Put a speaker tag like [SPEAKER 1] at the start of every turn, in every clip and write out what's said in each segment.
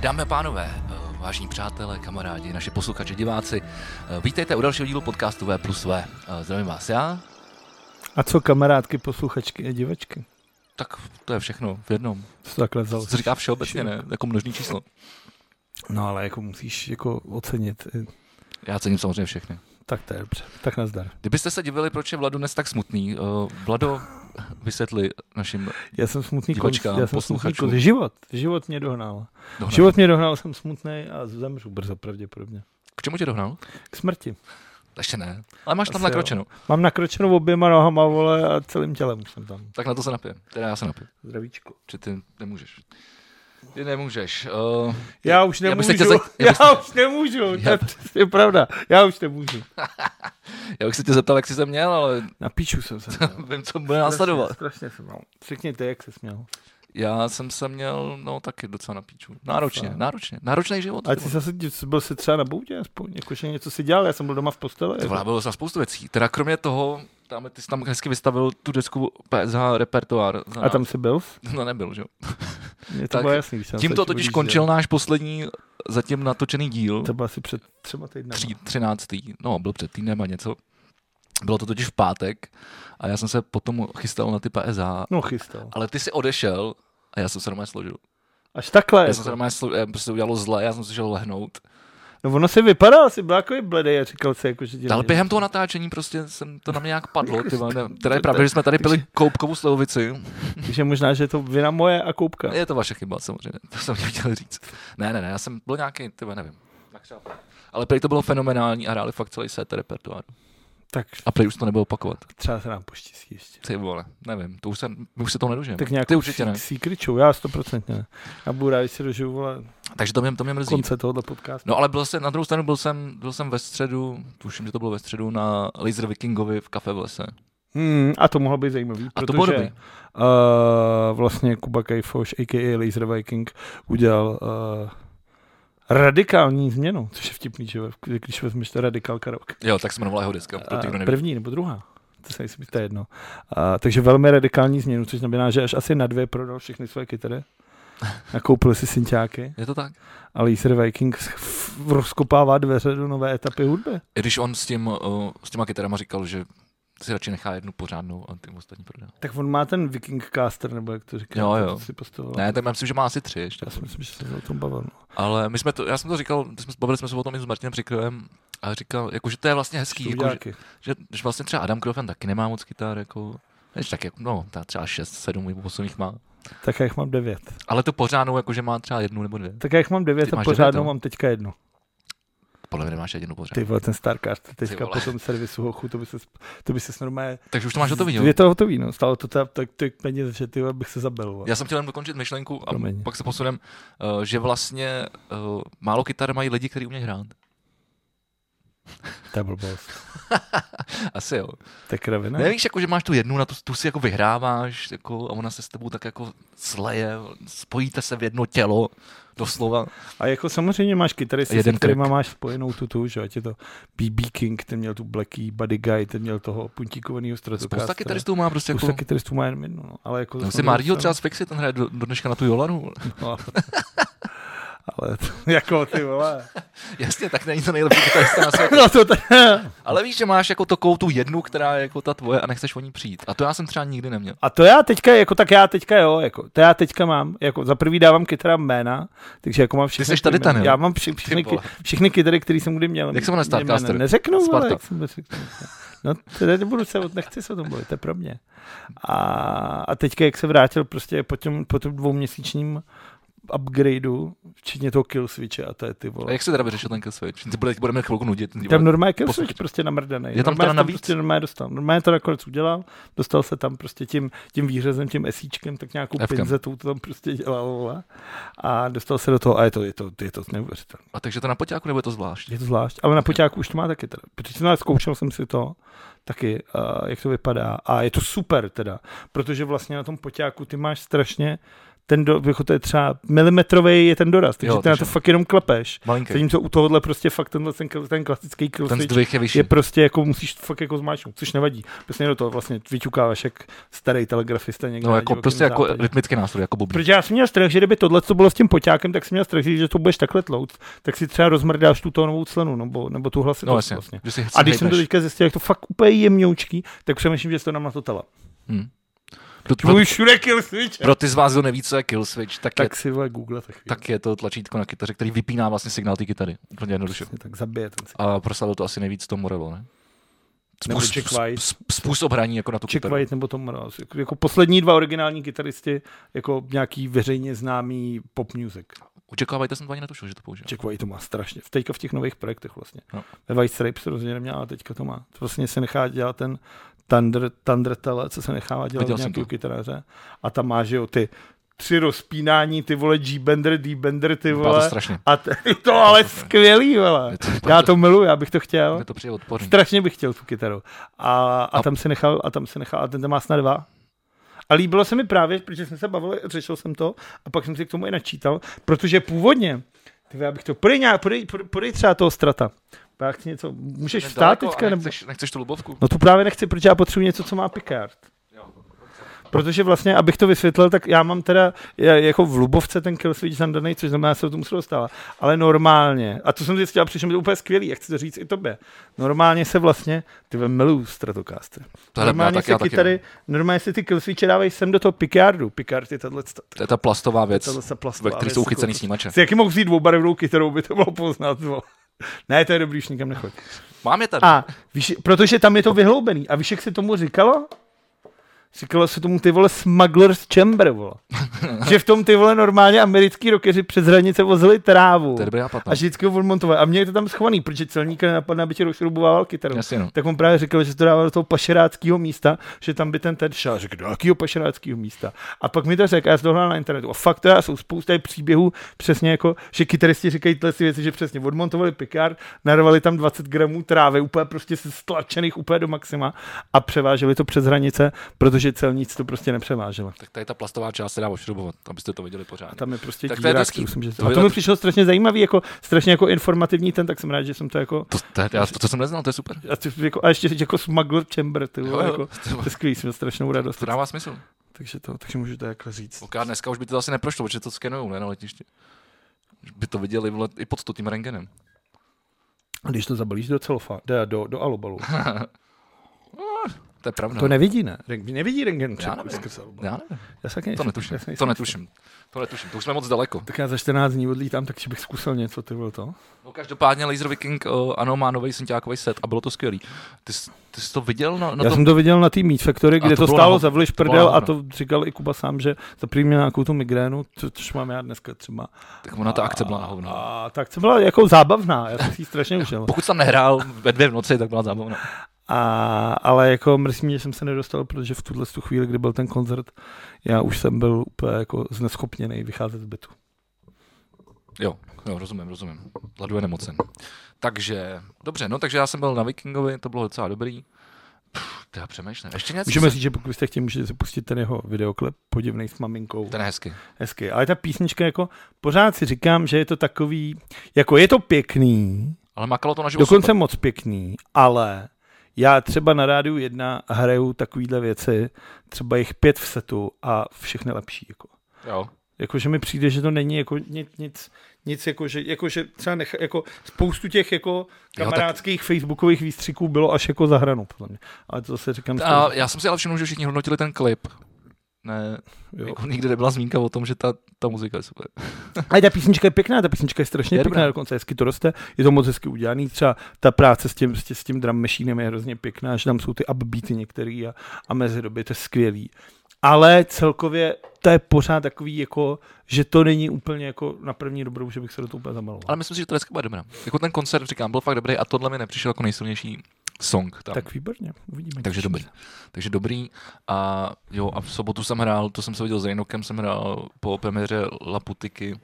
[SPEAKER 1] Dámy a pánové, eh, vážní přátelé, kamarádi, naši posluchači, diváci, eh, vítejte u dalšího dílu podcastu V plus V. Eh, Zdravím vás já,
[SPEAKER 2] A co kamarádky, posluchačky a divačky?
[SPEAKER 1] tak to je všechno v jednom.
[SPEAKER 2] To se takhle vzal.
[SPEAKER 1] To se říká všeobecně, ne? Jako množný číslo.
[SPEAKER 2] No ale jako musíš jako ocenit. eh,
[SPEAKER 1] Já cením samozřejmě všechny.
[SPEAKER 2] Tak to je dobře. Tak nazdar.
[SPEAKER 1] Kdybyste se divili, proč je Vlado dnes tak smutný, eh, Vlado, vysvětli našim
[SPEAKER 2] Já jsem smutný
[SPEAKER 1] Divačkám,
[SPEAKER 2] konc. Já jsem smutný
[SPEAKER 1] posluchačům.
[SPEAKER 2] konc. Život. Život mě dohnal.
[SPEAKER 1] dohnal.
[SPEAKER 2] Život mě dohnal, jsem smutný a zemřu brzo pravděpodobně.
[SPEAKER 1] K čemu tě dohnal?
[SPEAKER 2] K smrti.
[SPEAKER 1] Ještě ne, ale máš tam
[SPEAKER 2] Asi
[SPEAKER 1] nakročeno.
[SPEAKER 2] Mám nakročenou oběma nohama, vole, a celým tělem jsem tam.
[SPEAKER 1] Tak na to se napijem. Teda já se napiju,
[SPEAKER 2] Zdravíčko.
[SPEAKER 1] že ty nemůžeš. Ty nemůžeš. Uh,
[SPEAKER 2] Já už
[SPEAKER 1] Já bych
[SPEAKER 2] nemůžu.
[SPEAKER 1] se
[SPEAKER 2] Já,
[SPEAKER 1] tě za- já bych
[SPEAKER 2] já už nemůžu. To je přesně pravda. Já už nemůžu.
[SPEAKER 1] já bych se tě zeptal, jak jsi se měl, ale
[SPEAKER 2] Na píču jsem se. měl.
[SPEAKER 1] vím, co bude následovat.
[SPEAKER 2] Strašně, strašně jsem měl. Řekněte, jak se směl.
[SPEAKER 1] Já jsem se měl, no taky docela na píču. Náročně,
[SPEAKER 2] Fakt.
[SPEAKER 1] náročně. Náročný život.
[SPEAKER 2] A
[SPEAKER 1] ty
[SPEAKER 2] ty
[SPEAKER 1] vole.
[SPEAKER 2] zase jsi byl si třeba na boudě aspoň, jakože něco si dělal, já jsem byl doma v posteli.
[SPEAKER 1] Ty vole, bylo za spoustu věcí. Teda kromě toho, tam, ty jsi tam hezky vystavil tu desku PSH repertoár. za
[SPEAKER 2] a
[SPEAKER 1] nás.
[SPEAKER 2] tam jsi byl?
[SPEAKER 1] No nebyl, že jo.
[SPEAKER 2] Mně to
[SPEAKER 1] Tak
[SPEAKER 2] bylo jasný. když jsem
[SPEAKER 1] Tímto
[SPEAKER 2] se
[SPEAKER 1] totiž
[SPEAKER 2] odjížděl.
[SPEAKER 1] končil náš poslední zatím natočený díl.
[SPEAKER 2] To bylo asi před třema týdnama.
[SPEAKER 1] Tří, 13. No, byl před týdnem a něco. Bylo to totiž v pátek a já jsem se potom chystal na ty PSH,
[SPEAKER 2] No chystal.
[SPEAKER 1] ale ty si odešel a já jsem se normálně složil.
[SPEAKER 2] Až takhle. jako-
[SPEAKER 1] Já jsem se normálně složil, já prostě udělalo zle, já jsem se šel lehnout.
[SPEAKER 2] No ono si vypadal, asi byl takový bledej a říkal si, jako, že tě
[SPEAKER 1] Ale
[SPEAKER 2] není-
[SPEAKER 1] během toho natáčení prostě jsem to na mě nějak padlo. Ty vole, ne, teda je pravda, že jsme tady pili koupkovou slovici.
[SPEAKER 2] že možná, že je to vina moje a koupka.
[SPEAKER 1] Je to vaše chyba samozřejmě, to jsem mě chtěl říct. Ne, ne, ne, já jsem byl nějaký, ty vole, nevím. Ale prý to bylo fenomenální a hráli fakt celý set repertoár.
[SPEAKER 2] Tak
[SPEAKER 1] A prý už se to nebude opakovat.
[SPEAKER 2] třeba se nám poštěstí ještě.
[SPEAKER 1] Ty vole, nevím, to už se, už se to nedožijeme.
[SPEAKER 2] Tak nějak
[SPEAKER 1] Ty určitě ne.
[SPEAKER 2] Secretčou, já stoprocentně ne. Já budu rád, když si dožiju vole,
[SPEAKER 1] Takže to mě, to mě mrzí.
[SPEAKER 2] konce tohohle podcastu.
[SPEAKER 1] No ale byl jsem, na druhou stranu byl jsem, byl jsem ve středu, tuším, že to bylo ve středu, na Laser Vikingovi v kafe v lese.
[SPEAKER 2] Hmm, a to mohlo být zajímavý,
[SPEAKER 1] A to bylo
[SPEAKER 2] protože
[SPEAKER 1] dobrý.
[SPEAKER 2] uh, vlastně Kuba Kajfoš, a.k.a. Laser Viking, udělal uh, radikální změnu, což je vtipný, že když vezmeš to radikál karaoke.
[SPEAKER 1] Jo, tak se jmenovala jeho deska, pro ty, kdo
[SPEAKER 2] Eh,
[SPEAKER 1] neví.
[SPEAKER 2] první nebo druhá. To se myslím, že to je jedno. A, takže velmi radikální změnu, což znamená, že až asi na dvě prodal všechny svoje kytary. Nakoupil si synťáky
[SPEAKER 1] Je to tak?
[SPEAKER 2] a Laser Viking f- rozkopává dveře do nové etapy hudby.
[SPEAKER 1] I když on s, tím, uh, s těma kytarama říkal, že si radši nechá jednu pořádnou a ty ostatní prodá.
[SPEAKER 2] Tak on má ten Viking Caster, nebo jak to říká.
[SPEAKER 1] Jo,
[SPEAKER 2] to,
[SPEAKER 1] jo.
[SPEAKER 2] co Si postavil.
[SPEAKER 1] Ne, tak já myslím, že má asi tři ještě.
[SPEAKER 2] Já si myslím, že se o tom bavil. no.
[SPEAKER 1] Ale my jsme to, já jsem to říkal, my jsme, bavili jsme se o tom i s Martinem Přikrojem a říkal, jako, že to je vlastně hezký, jako, že,
[SPEAKER 2] Šťůďáky.
[SPEAKER 1] že, že, vlastně třeba Adam Krofen taky nemá moc kytar, jako, než tak, jak, no, ta třeba 6, 7 nebo 8 jich má.
[SPEAKER 2] Tak já jich mám devět.
[SPEAKER 1] Ale to pořádnou, jako, že má třeba jednu nebo dvě.
[SPEAKER 2] Tak já jich mám
[SPEAKER 1] Ty
[SPEAKER 2] devět a
[SPEAKER 1] máš
[SPEAKER 2] pořádnou
[SPEAKER 1] devět, jo?
[SPEAKER 2] mám teďka jednu.
[SPEAKER 1] Podle mě nemáš jednu pořád.
[SPEAKER 2] Ty vole, ten Starcast,
[SPEAKER 1] Ty
[SPEAKER 2] teďka
[SPEAKER 1] vole.
[SPEAKER 2] po tom servisu hochu, to by se, to by se normálně...
[SPEAKER 1] Takže už to máš hotový, jo?
[SPEAKER 2] Je to hotový, no. Stalo to tak, tak, tak peněz, že ty vole, bych se zabil. vole.
[SPEAKER 1] Já jsem chtěl jen dokončit myšlenku a
[SPEAKER 2] Promiň.
[SPEAKER 1] pak se posunem, eh, že vlastně eh, málo kytar mají lidi, kteří umějí hrát.
[SPEAKER 2] To je blbost.
[SPEAKER 1] Asi jo.
[SPEAKER 2] To je kravina.
[SPEAKER 1] Ne. Nevíš, jako, že máš tu jednu, na tu, tu si jako vyhráváš jako, a ona se s tebou tak jako sleje, spojíte se v jedno tělo, doslova.
[SPEAKER 2] A jako samozřejmě máš kytaristu,
[SPEAKER 1] Jeden
[SPEAKER 2] s kterýma
[SPEAKER 1] krk.
[SPEAKER 2] máš spojenou tu tu, že jo, ať je to BB King, ten měl tu Blacky, Buddy Guy, ten měl toho puntíkovaného Stratocastera.
[SPEAKER 1] Spousta kytaristů má prostě jako...
[SPEAKER 2] Spousta kytaristů má jen jednu, no. ale jako...
[SPEAKER 1] Tam
[SPEAKER 2] zase
[SPEAKER 1] si
[SPEAKER 2] na druhou
[SPEAKER 1] Mario
[SPEAKER 2] stranu-
[SPEAKER 1] třeba z Fixy, ten hraje do, do dneška na tu Jolanu.
[SPEAKER 2] No, ale to, jako ty vole.
[SPEAKER 1] Jasně, tak není to nejlepší kytarista na světě.
[SPEAKER 2] No to t-
[SPEAKER 1] Ale víš, že máš jako takovou tu jednu, která je jako ta tvoje a nechceš o ní přijít. A to já jsem třeba nikdy neměl.
[SPEAKER 2] A to já teďka, jako tak já teďka jo, jako, to já teďka mám, jako za prvý dávám kytarám jména, takže jako mám všechny.
[SPEAKER 1] seš tady
[SPEAKER 2] jména.
[SPEAKER 1] ten, jo?
[SPEAKER 2] Já mám vši, všechny,
[SPEAKER 1] Ty vole.
[SPEAKER 2] ki- všechny kytary, které jsem kdy měl.
[SPEAKER 1] Jak se jmenuje
[SPEAKER 2] Mě jména
[SPEAKER 1] Starcaster?
[SPEAKER 2] Neřeknu,
[SPEAKER 1] Sparta.
[SPEAKER 2] ale jak jsem neřeknu. No, teda nebudu se, o- nechci se o tom bavit, to je pro mě. A, a teďka, jak se vrátil prostě po tom, po tom dvouměsíčním upgradeu, včetně toho kill switche a to je ty
[SPEAKER 1] A
[SPEAKER 2] vole.
[SPEAKER 1] jak se teda vyřešil ten switch? Ty bude, budeme chvilku nudit. ty
[SPEAKER 2] Tam
[SPEAKER 1] vole.
[SPEAKER 2] normálně kill
[SPEAKER 1] poslední-
[SPEAKER 2] switch prostě namrdaný.
[SPEAKER 1] Je tam
[SPEAKER 2] normálně
[SPEAKER 1] teda
[SPEAKER 2] jsem
[SPEAKER 1] navíc?
[SPEAKER 2] Prostě normálně dostal. Normálně to nakonec udělal, dostal se tam prostě tím, tím výřezem, tím esíčkem, tak nějakou
[SPEAKER 1] Fkem.
[SPEAKER 2] pinzetou to tam prostě dělal. vole. A dostal se do toho a je to, je to, je to neuvěřitelné.
[SPEAKER 1] A takže to na poťáku nebo je to zvlášť?
[SPEAKER 2] Je to zvlášť, ale na poťáku už to má taky teda. Protože jsem nás- zkoušel jsem si to taky, eh, uh, jak to vypadá. A je to super teda, protože vlastně na tom poťáku ty máš strašně ten do, jako to je třeba milimetrový je ten doraz, takže
[SPEAKER 1] Jo,
[SPEAKER 2] jo, ty na
[SPEAKER 1] takže-
[SPEAKER 2] to fakt jenom klepeš.
[SPEAKER 1] Malinký.
[SPEAKER 2] Zatímco u tohohle prostě fakt tenhle ten, kl- ten klasický kill
[SPEAKER 1] Ten
[SPEAKER 2] switch
[SPEAKER 1] zdvih je vyšší.
[SPEAKER 2] je prostě jako musíš fakt jako zmáčknout, což nevadí. Přesně do toho vlastně vyťukáváš jak starý telegrafista někde.
[SPEAKER 1] No
[SPEAKER 2] na
[SPEAKER 1] jako
[SPEAKER 2] divokém
[SPEAKER 1] prostě jako
[SPEAKER 2] západě.
[SPEAKER 1] rytmický nástroj, jako bubny.
[SPEAKER 2] Protože já jsem měl strach, že kdyby tohle co bylo s tím poťákem, tak jsem měl strach, že když to budeš takhle tlouct, tak si třeba rozmrdáš tu tónovou clenu, nebo, nebo tu hlasitost
[SPEAKER 1] No jasně,
[SPEAKER 2] vlastně.
[SPEAKER 1] že si chci
[SPEAKER 2] A když jsem to teďka zjistil, jak to fakt úplně jemňoučký, tak přemýšlím, že se to nám na to tela.
[SPEAKER 1] Hmm. pro, pro,
[SPEAKER 2] Tvůj všude kill switch.
[SPEAKER 1] pro, ty z vás, kdo neví, co je kill switch, tak, tak,
[SPEAKER 2] Tak
[SPEAKER 1] je,
[SPEAKER 2] si vole Google tak chvíli.
[SPEAKER 1] tak je to tlačítko na kytaře, který vypíná vlastně signál té kytary. Úplně jednoduše.
[SPEAKER 2] Přesně tak zabije ten si.
[SPEAKER 1] A proslavil to asi nejvíc to Morello, ne?
[SPEAKER 2] Nebo
[SPEAKER 1] Způs-
[SPEAKER 2] Jack White.
[SPEAKER 1] sp- Způsob hraní jako na tu
[SPEAKER 2] Jack
[SPEAKER 1] kytaru.
[SPEAKER 2] White nebo Tom Morales. Jako, jako poslední dva originální kytaristi, jako nějaký veřejně známý pop music.
[SPEAKER 1] U Jacka White jsem to ani netušil, že to použil.
[SPEAKER 2] Jack White to má strašně. V- Teďka v těch nových projektech vlastně.
[SPEAKER 1] No.
[SPEAKER 2] No. Ve White Stripes rozhodně neměla, ale teďka to má. To vlastně se nechá dělat ten Thunder, Thunder Tele, co se nechává dělat
[SPEAKER 1] Viděl
[SPEAKER 2] od
[SPEAKER 1] jsem
[SPEAKER 2] nějakého
[SPEAKER 1] to.
[SPEAKER 2] kytaráře. A tam má, že jo, ty tři rozpínání, ty vole G-Bender, D-Bender, ty
[SPEAKER 1] Vypadá to
[SPEAKER 2] vole.
[SPEAKER 1] strašně.
[SPEAKER 2] A t- to ale
[SPEAKER 1] super.
[SPEAKER 2] skvělý, vole.
[SPEAKER 1] Je to,
[SPEAKER 2] Já to miluji, já bych to
[SPEAKER 1] Mně
[SPEAKER 2] chtěl.
[SPEAKER 1] to přijde odporný.
[SPEAKER 2] Strašně bych chtěl tu kytaru. A, a,
[SPEAKER 1] A-
[SPEAKER 2] tam se nechal, a tam se nechal, a ten tam má snad dva. A líbilo se mi právě, protože jsem se bavil, řešil jsem to a pak jsem si k tomu i načítal, protože původně, ty vole, já bych to, podej, nějak, podej, podej, podej třeba toho strata. Já chci něco, můžeš vstát
[SPEAKER 1] Daleko a
[SPEAKER 2] teďka? Nebo...
[SPEAKER 1] Nechceš, nechceš tu lubovku?
[SPEAKER 2] No tu právě nechci, protože já potřebuji něco, co má Picard. Protože vlastně, abych to vysvětlil, tak já mám teda je- jako v Lubovce ten kill switch zandaný, což znamená, že se o tom muselo stát. Ale normálně, a to jsem zjistil, a přišlo mi to úplně skvělý, jak chci to říct i tobě. Normálně se vlastně, ty ve miluju Stratocaster.
[SPEAKER 1] To je
[SPEAKER 2] normálně,
[SPEAKER 1] No, tak,
[SPEAKER 2] se
[SPEAKER 1] já taky
[SPEAKER 2] kytary, normálně se ty kill switche dávají sem do toho Picardu. Picard je tato,
[SPEAKER 1] To je ta plastová věc,
[SPEAKER 2] tato
[SPEAKER 1] ve
[SPEAKER 2] plastová.
[SPEAKER 1] které
[SPEAKER 2] věc,
[SPEAKER 1] jsou
[SPEAKER 2] jako
[SPEAKER 1] uchycený
[SPEAKER 2] to-
[SPEAKER 1] snímače.
[SPEAKER 2] Si jaký mohl vzít dvoubarevnou kytarou, by to bylo poznat. Vole. Ne, to je dobrý, už nikam nechoď.
[SPEAKER 1] Mám je tady.
[SPEAKER 2] A víš, protože tam je to vyhloubený. A víš, jak se tomu říkalo? Říkalo se tomu ty vole Smuggler's Chamber, vole. že v tom ty vole normálně americký rokeři přes hranice vozili trávu.
[SPEAKER 1] To je dobrý nápad. no.
[SPEAKER 2] A vždycky ho odmontovali. A mě je to tam schovaný, protože celníka nenapadne, aby ti rozšruboval kytaru.
[SPEAKER 1] Jasně, no.
[SPEAKER 2] Tak on právě říkal, že se to dává do toho pašeráckého místa, že tam by ten ten šel. A Řekl, do jakého pašeráckého místa? A pak mi to řekl, a já jsem to hledal na internetu. A fakt teda jsou spousta příběhů, přesně jako, že kytaristi říkají tyhle si věci, že přesně odmontovali Picard, narvali tam 20 gramů trávy, úplně prostě se stlačených úplně do maxima a převáželi to přes hranice, protože celníci to prostě nepřeváželi.
[SPEAKER 1] Tak tady ta plastová část se dá ošrubovat, abyste to viděli pořád.
[SPEAKER 2] Tam je prostě
[SPEAKER 1] Tak
[SPEAKER 2] tak
[SPEAKER 1] to je
[SPEAKER 2] díra,
[SPEAKER 1] hezký.
[SPEAKER 2] kterou jsem, že...
[SPEAKER 1] To
[SPEAKER 2] A to
[SPEAKER 1] bylo-
[SPEAKER 2] mi přišlo strašně zajímavý, jako strašně jako informativní ten, tak jsem rád, že jsem to jako...
[SPEAKER 1] To, to, je- já, to, to jsem neznal, to je super.
[SPEAKER 2] A, ty, jako, a ještě jako smuggler chamber, ty
[SPEAKER 1] Jo,
[SPEAKER 2] vole,
[SPEAKER 1] jo,
[SPEAKER 2] jako...
[SPEAKER 1] to-
[SPEAKER 2] To je skvělý, jsem měl strašnou radost.
[SPEAKER 1] To dává smysl.
[SPEAKER 2] Takže, to, takže můžu to jako říct.
[SPEAKER 1] OK, dneska už by to asi neprošlo, protože to skenujou, ne na letišti. Už By to viděli vole, i pod to tím rengenem.
[SPEAKER 2] Když to zabalíš do celofa, do, do, do alobalu.
[SPEAKER 1] To je pravda.
[SPEAKER 2] To nevidí, ne? Ren- nevidí rengen
[SPEAKER 1] já
[SPEAKER 2] před-
[SPEAKER 1] nevím.
[SPEAKER 2] skrz alobal.
[SPEAKER 1] Já nevím.
[SPEAKER 2] Já se taky
[SPEAKER 1] To
[SPEAKER 2] nejsem-
[SPEAKER 1] netuším.
[SPEAKER 2] já se nejsem
[SPEAKER 1] To
[SPEAKER 2] jistý.
[SPEAKER 1] netuším. To netuším. To už jsme moc daleko.
[SPEAKER 2] Tak já za 14 dní odlítám, takže bych zkusil něco, ty vole to.
[SPEAKER 1] No, každopádně Laser Viking, uh, ano, má nový synťákový set a bylo to skvělý. Ty, jsi- ty jsi to viděl na, na
[SPEAKER 2] já
[SPEAKER 1] tom?
[SPEAKER 2] jsem to viděl na té Meat Factory,
[SPEAKER 1] A
[SPEAKER 2] kde
[SPEAKER 1] to
[SPEAKER 2] to,
[SPEAKER 1] bylo
[SPEAKER 2] stálo
[SPEAKER 1] naho-
[SPEAKER 2] za vliš
[SPEAKER 1] to bylo
[SPEAKER 2] prdel a
[SPEAKER 1] nahovno.
[SPEAKER 2] to říkal i Kuba sám, že za první měl nějakou tu migrénu, co- což mám já dneska třeba.
[SPEAKER 1] Tak ona ta akce byla na hovno.
[SPEAKER 2] A tak to byla jako zábavná, já jsem si ji strašně užil.
[SPEAKER 1] Pokud jsi tam nehrál ve dvě v noci, tak byla zábavná.
[SPEAKER 2] A, ale jako mrzí mě, že jsem se nedostal, protože v tuhle tu chvíli, kdy byl ten koncert, já už jsem byl úplně jako zneschopněný vycházet z bytu.
[SPEAKER 1] Jo, jo, rozumím, rozumím. Ladu je nemocen. Takže, dobře, no takže já jsem byl na Vikingovi, to bylo docela dobrý. Pff, to já přemýšlím. Ještě něco?
[SPEAKER 2] Můžeme
[SPEAKER 1] se-
[SPEAKER 2] říct, že pokud jste chtěli, můžete si pustit ten jeho videoklip podivný s maminkou.
[SPEAKER 1] Ten je hezky.
[SPEAKER 2] Hezky. Ale ta písnička, jako pořád si říkám, že je to takový, jako je to pěkný,
[SPEAKER 1] Ale makalo to na život.
[SPEAKER 2] dokonce moc pěkný, ale já třeba na rádiu jedna hraju takovýhle věci, třeba jich pět v setu a všechny lepší. Jako.
[SPEAKER 1] Jo.
[SPEAKER 2] Jako, že mi přijde, že to není jako nic, nic, nic jako, že, jako, že třeba nech, jako spoustu těch jako
[SPEAKER 1] tak-
[SPEAKER 2] kamarádských facebookových výstřiků bylo až jako za hranou, podle mě. Ale to zase říkám...
[SPEAKER 1] A já jsem si ale všiml, že všichni hodnotili ten klip. Ne,
[SPEAKER 2] jo.
[SPEAKER 1] jako nikdy nebyla zmínka o tom, že ta, ta muzika je super.
[SPEAKER 2] Ale ta písnička je pěkná, ta písnička je strašně
[SPEAKER 1] Je
[SPEAKER 2] je
[SPEAKER 1] dobrá.
[SPEAKER 2] pěkná, dokonce hezky to roste, je to moc hezky udělaný, třeba ta práce s tím, s tím, s tím drum machineem je hrozně pěkná, že tam jsou ty upbeaty některý a, a mezi doby, to je skvělý. Ale celkově to je pořád takový, jako, že to není úplně jako na první dobrou, že bych se do toho úplně zamaloval.
[SPEAKER 1] Ale myslím si, že to dneska bude dobrá. Jako ten koncert, říkám, byl fakt dobrý a tohle mi nepřišel jako nejsilnější song. Tam.
[SPEAKER 2] Tak výborně, uvidíme.
[SPEAKER 1] Takže
[SPEAKER 2] těším
[SPEAKER 1] dobrý.
[SPEAKER 2] se.
[SPEAKER 1] Takže dobrý. A jo, a v sobotu jsem hrál, to jsem se viděl s Rejnokem, jsem hrál po premiéře Laputiky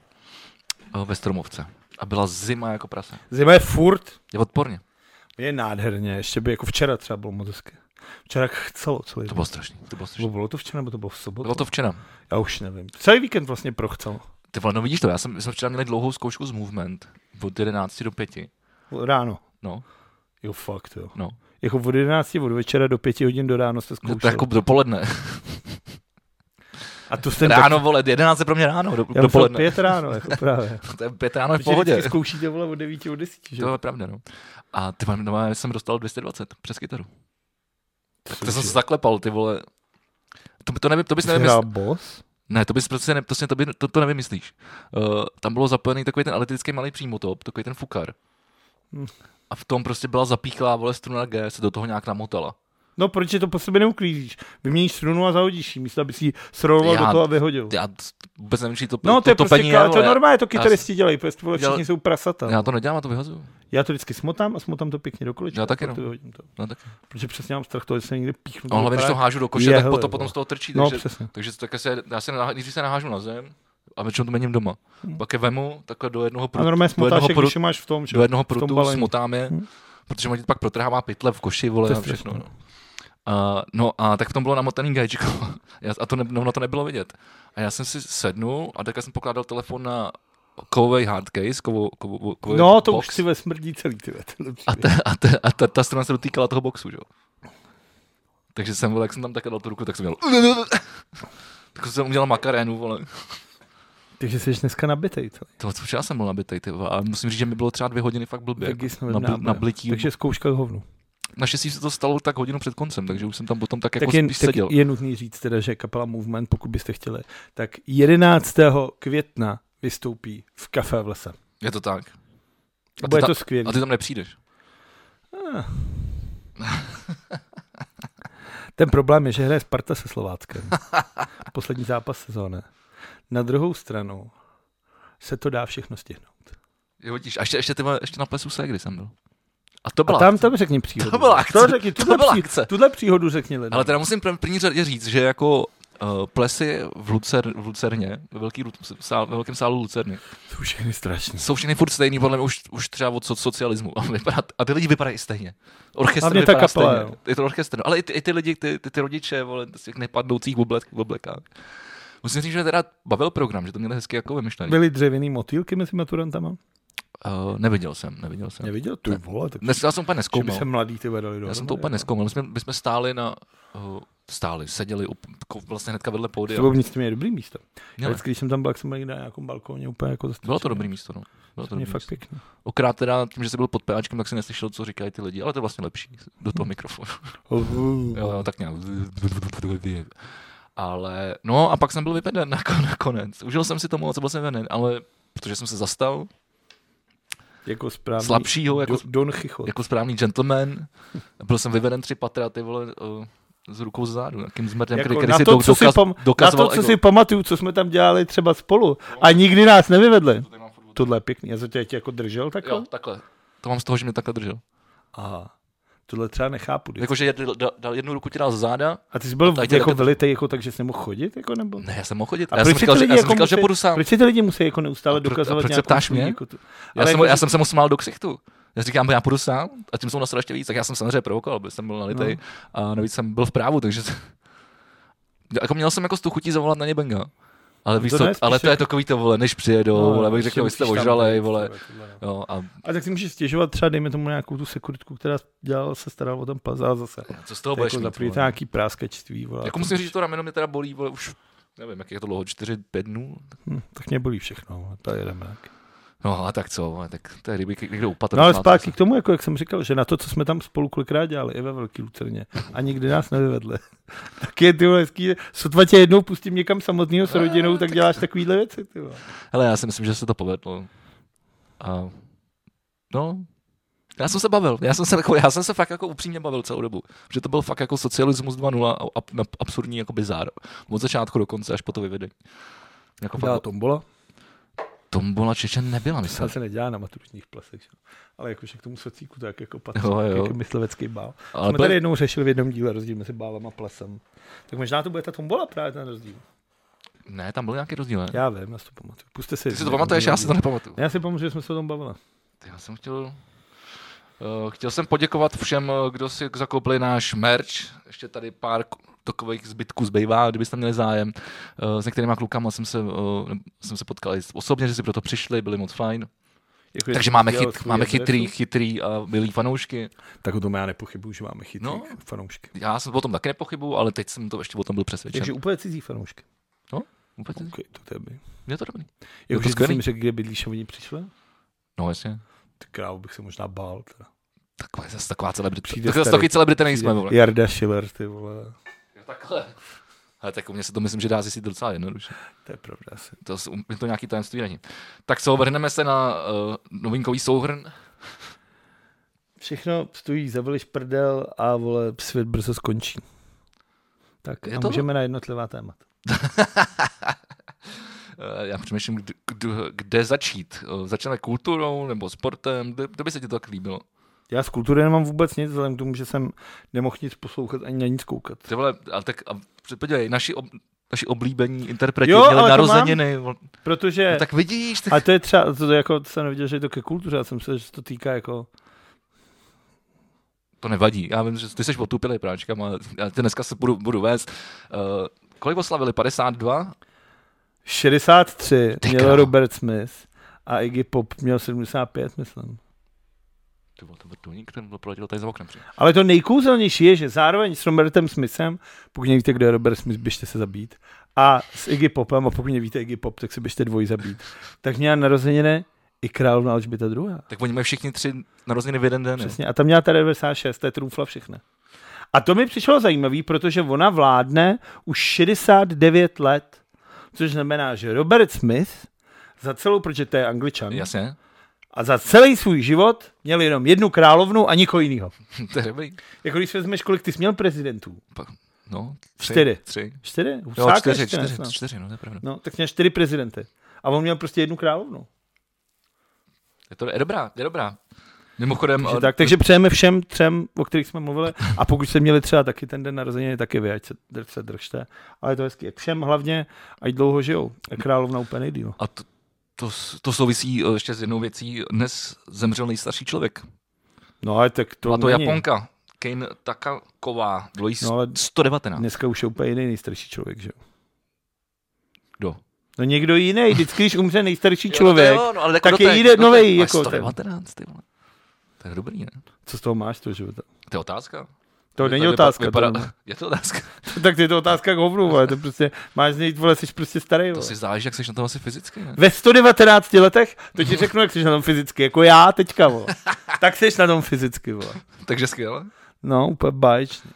[SPEAKER 1] eh, ve Stromovce. A byla zima jako prase.
[SPEAKER 2] Zima je furt,
[SPEAKER 1] Je odporně.
[SPEAKER 2] je nádherně, ještě by jako včera třeba bylo moc hezky. Včera chcelo celý
[SPEAKER 1] To
[SPEAKER 2] to
[SPEAKER 1] bylo strašný. To bylo strašný.
[SPEAKER 2] bylo, bylo to včera, nebo to bylo v sobotu?
[SPEAKER 1] Bylo to včera.
[SPEAKER 2] Já už nevím. Celý víkend vlastně prochcel.
[SPEAKER 1] Ty vole, no vidíš to, já jsem, my jsme včera měli dlouhou zkoušku z Movement od 11 do 5.
[SPEAKER 2] Ráno.
[SPEAKER 1] No,
[SPEAKER 2] Jo, fakt, jo.
[SPEAKER 1] no.
[SPEAKER 2] Jako od 11 od večera do 5 hodin do ráno jste
[SPEAKER 1] no
[SPEAKER 2] zkoušel.
[SPEAKER 1] to jako dopoledne.
[SPEAKER 2] A to jste
[SPEAKER 1] ráno, vole, 11 je pro mě ráno, do,
[SPEAKER 2] Já dopoledne.
[SPEAKER 1] dopoledne.
[SPEAKER 2] pět ráno, jako právě.
[SPEAKER 1] To je pět ráno je v
[SPEAKER 2] Protože
[SPEAKER 1] pohodě.
[SPEAKER 2] vždycky zkoušíte vole od 9 od 10, že?
[SPEAKER 1] To je pravda, no. A ty vole, normálně jsem dostal 220 přes kytaru. Tak to jsem se
[SPEAKER 2] Cože?
[SPEAKER 1] zaklepal, ty vole. To, to, nevím, to bys
[SPEAKER 2] Jsi hrál
[SPEAKER 1] nevymyslel.
[SPEAKER 2] boss?
[SPEAKER 1] Ne, to bys prostě ne, to, si- to, by, to, to nevymyslíš. Uh, tam bylo zapojený takový ten elektrický malý přímotop, takový ten fukar.
[SPEAKER 2] Hm.
[SPEAKER 1] A v tom prostě byla zapíchlá, vole, struna G, se do toho nějak namotala.
[SPEAKER 2] No, proč je to po sobě neuklízíš? Vyměníš strunu a zahodíš ji, místo, aby si ji sroloval
[SPEAKER 1] Já-
[SPEAKER 2] do toho a vyhodil.
[SPEAKER 1] Já t- vůbec nevím, či to
[SPEAKER 2] No, to je prostě,
[SPEAKER 1] topení,
[SPEAKER 2] ká- to je
[SPEAKER 1] ale-
[SPEAKER 2] normálně, to
[SPEAKER 1] jsem-
[SPEAKER 2] kytaristi dělají, protože vole,
[SPEAKER 1] Dělal-
[SPEAKER 2] všichni jsou prasata.
[SPEAKER 1] Já to nedělám, já to vyhazuju.
[SPEAKER 2] Já to vždycky smotám a smotám to pěkně do kolečka.
[SPEAKER 1] Já taky,
[SPEAKER 2] a pak
[SPEAKER 1] no.
[SPEAKER 2] to vyhodím to.
[SPEAKER 1] No, tak.
[SPEAKER 2] Protože přesně mám strach toho, že se někde píchnu.
[SPEAKER 1] no,
[SPEAKER 2] do
[SPEAKER 1] hlavně, když to
[SPEAKER 2] operáku.
[SPEAKER 1] hážu do koše,
[SPEAKER 2] Je,
[SPEAKER 1] tak
[SPEAKER 2] hele,
[SPEAKER 1] potom, potom
[SPEAKER 2] vole.
[SPEAKER 1] z toho trčí.
[SPEAKER 2] No,
[SPEAKER 1] takže
[SPEAKER 2] přesně.
[SPEAKER 1] Takže se také se, já se naha- nejdřív se nahážu na zem a většinou to mením doma.
[SPEAKER 2] Hmm.
[SPEAKER 1] Pak je vemu takhle do jednoho
[SPEAKER 2] A
[SPEAKER 1] prutu,
[SPEAKER 2] normálně
[SPEAKER 1] do
[SPEAKER 2] smotáš,
[SPEAKER 1] jednoho,
[SPEAKER 2] jak
[SPEAKER 1] prutu,
[SPEAKER 2] když je máš v tom, že?
[SPEAKER 1] do jednoho
[SPEAKER 2] v tom
[SPEAKER 1] prutu
[SPEAKER 2] balení.
[SPEAKER 1] smotám je,
[SPEAKER 2] Hmm.
[SPEAKER 1] protože oni pak protrhává pytle v koši,
[SPEAKER 2] To
[SPEAKER 1] vole,
[SPEAKER 2] je
[SPEAKER 1] a všechno. No.
[SPEAKER 2] strašné.
[SPEAKER 1] A, no a tak v tom bylo namotaný gajčko Já- a to ne, no, na to nebylo vidět. A já jsem si sednul a takhle jsem pokládal telefon na kovový hardcase, kovový, kovový, kovový
[SPEAKER 2] No, to
[SPEAKER 1] box.
[SPEAKER 2] už si ve smrdí celý, ty vole, tenhle
[SPEAKER 1] A,
[SPEAKER 2] příběh.
[SPEAKER 1] ta, a, ta, a ta, ta strana se dotýkala toho boxu, že jo. Takže jsem, vole, jak jsem tam takhle dal tu ruku, tak jsem měl... tak jsem udělal makarénu, vole.
[SPEAKER 2] Takže jsi dneska nabitej, co?
[SPEAKER 1] To, co včera jsem byl nabitej, ty vole, ale musím říct, že mi bylo třeba dvě hodiny fakt blbě.
[SPEAKER 2] Taky
[SPEAKER 1] Jako,
[SPEAKER 2] jsem
[SPEAKER 1] na, bl-
[SPEAKER 2] nábojem.
[SPEAKER 1] na blití. Takže...
[SPEAKER 2] Takže zkouška k hovnu.
[SPEAKER 1] Jako Naštěstí se to stalo tak hodinu před koncem, takže už jsem tam potom tak jako
[SPEAKER 2] Tak
[SPEAKER 1] tak jen,
[SPEAKER 2] je,
[SPEAKER 1] spíš
[SPEAKER 2] tak
[SPEAKER 1] seděl.
[SPEAKER 2] je nutný říct teda, že kapela Movement, pokud byste chtěli, tak 11. května vystoupí v Café v lese.
[SPEAKER 1] Je to tak. A ty,
[SPEAKER 2] Bude
[SPEAKER 1] ta,
[SPEAKER 2] to
[SPEAKER 1] a
[SPEAKER 2] skvělé.
[SPEAKER 1] ty tam nepřijdeš.
[SPEAKER 2] Ah. Ten problém je, že hraje Sparta se Slováckem. Poslední zápas sezóny. Na druhou stranu se to dá všechno stihnout.
[SPEAKER 1] Jo, vidíš, a ještě, ještě, ty, vole, ještě na plesu se, kdy jsem byl. A to
[SPEAKER 2] A
[SPEAKER 1] byla.
[SPEAKER 2] tam, tam řekni příhodu.
[SPEAKER 1] To byla akce.
[SPEAKER 2] To řekni, tuhle,
[SPEAKER 1] byla
[SPEAKER 2] pří,
[SPEAKER 1] akce.
[SPEAKER 2] tuhle příhodu řekni lidem.
[SPEAKER 1] Ale teda musím pr- v první řadě říct, že jako uh, plesy v, Lucer, v Lucerně, ve, velký, Lu- sál, ve velkém sálu Lucerny,
[SPEAKER 2] To už je strašný.
[SPEAKER 1] jsou všechny furt stejný, podle mě už, už třeba od so- socialismu. A, vypadá, a ty lidi vypadají stejně. Orchestr
[SPEAKER 2] Hlavně ta
[SPEAKER 1] vypadá
[SPEAKER 2] kapela,
[SPEAKER 1] stejně.
[SPEAKER 2] jo.
[SPEAKER 1] Je to orchestr. No, ale i ty, i ty lidi, ty, ty, ty rodiče, vole, z těch nepadnoucích oblek, oblekách. Musím říct, že teda bavil program, že to měli hezky jako vymyšlený.
[SPEAKER 2] Byly dřevěný motýlky mezi maturantama?
[SPEAKER 1] Uh, neviděl jsem, neviděl jsem.
[SPEAKER 2] Neviděl? Ty vole, tak
[SPEAKER 1] Dnes, já jsem úplně
[SPEAKER 2] že by se
[SPEAKER 1] neskoumal.
[SPEAKER 2] mladý ty vedali do.
[SPEAKER 1] Já jsem to úplně neskoumal. My jsme, my jsme stáli na... Uh, stáli, seděli up, jako vlastně hnedka vedle
[SPEAKER 2] To
[SPEAKER 1] pódia.
[SPEAKER 2] bylo vnitř mě dobrý místo. Já
[SPEAKER 1] Měli.
[SPEAKER 2] vždycky, když jsem tam byl, jak jsem byl někde na nějakém balkóně úplně jako zastačený.
[SPEAKER 1] Bylo to dobrý místo, no. Bylo to
[SPEAKER 2] Mě
[SPEAKER 1] dobrý
[SPEAKER 2] fakt
[SPEAKER 1] místo.
[SPEAKER 2] pěkný.
[SPEAKER 1] Okrát teda tím, že jsi byl pod PAčkem, tak si neslyšel, co říkají ty lidi, ale to je vlastně lepší do
[SPEAKER 2] Hm.
[SPEAKER 1] toho mikrofonu. Jo, jo, tak nějak. Ale, no a pak jsem byl vypeden nako- nakonec. Užil jsem si to moc, byl jsem venen, ale protože jsem se zastal,
[SPEAKER 2] Jako správný.
[SPEAKER 1] Slabšího, jako-
[SPEAKER 2] Do- Don Chichot.
[SPEAKER 1] jako správný gentleman, byl jsem vyveden tři patra, ty vole, o, s rukou zadu, nějakým zmrdem,
[SPEAKER 2] Jako
[SPEAKER 1] který, který
[SPEAKER 2] na
[SPEAKER 1] si
[SPEAKER 2] to,
[SPEAKER 1] to,
[SPEAKER 2] co si
[SPEAKER 1] dokaz,
[SPEAKER 2] pom- Na
[SPEAKER 1] dokazoval. jako
[SPEAKER 2] to, co
[SPEAKER 1] ego.
[SPEAKER 2] si pamatuju, co jsme tam dělali třeba spolu. A nikdy nás nevyvedli. Tohle je pěkný. A za tě tě jako držel takhle?
[SPEAKER 1] Jo, takhle. To mám z toho, že mě takhle držel.
[SPEAKER 2] Aha. Tohle třeba nechápu. Jako,
[SPEAKER 1] Jakože jed- dal, dal jednu ruku ti dal z záda.
[SPEAKER 2] a ty jsi byl
[SPEAKER 1] tady-
[SPEAKER 2] jako
[SPEAKER 1] tady-
[SPEAKER 2] velitej, jako, takže jsi nemohl chodit? Jako, nebo?
[SPEAKER 1] Ne, já jsem mohl chodit.
[SPEAKER 2] A
[SPEAKER 1] A já
[SPEAKER 2] proč
[SPEAKER 1] jsem
[SPEAKER 2] si
[SPEAKER 1] říkal,
[SPEAKER 2] ty
[SPEAKER 1] že,
[SPEAKER 2] lidi
[SPEAKER 1] já jsem
[SPEAKER 2] jako
[SPEAKER 1] říkal, že
[SPEAKER 2] musí-
[SPEAKER 1] půjdu sám.
[SPEAKER 2] Proč si ty lidi musí jako neustále
[SPEAKER 1] A pro- a
[SPEAKER 2] dokazovat
[SPEAKER 1] proč se
[SPEAKER 2] nějakou
[SPEAKER 1] ptáš
[SPEAKER 2] svůj
[SPEAKER 1] mě?
[SPEAKER 2] Jako tu...
[SPEAKER 1] Já, jsem,
[SPEAKER 2] jako,
[SPEAKER 1] já jsem se mu smál do ksichtu. Já říkám, já půjdu sám a tím jsem nasral ještě víc. Tak já jsem samozřejmě provokoval, protože jsem byl nalitej
[SPEAKER 2] No.
[SPEAKER 1] a navíc jsem byl v právu, takže jako měl jsem jako tu chutí zavolat na ně benga. Ale, víš
[SPEAKER 2] to
[SPEAKER 1] to,
[SPEAKER 2] ne, spíš
[SPEAKER 1] ale to je
[SPEAKER 2] jako-
[SPEAKER 1] takový to, vole, než přijedou,
[SPEAKER 2] No,
[SPEAKER 1] no, vole, bych
[SPEAKER 2] ještě
[SPEAKER 1] řekl, vy jste
[SPEAKER 2] musíš tam
[SPEAKER 1] ožralej,
[SPEAKER 2] být,
[SPEAKER 1] vole.
[SPEAKER 2] tohle, tohle, no.
[SPEAKER 1] Jo, a
[SPEAKER 2] A tak si můžeš stěžovat třeba, dejme tomu nějakou tu sekuritku, která dělala, se starala o ten ples, ale zase.
[SPEAKER 1] co z toho
[SPEAKER 2] To
[SPEAKER 1] No,
[SPEAKER 2] je
[SPEAKER 1] budeš
[SPEAKER 2] jako za
[SPEAKER 1] mít,
[SPEAKER 2] první, to je
[SPEAKER 1] vole?
[SPEAKER 2] nějaký práskačství. Vole,
[SPEAKER 1] Jako
[SPEAKER 2] To
[SPEAKER 1] musím
[SPEAKER 2] už-
[SPEAKER 1] říct, že to rameno mě teda bolí, vole, už nevím, jak je to dlouho, čtyři, pět dnů.
[SPEAKER 2] Hm, tak mě bolí všechno, vole, to jedeme. Tak.
[SPEAKER 1] No a tak co, vole, tak to je kdyby někdo upadl.
[SPEAKER 2] No ale
[SPEAKER 1] na to
[SPEAKER 2] zpátky
[SPEAKER 1] se-
[SPEAKER 2] k tomu, jako jak jsem říkal, že na to, co jsme tam spolu kolikrát dělali, i ve Velký Lucerně, a nikdy nás nevyvedli. tak je ty vole, hezký, sotva tě jednou pustím někam samotného s rodinou, tak děláš takovýhle věci. Ty vole.
[SPEAKER 1] Hele, já si myslím, že se to povedlo. A, no, já jsem se bavil, já jsem se, jako, já jsem se fakt jako upřímně bavil celou dobu, že to byl fakt jako socialismus 2.0 a, a, a absurdní jako bizár. Od začátku do konce až po to vyvedení. Jako fakt, to...
[SPEAKER 2] tombola?
[SPEAKER 1] tombola Čečen nebyla,
[SPEAKER 2] Myslím,
[SPEAKER 1] myslím.
[SPEAKER 2] se nedělá na maturitních plesech. že jo. Ale jakože k tomu socíku tak jako patří,
[SPEAKER 1] Jo,
[SPEAKER 2] jo,
[SPEAKER 1] jo.
[SPEAKER 2] jo. jako myslivecký bál.
[SPEAKER 1] Ale
[SPEAKER 2] jsme
[SPEAKER 1] byly-
[SPEAKER 2] tady jednou řešili v jednom díle rozdíl mezi bálem a plesem. Tak možná to bude ta tombola právě ten rozdíl.
[SPEAKER 1] Ne, tam byl nějaký rozdíl, ne?
[SPEAKER 2] Já vím, já si to pamatuju. Puste si.
[SPEAKER 1] Ty si to pamatuješ, já si to nepamatuju.
[SPEAKER 2] Já si pamatuju, že jsme se o tom bavili.
[SPEAKER 1] Já jsem chtěl... Eh, Chtěl jsem poděkovat všem, eh, kdo si zakoupili náš merch. Ještě tady pár k- takových zbytků zbývá, kdybyste měli zájem. Eh, S některýma klukama jsem se, eh, jsem se potkal i osobně, že si proto přišli, byli moc fajn.
[SPEAKER 2] Děkuji,
[SPEAKER 1] Takže
[SPEAKER 2] Jako, že
[SPEAKER 1] máme,
[SPEAKER 2] jsi udělal
[SPEAKER 1] chyt,
[SPEAKER 2] svůj
[SPEAKER 1] máme
[SPEAKER 2] adresu.
[SPEAKER 1] chytrý, chytrý a milí fanoušky.
[SPEAKER 2] Tak o tom já nepochybuju, že máme chytrý
[SPEAKER 1] No.
[SPEAKER 2] fanoušky.
[SPEAKER 1] Já jsem o tom taky nepochybuju, ale teď jsem to ještě o tom byl přesvědčen.
[SPEAKER 2] Takže úplně cizí fanoušky.
[SPEAKER 1] Vůbec ne.
[SPEAKER 2] Okay, to tebe.
[SPEAKER 1] je to dobrý.
[SPEAKER 2] Jako, že jsi
[SPEAKER 1] skvělý.
[SPEAKER 2] jim řekl, kde bydlíš a oni přišli?
[SPEAKER 1] No jasně.
[SPEAKER 2] Tak krávu bych se možná bál. Teda.
[SPEAKER 1] Taková, zase taková celebrita.
[SPEAKER 2] Přijde
[SPEAKER 1] Tak zase
[SPEAKER 2] starý.
[SPEAKER 1] takový celebrity nejsme,
[SPEAKER 2] Přijde
[SPEAKER 1] vole.
[SPEAKER 2] Jarda Schiller, ty vole.
[SPEAKER 1] Jo, Takhle. Ale tak u mě se to myslím, že dá zjistit docela jednoduše.
[SPEAKER 2] To je pravda asi.
[SPEAKER 1] To, s- u- to nějaký tajemství není. Tak co, vrhneme se na uh, novinkový souhrn.
[SPEAKER 2] Všechno stojí, zaviliš prdel a vole, svět brzo skončí. Tak
[SPEAKER 1] Je
[SPEAKER 2] a
[SPEAKER 1] to-
[SPEAKER 2] můžeme na jednotlivá témata.
[SPEAKER 1] Eh, Já přemýšlím, kde, kde, kde začít. Eh, Začneme kulturou nebo sportem? Kde, kde by se ti to tak líbilo?
[SPEAKER 2] Já z kultury nemám vůbec nic, vzhledem k tomu, že jsem nemohl nic poslouchat ani na nic koukat.
[SPEAKER 1] Ty vole, ale tak a před- podívej, naši, ob, naši oblíbení interpreti
[SPEAKER 2] Jo, ale
[SPEAKER 1] měli
[SPEAKER 2] to
[SPEAKER 1] narozeniny. vole.
[SPEAKER 2] Protože,
[SPEAKER 1] No, tak vidíš, tak
[SPEAKER 2] a to je třeba, to je jako, to jsem neviděl, že je to ke kultuře, já jsem myslel, že se to týká jako,
[SPEAKER 1] to nevadí. Já vím, že ty jsi otupilý práčkem, ale já tě dneska se budu, budu vést. Uh, kolik oslavili? 52?
[SPEAKER 2] 63
[SPEAKER 1] Ty
[SPEAKER 2] měl
[SPEAKER 1] král.
[SPEAKER 2] Robert Smith a Iggy Pop měl 75, myslím.
[SPEAKER 1] Ty vole, to byl Tuník, ten byl proletěl tady za oknem. přijde.
[SPEAKER 2] Ale to nejkouzelnější je, že zároveň s Robertem Smithem, pokud nevíte, kdo je Robert Smith, běžte se zabít. A s Iggy Popem, a pokud nevíte Iggy Pop, tak se běžte dvojí zabít. Tak měla narozeniny i královna Alžběta druhá.
[SPEAKER 1] Tak oni mají všichni tři narozeniny v jeden den. jo.
[SPEAKER 2] Přesně. A tam měla ta 96, to je trůfla všechny. A to mi přišlo zajímavé, protože ona vládne už 69 let, což znamená, že Robert Smith za celou, protože to je angličan,
[SPEAKER 1] Jasně,
[SPEAKER 2] a za celý svůj život měl jenom jednu královnu a nikoho jiného.
[SPEAKER 1] to je dobrý.
[SPEAKER 2] Jako když si vezmeš, kolik ty jsi měl prezidentů?
[SPEAKER 1] No, tři.
[SPEAKER 2] Čtyři.
[SPEAKER 1] Tři.
[SPEAKER 2] Čtyři?
[SPEAKER 1] Jo,
[SPEAKER 2] Husáka
[SPEAKER 1] čtyři,
[SPEAKER 2] ještě ne,
[SPEAKER 1] čtyři,
[SPEAKER 2] snad.
[SPEAKER 1] čtyři, no to je pravda.
[SPEAKER 2] No, tak měl čtyři prezidenty. A on měl prostě jednu královnu.
[SPEAKER 1] Je to je dobrá, je dobrá. Mimochodem,
[SPEAKER 2] Takže,
[SPEAKER 1] eh,
[SPEAKER 2] tak, takže přejeme všem třem, o kterých jsme mluvili. A pokud jste měli třeba taky ten den narozeniny, taky vy, ať se, drž- se držte. Ale je to hezky. Všem hlavně, ať dlouho žijou. A Královna úplně nejdý, no.
[SPEAKER 1] a to, to, s- to souvisí eh, ještě s jednou věcí. Dnes zemřel nejstarší člověk.
[SPEAKER 2] no ale tak to
[SPEAKER 1] Byla to
[SPEAKER 2] není.
[SPEAKER 1] Japonka. Kane Takaková, bylo jí
[SPEAKER 2] No ale
[SPEAKER 1] 119.
[SPEAKER 2] dneska už je úplně jiný nejstarší člověk, že jo.
[SPEAKER 1] Kdo?
[SPEAKER 2] No někdo jiný, vždycky, když umře nejstarší člověk.
[SPEAKER 1] Jo, no, ale
[SPEAKER 2] tak
[SPEAKER 1] do
[SPEAKER 2] je
[SPEAKER 1] té-
[SPEAKER 2] jde
[SPEAKER 1] do té-
[SPEAKER 2] novej,
[SPEAKER 1] ale
[SPEAKER 2] jako ten.
[SPEAKER 1] 119, ty vole. To je dobrý, ne?
[SPEAKER 2] Co z toho máš, toho života?
[SPEAKER 1] To je otázka.
[SPEAKER 2] To
[SPEAKER 1] Vy-
[SPEAKER 2] není
[SPEAKER 1] vypa-
[SPEAKER 2] otázka.
[SPEAKER 1] Vypadá,
[SPEAKER 2] to není.
[SPEAKER 1] je to otázka.
[SPEAKER 2] tak je to otázka k hovnu, vole. To prostě, máš z něj, vole, jsi prostě starý,
[SPEAKER 1] To
[SPEAKER 2] vole.
[SPEAKER 1] si záleží, jak jsi na tom asi fyzicky. Ne?
[SPEAKER 2] Ve 119 letech, to ti řeknu, jak jsi na tom fyzicky, jako já teďka, vole. Tak jsi na tom fyzicky, vole.
[SPEAKER 1] Takže skvěle.
[SPEAKER 2] No, úplně báječně.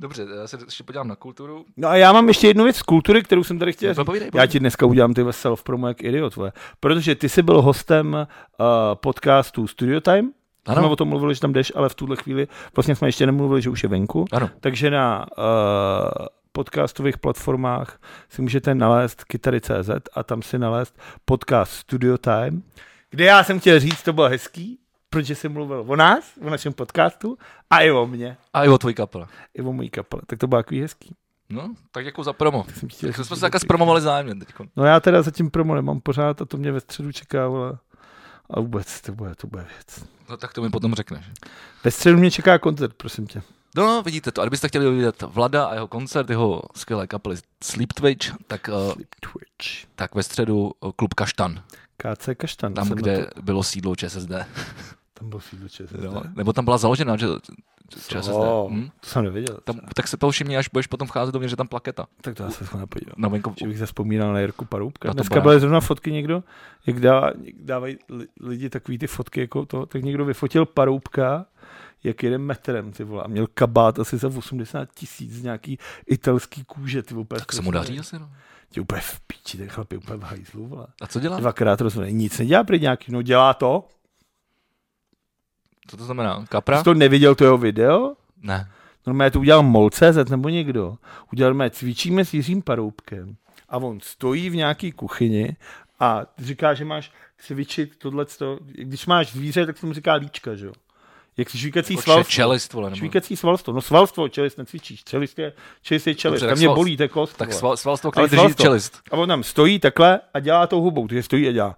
[SPEAKER 1] Dobře, já se ještě podívám na kulturu.
[SPEAKER 2] No a já mám ještě jednu věc z kultury, kterou jsem tady chtěl
[SPEAKER 1] No,
[SPEAKER 2] říct.
[SPEAKER 1] povídej,
[SPEAKER 2] Já
[SPEAKER 1] povídej.
[SPEAKER 2] ti dneska udělám ty self promo jak idiot, vole. Protože ty jsi byl hostem uh, podcastu Studio Time. Ano. Jsme
[SPEAKER 1] Ano,
[SPEAKER 2] o tom mluvili, že tam jdeš, ale v tuhle chvíli vlastně jsme ještě nemluvili, že už je venku.
[SPEAKER 1] ano.
[SPEAKER 2] Takže na uh, podcastových platformách si můžete nalézt kytary.cz a tam si nalézt podcast Studio Time, kde já jsem chtěl říct, to bylo hezký, protože jsem mluvil o nás, o našem podcastu a i o mně,
[SPEAKER 1] A jo, tvůj kapela.
[SPEAKER 2] i o mojí kapele. Tak to bylo takový hezký.
[SPEAKER 1] No, tak děkuji za promo.
[SPEAKER 2] Tak jsem chtěl
[SPEAKER 1] Tak
[SPEAKER 2] říct,
[SPEAKER 1] jsme
[SPEAKER 2] že
[SPEAKER 1] se
[SPEAKER 2] to bylo
[SPEAKER 1] takhle zpromovali zájemně teď.
[SPEAKER 2] No já teda zatím promo nemám pořád a to mě ve středu čeká, vole. A vůbec, to bude, to bude věc.
[SPEAKER 1] No tak to mi potom řekneš.
[SPEAKER 2] Ve středu mě čeká koncert, prosím tě.
[SPEAKER 1] No, no, vidíte to. A kdybyste chtěli vidět Vlada a jeho koncert, jeho skvělé kapely Sleep Twitch, tak, eh,
[SPEAKER 2] Sleep Twitch.
[SPEAKER 1] tak ve středu eh, klub Kaštan,
[SPEAKER 2] KC Kaštan.
[SPEAKER 1] tam,
[SPEAKER 2] jsem na
[SPEAKER 1] kde
[SPEAKER 2] to-
[SPEAKER 1] bylo sídlo ČSSD.
[SPEAKER 2] Tam byl sídlo ČSSD.
[SPEAKER 1] Jo? Nebo tam byla založena že, ČSSD.
[SPEAKER 2] Co?
[SPEAKER 1] Hm?
[SPEAKER 2] To jsem nevěděl.
[SPEAKER 1] Tam, tak se toho všimni, až budeš potom vcházet dovnitř, že tam plaketa
[SPEAKER 2] Tak to já se schválně podívám.
[SPEAKER 1] na venku.
[SPEAKER 2] Že bych zaspomínal na Jirku Paroubka.
[SPEAKER 1] Na to
[SPEAKER 2] Dneska
[SPEAKER 1] barák.
[SPEAKER 2] byly zrovna fotky někdo, jak dává, dávají li- lidi takový ty fotky jako to, tak někdo vyfotil Paroubka, jak jeden metrem, ty vole, a měl kabát asi za 80 tisíc z nějaký italský kůže, ty vole, úplně
[SPEAKER 1] Tak se mu
[SPEAKER 2] strašný.
[SPEAKER 1] daří asi. No.
[SPEAKER 2] Ty úplně v píči, ten chlap je úplně v hajzlu, vole.
[SPEAKER 1] A co dělá?
[SPEAKER 2] Dvakrát rozhodne, nic nedělá prý nějaký, no dělá to.
[SPEAKER 1] Co to znamená? Kapra?
[SPEAKER 2] Jsi to neviděl to jeho video?
[SPEAKER 1] Ne.
[SPEAKER 2] Normálně No, to udělal Mol.cz nebo někdo. Udělal mé cvičíme s Jiřím Paroubkem a on stojí v nějaký kuchyni a říká, že máš cvičit tohle. Když máš zvíře, tak se mu říká líčka, že jo? Jak si švíkací
[SPEAKER 1] Jako če-
[SPEAKER 2] svalstvo.
[SPEAKER 1] Čelist, vole. Nebo...
[SPEAKER 2] Švíkací svalstvo. No svalstvo, čelist necvičíš. Čelist je, čelist je čelist.
[SPEAKER 1] Dobře, tak
[SPEAKER 2] Tam mě
[SPEAKER 1] sval-
[SPEAKER 2] bolí, to je kost.
[SPEAKER 1] Tak
[SPEAKER 2] vole.
[SPEAKER 1] sval, svalstvo, který
[SPEAKER 2] Ale
[SPEAKER 1] drží
[SPEAKER 2] svalstvo.
[SPEAKER 1] čelist.
[SPEAKER 2] A on tam stojí takhle a dělá tou hubou, takže stojí a dělá.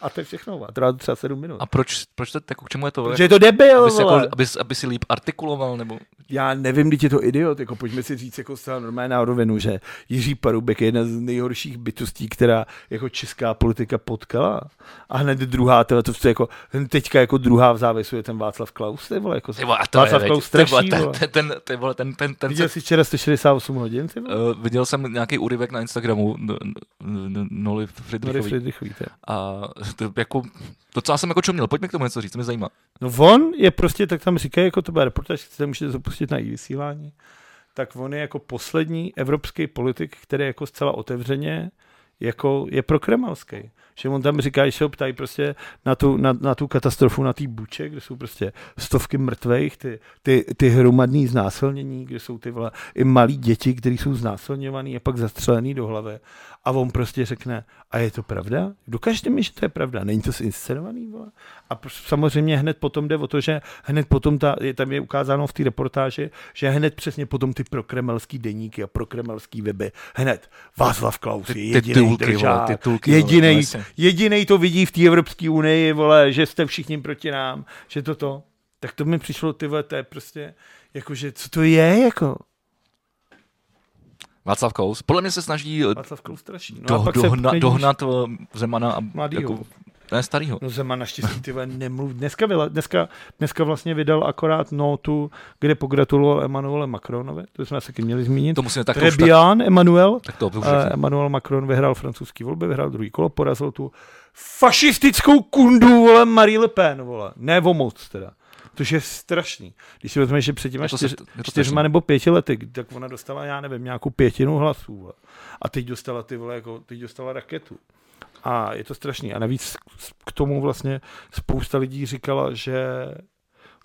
[SPEAKER 2] A to je všechno. A trvá to třeba 7 minut.
[SPEAKER 1] A proč, proč to, jako k čemu je to?
[SPEAKER 2] Že je to debil,
[SPEAKER 1] aby, si jako,
[SPEAKER 2] vole.
[SPEAKER 1] aby, aby si líp artikuloval, nebo...
[SPEAKER 2] Já nevím, když je to idiot, jako pojďme si říct jako zcela normálně na rovinu, že Jiří Paroubek je jedna z nejhorších bytostí, která jako česká politika potkala. A hned druhá, tyhle, to je jako, hned teďka jako druhá v závěsu je ten Václav Klaus, ty vole, jako
[SPEAKER 1] Ty vole, a to
[SPEAKER 2] Václav
[SPEAKER 1] je,
[SPEAKER 2] Klaus
[SPEAKER 1] veď, ty vole,
[SPEAKER 2] straší,
[SPEAKER 1] ten,
[SPEAKER 2] vole.
[SPEAKER 1] ten, ten, ty vole, ten, ten, ten,
[SPEAKER 2] Viděl jsi včera 168 hodin, ty vole?
[SPEAKER 1] Uh, viděl jsem nějaký úryvek na Instagramu n- n- n- Noli
[SPEAKER 2] Mary
[SPEAKER 1] Friedrichový.
[SPEAKER 2] Friedrichový, to je.
[SPEAKER 1] A to, jako, docela jsem jako čuměl, pojďme k tomu něco říct, to mě zajímá.
[SPEAKER 2] No on je prostě, tak tam říkají, jako to bude reportáž, chcete, můžete zapustit na její vysílání, tak on je jako poslední evropský politik, který jako zcela otevřeně jako je prokremalský. Že on tam říká, že se ho ptají prostě na tu, na, na tu katastrofu, na té buče, kde jsou prostě stovky mrtvých, ty, ty, ty hromadný znásilnění, kde jsou ty vole, i malí děti, kteří jsou znásilňovaný a pak zastřelený do hlavy. A on prostě řekne, a je to pravda? Dokažte mi, že to je pravda. Není to zinscenovaný, vole? A pr- samozřejmě hned potom jde o to, že hned potom, ta, je, tam je ukázáno v té reportáži, že hned přesně potom ty prokremelský deníky a prokremelský weby, hned Václav Klaus je jediný
[SPEAKER 1] tulky, vole, ty tulky, vole,
[SPEAKER 2] jedinej,
[SPEAKER 1] to jasně.
[SPEAKER 2] jedinej to vidí v té Evropské unii, vole, že jste všichni proti nám, že to to. Tak to mi přišlo, ty vole, to je prostě, jakože, co to je, jako?
[SPEAKER 1] Václav Kous, podle mě se snaží eh,
[SPEAKER 2] Václav Klaus straší. No
[SPEAKER 1] do,
[SPEAKER 2] a pak se
[SPEAKER 1] dohna,
[SPEAKER 2] podívej-
[SPEAKER 1] dohnat eh, Zemana a
[SPEAKER 2] Mladýho.
[SPEAKER 1] jako, ne starýho.
[SPEAKER 2] No Zeman naštěstí ty vole, nemluv. Dneska, vyla, dneska, dneska vlastně vydal akorát notu, kde pogratuloval Emanuele Macronovi. To jsme asi taky měli zmínit.
[SPEAKER 1] To musíme tak to už tak,
[SPEAKER 2] Trebian Emanuel.
[SPEAKER 1] tak to už
[SPEAKER 2] Eh, Emmanuel Macron vyhrál francouzský volby, vyhrál druhý kolo, porazil tu fašistickou kundu, vole, Marie Le Pen, vole. Ne o moc teda. Což je strašný. Když si vezmeš, že před těma
[SPEAKER 1] Je to se-
[SPEAKER 2] čtyř,
[SPEAKER 1] je to strašný.
[SPEAKER 2] čtyřma nebo pěti lety, tak ona dostala, já nevím, nějakou pětinu hlasů. Vole. A teď dostala ty vole, jako, teď dostala raketu. A je to strašný. A navíc k tomu vlastně spousta lidí říkala, že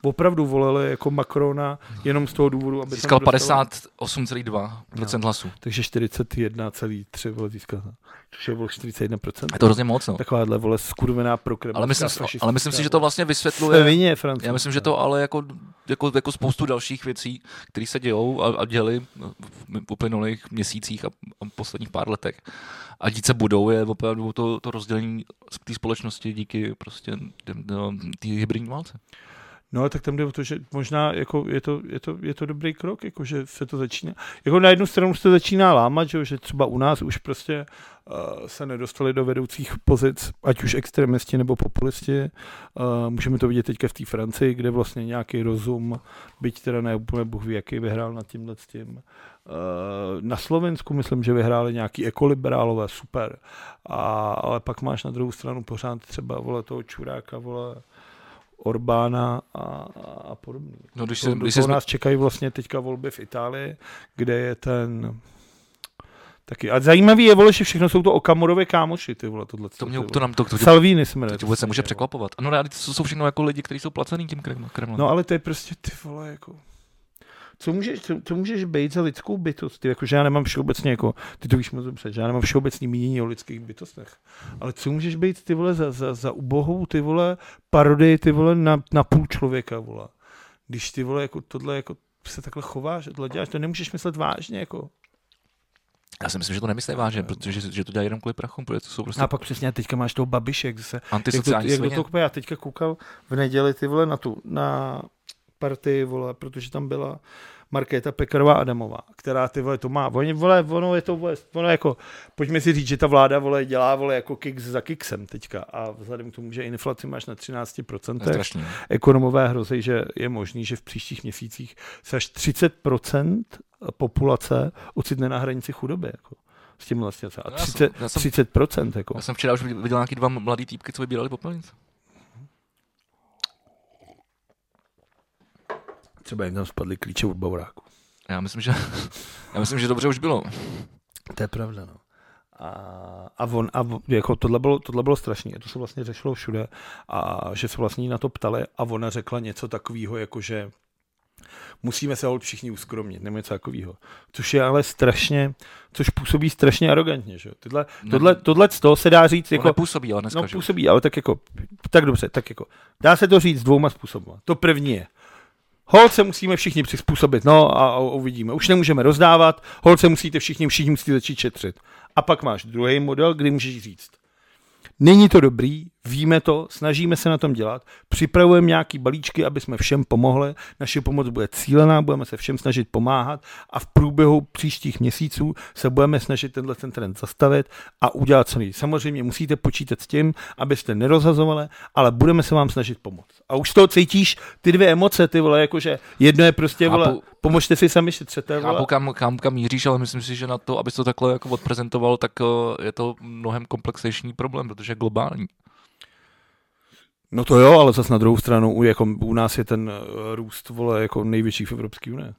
[SPEAKER 2] opravdu volili jako Macrona jenom z toho důvodu, aby tam
[SPEAKER 1] Získal
[SPEAKER 2] dostala-
[SPEAKER 1] 58,2%
[SPEAKER 2] No.
[SPEAKER 1] hlasů.
[SPEAKER 2] takže 41,3 vole získal. Což je vole 41%.
[SPEAKER 1] Je to hrozně moc, no.
[SPEAKER 2] Takováhle vole skurvená pro
[SPEAKER 1] Ale myslím, si- ale myslím si, že to vlastně vysvětluje...
[SPEAKER 2] Svině, Francouz.
[SPEAKER 1] Já myslím, že to ale jako, jako, jako spoustu dalších věcí, které se dějou a, a děli v uplynulých měsících a, a posledních pár letech. A dít se budou je opravdu to, to rozdělení z té společnosti díky prostě těm, no, té hybridní válce.
[SPEAKER 2] No, tak tam jde o to, že možná jako je, to, je, to, je to dobrý krok, jako že se to začíná. Jako na jednu stranu se to začíná lámat, že, jo, že třeba u nás už prostě uh, se nedostali do vedoucích pozic, ať už extremisti nebo populisti. Uh, můžeme to vidět teďka v té Francii, kde vlastně nějaký rozum, byť teda ne úplně Bůh ví, jaký vyhrál nad tímhle s tím. Uh, na Slovensku myslím, že vyhráli nějaký ekoliberálové, super. A, ale pak máš na druhou stranu pořád třeba vole toho čuráka, vole Orbána a, a- a podobně.
[SPEAKER 1] No, když se,
[SPEAKER 2] To,
[SPEAKER 1] když
[SPEAKER 2] když
[SPEAKER 1] se,
[SPEAKER 2] nás čekají vlastně teďka volby v Itálii, kde je ten taky. A zajímavý je, vole, že všechno jsou to Okamurově kámoši, ty vole, tohle.
[SPEAKER 1] to, mě, to nám to, to, to,
[SPEAKER 2] Salvini jsme
[SPEAKER 1] to tě vůbec nemůže překvapovat. Ano, ale to jsou všechno jako lidi, kteří jsou placený tím Kremlem. Kremlem.
[SPEAKER 2] No ale to je prostě, ty vole, jako... Co můžeš, co, co můžeš být za lidskou bytost? Ty, jako, že já nemám všeobecně, jako, ty to víš moc dobře, že já nemám všeobecný mínění o lidských bytostech. Ale co můžeš být, ty vole, za, za, za ubohou, ty vole, parodii, ty vole, na, na půl člověka, vole. Když ty vole, jako tohle, jako se takhle chováš, a tohle děláš, to nemůžeš myslet vážně, jako.
[SPEAKER 1] Já si myslím, že to nemyslí vážně, protože že, že to dělají jenom kvůli prachům, protože to jsou prostě
[SPEAKER 2] A pak přesně, a teďka máš toho babiše, jak zase jak to,
[SPEAKER 1] antisociální
[SPEAKER 2] jak do
[SPEAKER 1] svině.
[SPEAKER 2] toho kope, já teďka koukal v neděli ty vole na tu, na partii, vole, protože tam byla Markéta Pekarová Adamová, která ty vole to má. Oni, vole, ono je to, vole, ono jako, pojďme si říct, že ta vláda, vole, dělá, vole, jako kiks za kiksem teďka a vzhledem k tomu, že inflaci máš na
[SPEAKER 1] To je
[SPEAKER 2] 13%,
[SPEAKER 1] strašný. no.
[SPEAKER 2] ekonomové hrozí, že je možný, že v příštích měsících se až 30% populace ocitne na hranici chudoby, jako. S tím vlastně a
[SPEAKER 1] No, já jsem-
[SPEAKER 2] 30,
[SPEAKER 1] já jsem-
[SPEAKER 2] 30% jako.
[SPEAKER 1] Já jsem včera už viděl nějaký dva mladý týpky, co vybírali popelnice.
[SPEAKER 2] Třeba jim tam spadly klíče od bauráku.
[SPEAKER 1] Já myslím, že, já myslím, že dobře už bylo. Jako
[SPEAKER 2] To je pravda, no. A, a, on, a v- jako tohle, bylo, tohle bylo strašný. A to se vlastně řešilo všude. A že se vlastně jí na to ptali a ona řekla něco takového, jako že musíme se holt všichni uskromnit, nebo něco takového. Což je ale strašně, což působí strašně arrogantně. Že? jo. Tyhle,
[SPEAKER 1] Ne.
[SPEAKER 2] tohle, tohle z toho se dá říct,
[SPEAKER 1] Jako,
[SPEAKER 2] jako,
[SPEAKER 1] nepůsobí, ale dneska,
[SPEAKER 2] no
[SPEAKER 1] že jo.
[SPEAKER 2] působí, ale tak jako, tak dobře, tak jako. Dá se to říct dvouma způsoby. To první je, Hold se musíme všichni přizpůsobit, no a, a uvidíme. Už nemůžeme rozdávat, hold se musíte všichni, všichni musíte začít šetřit. A pak máš druhý model, kdy můžeš říct, není to dobrý, Víme to, snažíme se na tom dělat, připravujeme nějaký balíčky, aby jsme všem pomohli. Naše pomoc bude cílená, budeme se všem snažit pomáhat a v průběhu příštích měsíců se budeme snažit tenhle ten trend zastavit a udělat co nejvíc. Samozřejmě musíte počítat s tím, abyste nerozhazovali, ale budeme se vám snažit pomoct. A už to cítíš ty dvě emoce, ty vole, jakože jedno je prostě, vole,
[SPEAKER 1] Chápu.
[SPEAKER 2] pomožte si sami šetřete, vole.
[SPEAKER 1] Chápu, kam, kam, kam míříš, ale myslím si, že na to, abys to takhle jako odprezentoval, tak eh, je to mnohem komplexnější problém, protože je globální.
[SPEAKER 2] No to jo, ale zas na druhou stranu, u, jako, u nás je ten eh, růst, vole, jako největší v Evropské unii.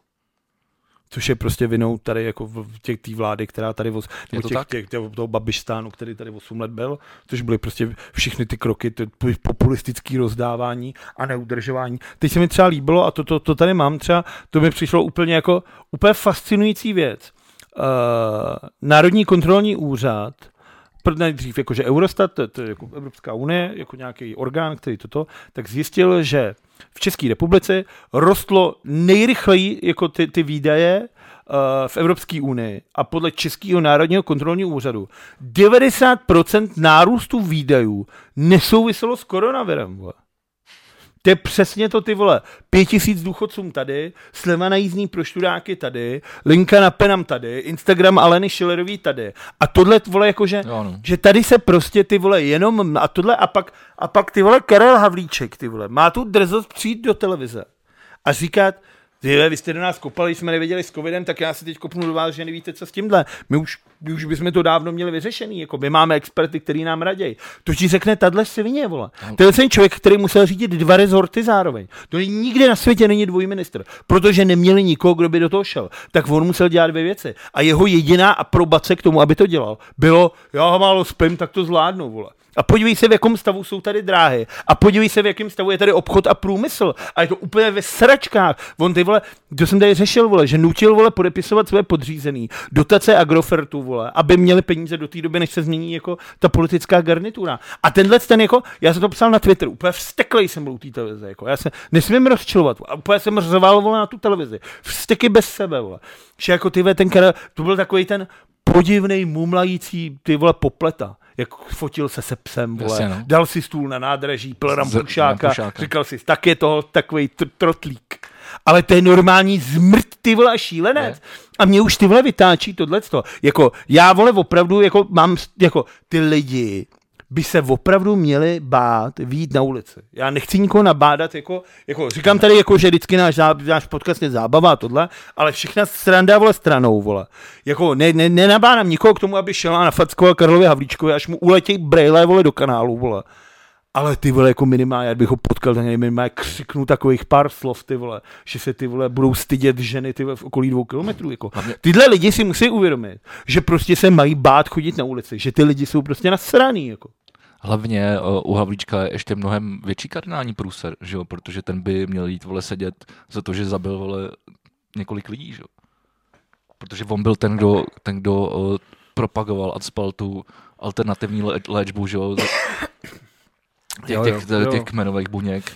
[SPEAKER 2] Což je prostě vinou tady jako v v těch té vlády, která tady, os, nebo
[SPEAKER 1] to
[SPEAKER 2] těch,
[SPEAKER 1] tak?
[SPEAKER 2] těch, těch, toho Babišstánu, který tady 8 let byl, což byly prostě všechny ty kroky, ty ty populistický rozdávání a neudržování. Teď se mi třeba líbilo, a to, to, to tady mám třeba, to mi přišlo úplně jako úplně fascinující věc. Uh, Národní kontrolní úřad pr- nejdřív jakože Eurostat, to, to je jako Evropská unie, jako nějaký orgán, který toto, tak zjistil, že v České republice rostlo nejrychleji jako ty, ty výdaje eh, v Evropské unii a podle Českého národního kontrolního úřadu 90% nárůstu výdajů nesouviselo s koronavirem. Vole. To je přesně to, ty vole. Pět tisíc důchodcům tady, sleva na jízdní pro študáky tady, linka na penam tady, Instagram Aleny Schillerový tady. A tohle, vole, jakože,
[SPEAKER 1] Jo, no.
[SPEAKER 2] že tady se prostě, ty vole, jenom, a tohle, a pak, a pak ty vole, Karel Havlíček, ty vole, má tu drzost přijít do televize a říkat, ty vole, vy jste do nás kopali, jsme nevěděli s covidem, tak já se teď kopnu do vás, že nevíte, co s tímhle. My už, my už bychom to dávno měli vyřešený, jako my máme experty, který nám raději. To ti řekne tahle svině, vole. Tenhle ten člověk, který musel řídit dva rezorty zároveň. To nikde na světě není dvojí minister, protože neměli nikoho, kdo by do toho šel. Tak on musel dělat dvě věci. A jeho jediná aprobace k tomu, aby to dělal, bylo, já málo spím, tak to zvládnu, vole. A podívej se, v jakém stavu jsou tady dráhy. A podívej se, v jakém stavu je tady obchod a průmysl. A je to úplně ve sračkách. On ty vole, to jsem tady řešil, vole, že nutil vole podepisovat své podřízený dotace Agrofertu, vole, aby měli peníze do té doby, než se změní jako ta politická garnitura. A tenhle ten jako, já jsem to psal na Twitter, úplně vsteklej jsem byl u té televize, jako, já se nesmím rozčilovat, a úplně jsem řval, vole, na tu televizi, vsteky bez sebe, vole. Že jako ty vole, ten Karel, to byl takový ten podivný mumlající ty vole popleta jak fotil se se psem, vole,
[SPEAKER 1] Jasně, no.
[SPEAKER 2] dal si stůl na nádraží, pil
[SPEAKER 1] Z-
[SPEAKER 2] rampušáka,
[SPEAKER 1] rampušáka.
[SPEAKER 2] říkal si, tak je toho takový tr- trotlík. Ale to je normální zmrt, ty vole, a šílenec.
[SPEAKER 1] Ne.
[SPEAKER 2] A mě už ty vole vytáčí tohleto. Jako, já vole opravdu, jako mám, s- jako ty lidi by se opravdu měli bát výjít na ulici. Já nechci nikoho nabádat, jako, jako říkám tady, jako, že vždycky náš, zá- náš podcast je zábava a tohle, ale všechna sranda vole stranou, vole. Jako ne, ne, nenabádám nikoho k tomu, aby šel a nafackoval Karlovi Havlíčkovi, až mu uletějí brejle, vole, do kanálu, vole. Ale ty vole, jako minimálně, já bych ho potkal, tak nevím, minimálně křiknu takových pár slov, ty vole, že se ty vole budou stydět ženy ty vole, v okolí dvou kilometrů. Jako. Tyhle lidi si musí uvědomit, že prostě se mají bát chodit na ulici, že ty lidi jsou prostě nasraný. Jako.
[SPEAKER 1] Hlavně eh, u Havlíčka je ještě mnohem větší kardinální průser, že jo? protože ten by měl jít vole sedět za to, že zabil vole několik lidí, že jo? Protože on byl ten, kdo, ten, kdo eh, propagoval a spal tu alternativní lé- léčbu, že jo? za- Těch,
[SPEAKER 2] Jo, jo,
[SPEAKER 1] těch, těch,
[SPEAKER 2] jo.
[SPEAKER 1] těch kmenových buněk.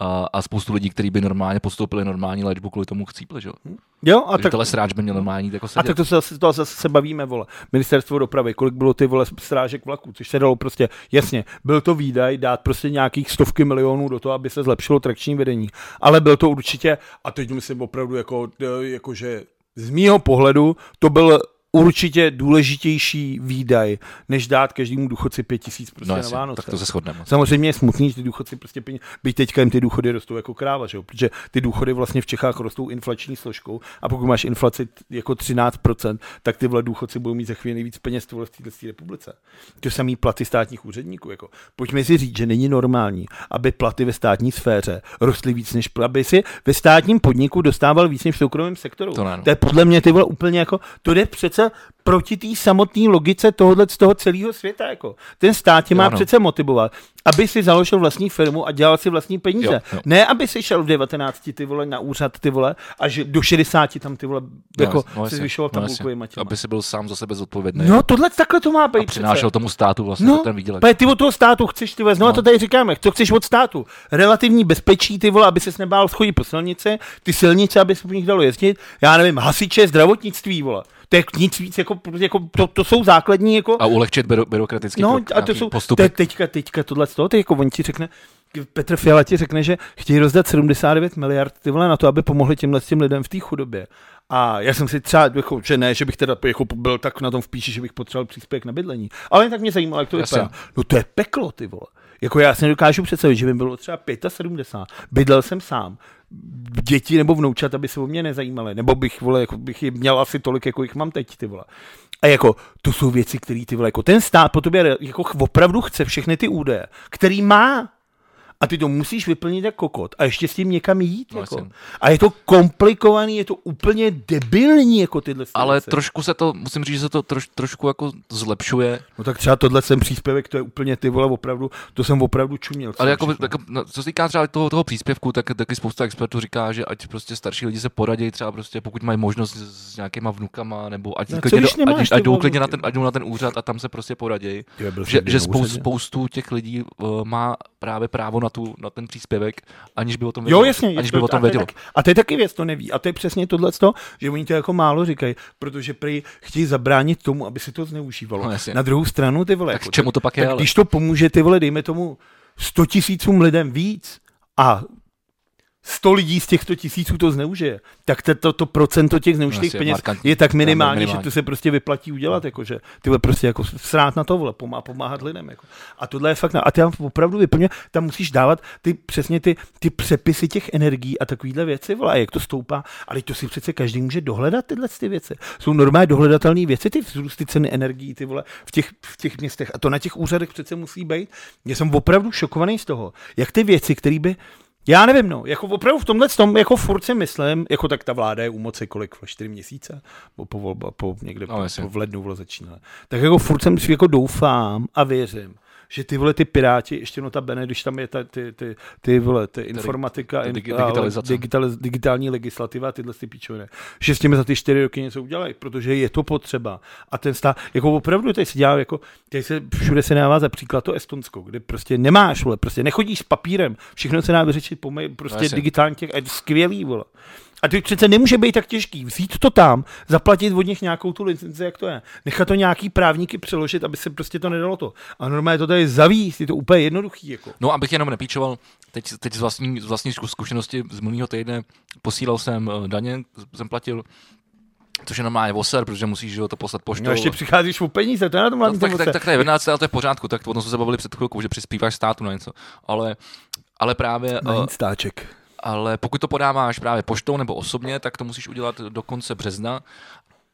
[SPEAKER 1] A, a spoustu lidí, kteří by normálně postoupili normální léčbu kvůli tomu chcípli, že jo?
[SPEAKER 2] Jo, a
[SPEAKER 1] A tak,
[SPEAKER 2] Hmm, tak,
[SPEAKER 1] tohle sráč by měl normální jít jako sedět.
[SPEAKER 2] a tak to se zase, to zase se bavíme, vole. Ministerstvo dopravy, kolik bylo ty vole strážek vlaků, což se dalo prostě, jasně, byl to výdaj dát prostě nějakých stovky milionů do toho, aby se zlepšilo trakční vedení. Ale byl to určitě, a teď myslím opravdu jako, eh, jakože z mýho pohledu, to byl určitě důležitější výdaj, než dát každému důchodci pět tisíc prostě
[SPEAKER 1] no
[SPEAKER 2] na
[SPEAKER 1] jasně,
[SPEAKER 2] Vánoce.
[SPEAKER 1] tak to se shodneme.
[SPEAKER 2] Samozřejmě je smutný, že ty důchodci prostě peníze, byť teďka jim ty důchody rostou jako kráva, že jo? protože ty důchody vlastně v Čechách rostou inflační složkou a pokud máš inflaci t- jako 13%, tak ty vole důchodci budou mít za chvíli nejvíc peněz ty vole v této republice. To samý platy státních úředníků. Jako. Pojďme si říct, že není normální, aby platy ve státní sféře rostly víc než, pl- aby si ve státním podniku dostával víc než v soukromém sektoru.
[SPEAKER 1] To ne, no.
[SPEAKER 2] to je Eh, podle mě ty vole úplně jako, to jde přece proti té samotné logice tohohle z toho celého světa. Jako. Ten stát tě má
[SPEAKER 1] Ano.
[SPEAKER 2] přece motivovat, aby si založil vlastní firmu a dělal si vlastní peníze.
[SPEAKER 1] Jo, jo.
[SPEAKER 2] Ne, aby si šel v 19 ty vole na úřad ty vole a že do 60 tam ty vole jako no, si
[SPEAKER 1] jasně,
[SPEAKER 2] zvyšoval tabulkový
[SPEAKER 1] jasně. Aby si byl sám za sebe zodpovědný.
[SPEAKER 2] No tohle takhle to má být
[SPEAKER 1] a přinášel tomu státu vlastně
[SPEAKER 2] No,
[SPEAKER 1] ten výdělek.
[SPEAKER 2] pe, ty od toho státu chceš, ty vole, znovu
[SPEAKER 1] No.
[SPEAKER 2] to tady říkáme, co chceš od státu? Relativní bezpečí, ty vole, aby ses nebál schodit po silnici, ty silnice, aby se po nich dalo jezdit, já nevím, hasiče, zdravotnictví, vole. to je nic víc, jako, jako to, to, jsou základní, jako...
[SPEAKER 1] A ulehčit byro, byrokratický
[SPEAKER 2] No,
[SPEAKER 1] krok,
[SPEAKER 2] a to
[SPEAKER 1] nějaký
[SPEAKER 2] jsou,
[SPEAKER 1] postupy.
[SPEAKER 2] te, teďka, teďka tohle z toho, teď jako on ti řekne, Petr Fiala ti řekne, že chtějí rozdat 79 miliard ty vole na to, aby pomohli těmhle těm lidem v té chudobě. A já jsem si třeba, jako, že ne, že bych teda jako, byl tak na tom v píči, že bych potřeboval příspěvek na bydlení. Ale jen tak mě zajímalo, jak to
[SPEAKER 1] Jasně.
[SPEAKER 2] vypadá. No to je peklo, ty vole. Jako já si nedokážu představit, že by mi bylo třeba 75, bydlel jsem sám, děti nebo vnoučata by se o mě nezajímaly, nebo bych, vole, jako bych je měl asi tolik, jako jich mám teď, ty vole. A jako, to jsou věci, které ty vole, jako ten stát po tobě re- jako ch- opravdu chce všechny ty údaje, který má. A ty to musíš vyplnit jako kokot a ještě s tím někam jít.
[SPEAKER 1] No,
[SPEAKER 2] jako.
[SPEAKER 1] jasně.
[SPEAKER 2] A je to komplikovaný, je to úplně debilní, jako tyhle
[SPEAKER 1] Ale
[SPEAKER 2] situace.
[SPEAKER 1] trošku se to, musím říct, že se to troš, trošku jako zlepšuje.
[SPEAKER 2] No tak třeba tohle jsem příspěvek, to je úplně ty vole, opravdu, to jsem opravdu čuměl. co
[SPEAKER 1] Ale jako,
[SPEAKER 2] všechno.
[SPEAKER 1] jako, no, co se týká třeba toho, toho příspěvku, tak taky spousta expertů říká, že ať prostě starší lidi se poradí třeba prostě, pokud mají možnost s, s nějakýma vnukama, nebo ať,
[SPEAKER 2] No, co
[SPEAKER 1] klidně,
[SPEAKER 2] když
[SPEAKER 1] do-
[SPEAKER 2] nemáš
[SPEAKER 1] ať,
[SPEAKER 2] ty
[SPEAKER 1] ať jdou
[SPEAKER 2] vole
[SPEAKER 1] klidně na
[SPEAKER 2] vnuky?
[SPEAKER 1] ten, ať jdou na ten úřad a tam se prostě poradí.
[SPEAKER 2] Ty, byl
[SPEAKER 1] Že,
[SPEAKER 2] jsem
[SPEAKER 1] že
[SPEAKER 2] jednou
[SPEAKER 1] spou,
[SPEAKER 2] usadil.
[SPEAKER 1] spoustu těch lidí uh, má právě právo na, tu, na ten příspěvek, aniž by o tom vědělo.
[SPEAKER 2] Jo, jasně.
[SPEAKER 1] Aniž
[SPEAKER 2] to-
[SPEAKER 1] by o tom
[SPEAKER 2] a to je
[SPEAKER 1] vědělo.
[SPEAKER 2] taky- A to je taky věc, to neví. A to je přesně tohle, že oni to jako málo říkají, protože prý chtějí zabránit tomu, aby se to zneužívalo.
[SPEAKER 1] No, jasně.
[SPEAKER 2] Na druhou stranu ty vole.
[SPEAKER 1] Tak
[SPEAKER 2] jako
[SPEAKER 1] k čemu to pak je,
[SPEAKER 2] tak
[SPEAKER 1] ale?
[SPEAKER 2] když to pomůže ty vole, dejme tomu 100 tisícům lidem víc a 100 lidí z těch 100 tisíců to zneužije, tak to, to, to procento těch zneužitých
[SPEAKER 1] jasně,
[SPEAKER 2] peněz
[SPEAKER 1] markantní.
[SPEAKER 2] je tak minimální,
[SPEAKER 1] minimální.
[SPEAKER 2] že to se prostě vyplatí udělat, jakože ty vole prostě jako srát na to, vole, pomá, pomáhat lidem. Jako. A tohle je fakt, na, a ty tam opravdu vyplňuje, tam musíš dávat ty přesně ty, ty přepisy těch energií a takovýhle věci, vole, a jak to stoupá, ale to si přece každý může dohledat tyhle ty věci. Jsou normálně dohledatelné věci, ty vzrůsty ceny energií, ty vole, v těch, v těch městech a to na těch úřadech přece musí být. Já jsem opravdu šokovaný z toho, jak ty věci, které by já nevím, no, jako opravdu v tomhle tom, jako furt si myslím, jako tak ta vláda je u moci kolik, po čtyři měsíce, po, po volba, po někde,
[SPEAKER 1] No,
[SPEAKER 2] no, po,
[SPEAKER 1] jasně.
[SPEAKER 2] po v lednu vole začíná. Tak jako furt jsem si jako doufám a věřím, že ty vole ty piráti, ještě notabene, když tam je ta, ty, ty, ty vole, ty informatika,
[SPEAKER 1] ta
[SPEAKER 2] in-
[SPEAKER 1] digi-
[SPEAKER 2] a-
[SPEAKER 1] digitalizace.
[SPEAKER 2] digitaliz, digitální legislativa a tyhle ty píčoviny, že s těmi za ty čtyři roky něco udělají, protože je to potřeba. A ten stát, jako opravdu tady se dělá, jako, tady se všude se dává za příklad to Estonsko, kde prostě nemáš, vole, prostě nechodíš s papírem, všechno se dá vyřešit po mail, prostě
[SPEAKER 1] jasně.
[SPEAKER 2] no, digitálně, těch, a je to skvělý, vole. A to přece nemůže být tak těžký. Vzít to tam, zaplatit od nich nějakou tu licenci, jak to je. Nechat to nějaký právníky přeložit, aby se prostě to nedalo to. A normálně to tady zavíst, je to úplně jednoduchý. Jako.
[SPEAKER 1] No, abych jenom nepíčoval, teď, teď z, vlastní, z vlastní zku- zkušenosti z minulého týdne posílal jsem eh, daně, jsem platil, což je normálně voser, protože musíš že jo, to poslat poštou.
[SPEAKER 2] No, ještě přicházíš o peníze, to je na tom hlavní
[SPEAKER 1] no, tak,
[SPEAKER 2] tomu
[SPEAKER 1] tak,
[SPEAKER 2] se-
[SPEAKER 1] tak, to je 11, ale to je v pořádku, tak o tom jsme se bavili před chvilkou, že přispíváš státu na něco. Ale, ale právě,
[SPEAKER 2] Na
[SPEAKER 1] eh,
[SPEAKER 2] instáček.
[SPEAKER 1] ale pokud to podáváš právě poštou nebo osobně, tak to musíš udělat do konce března.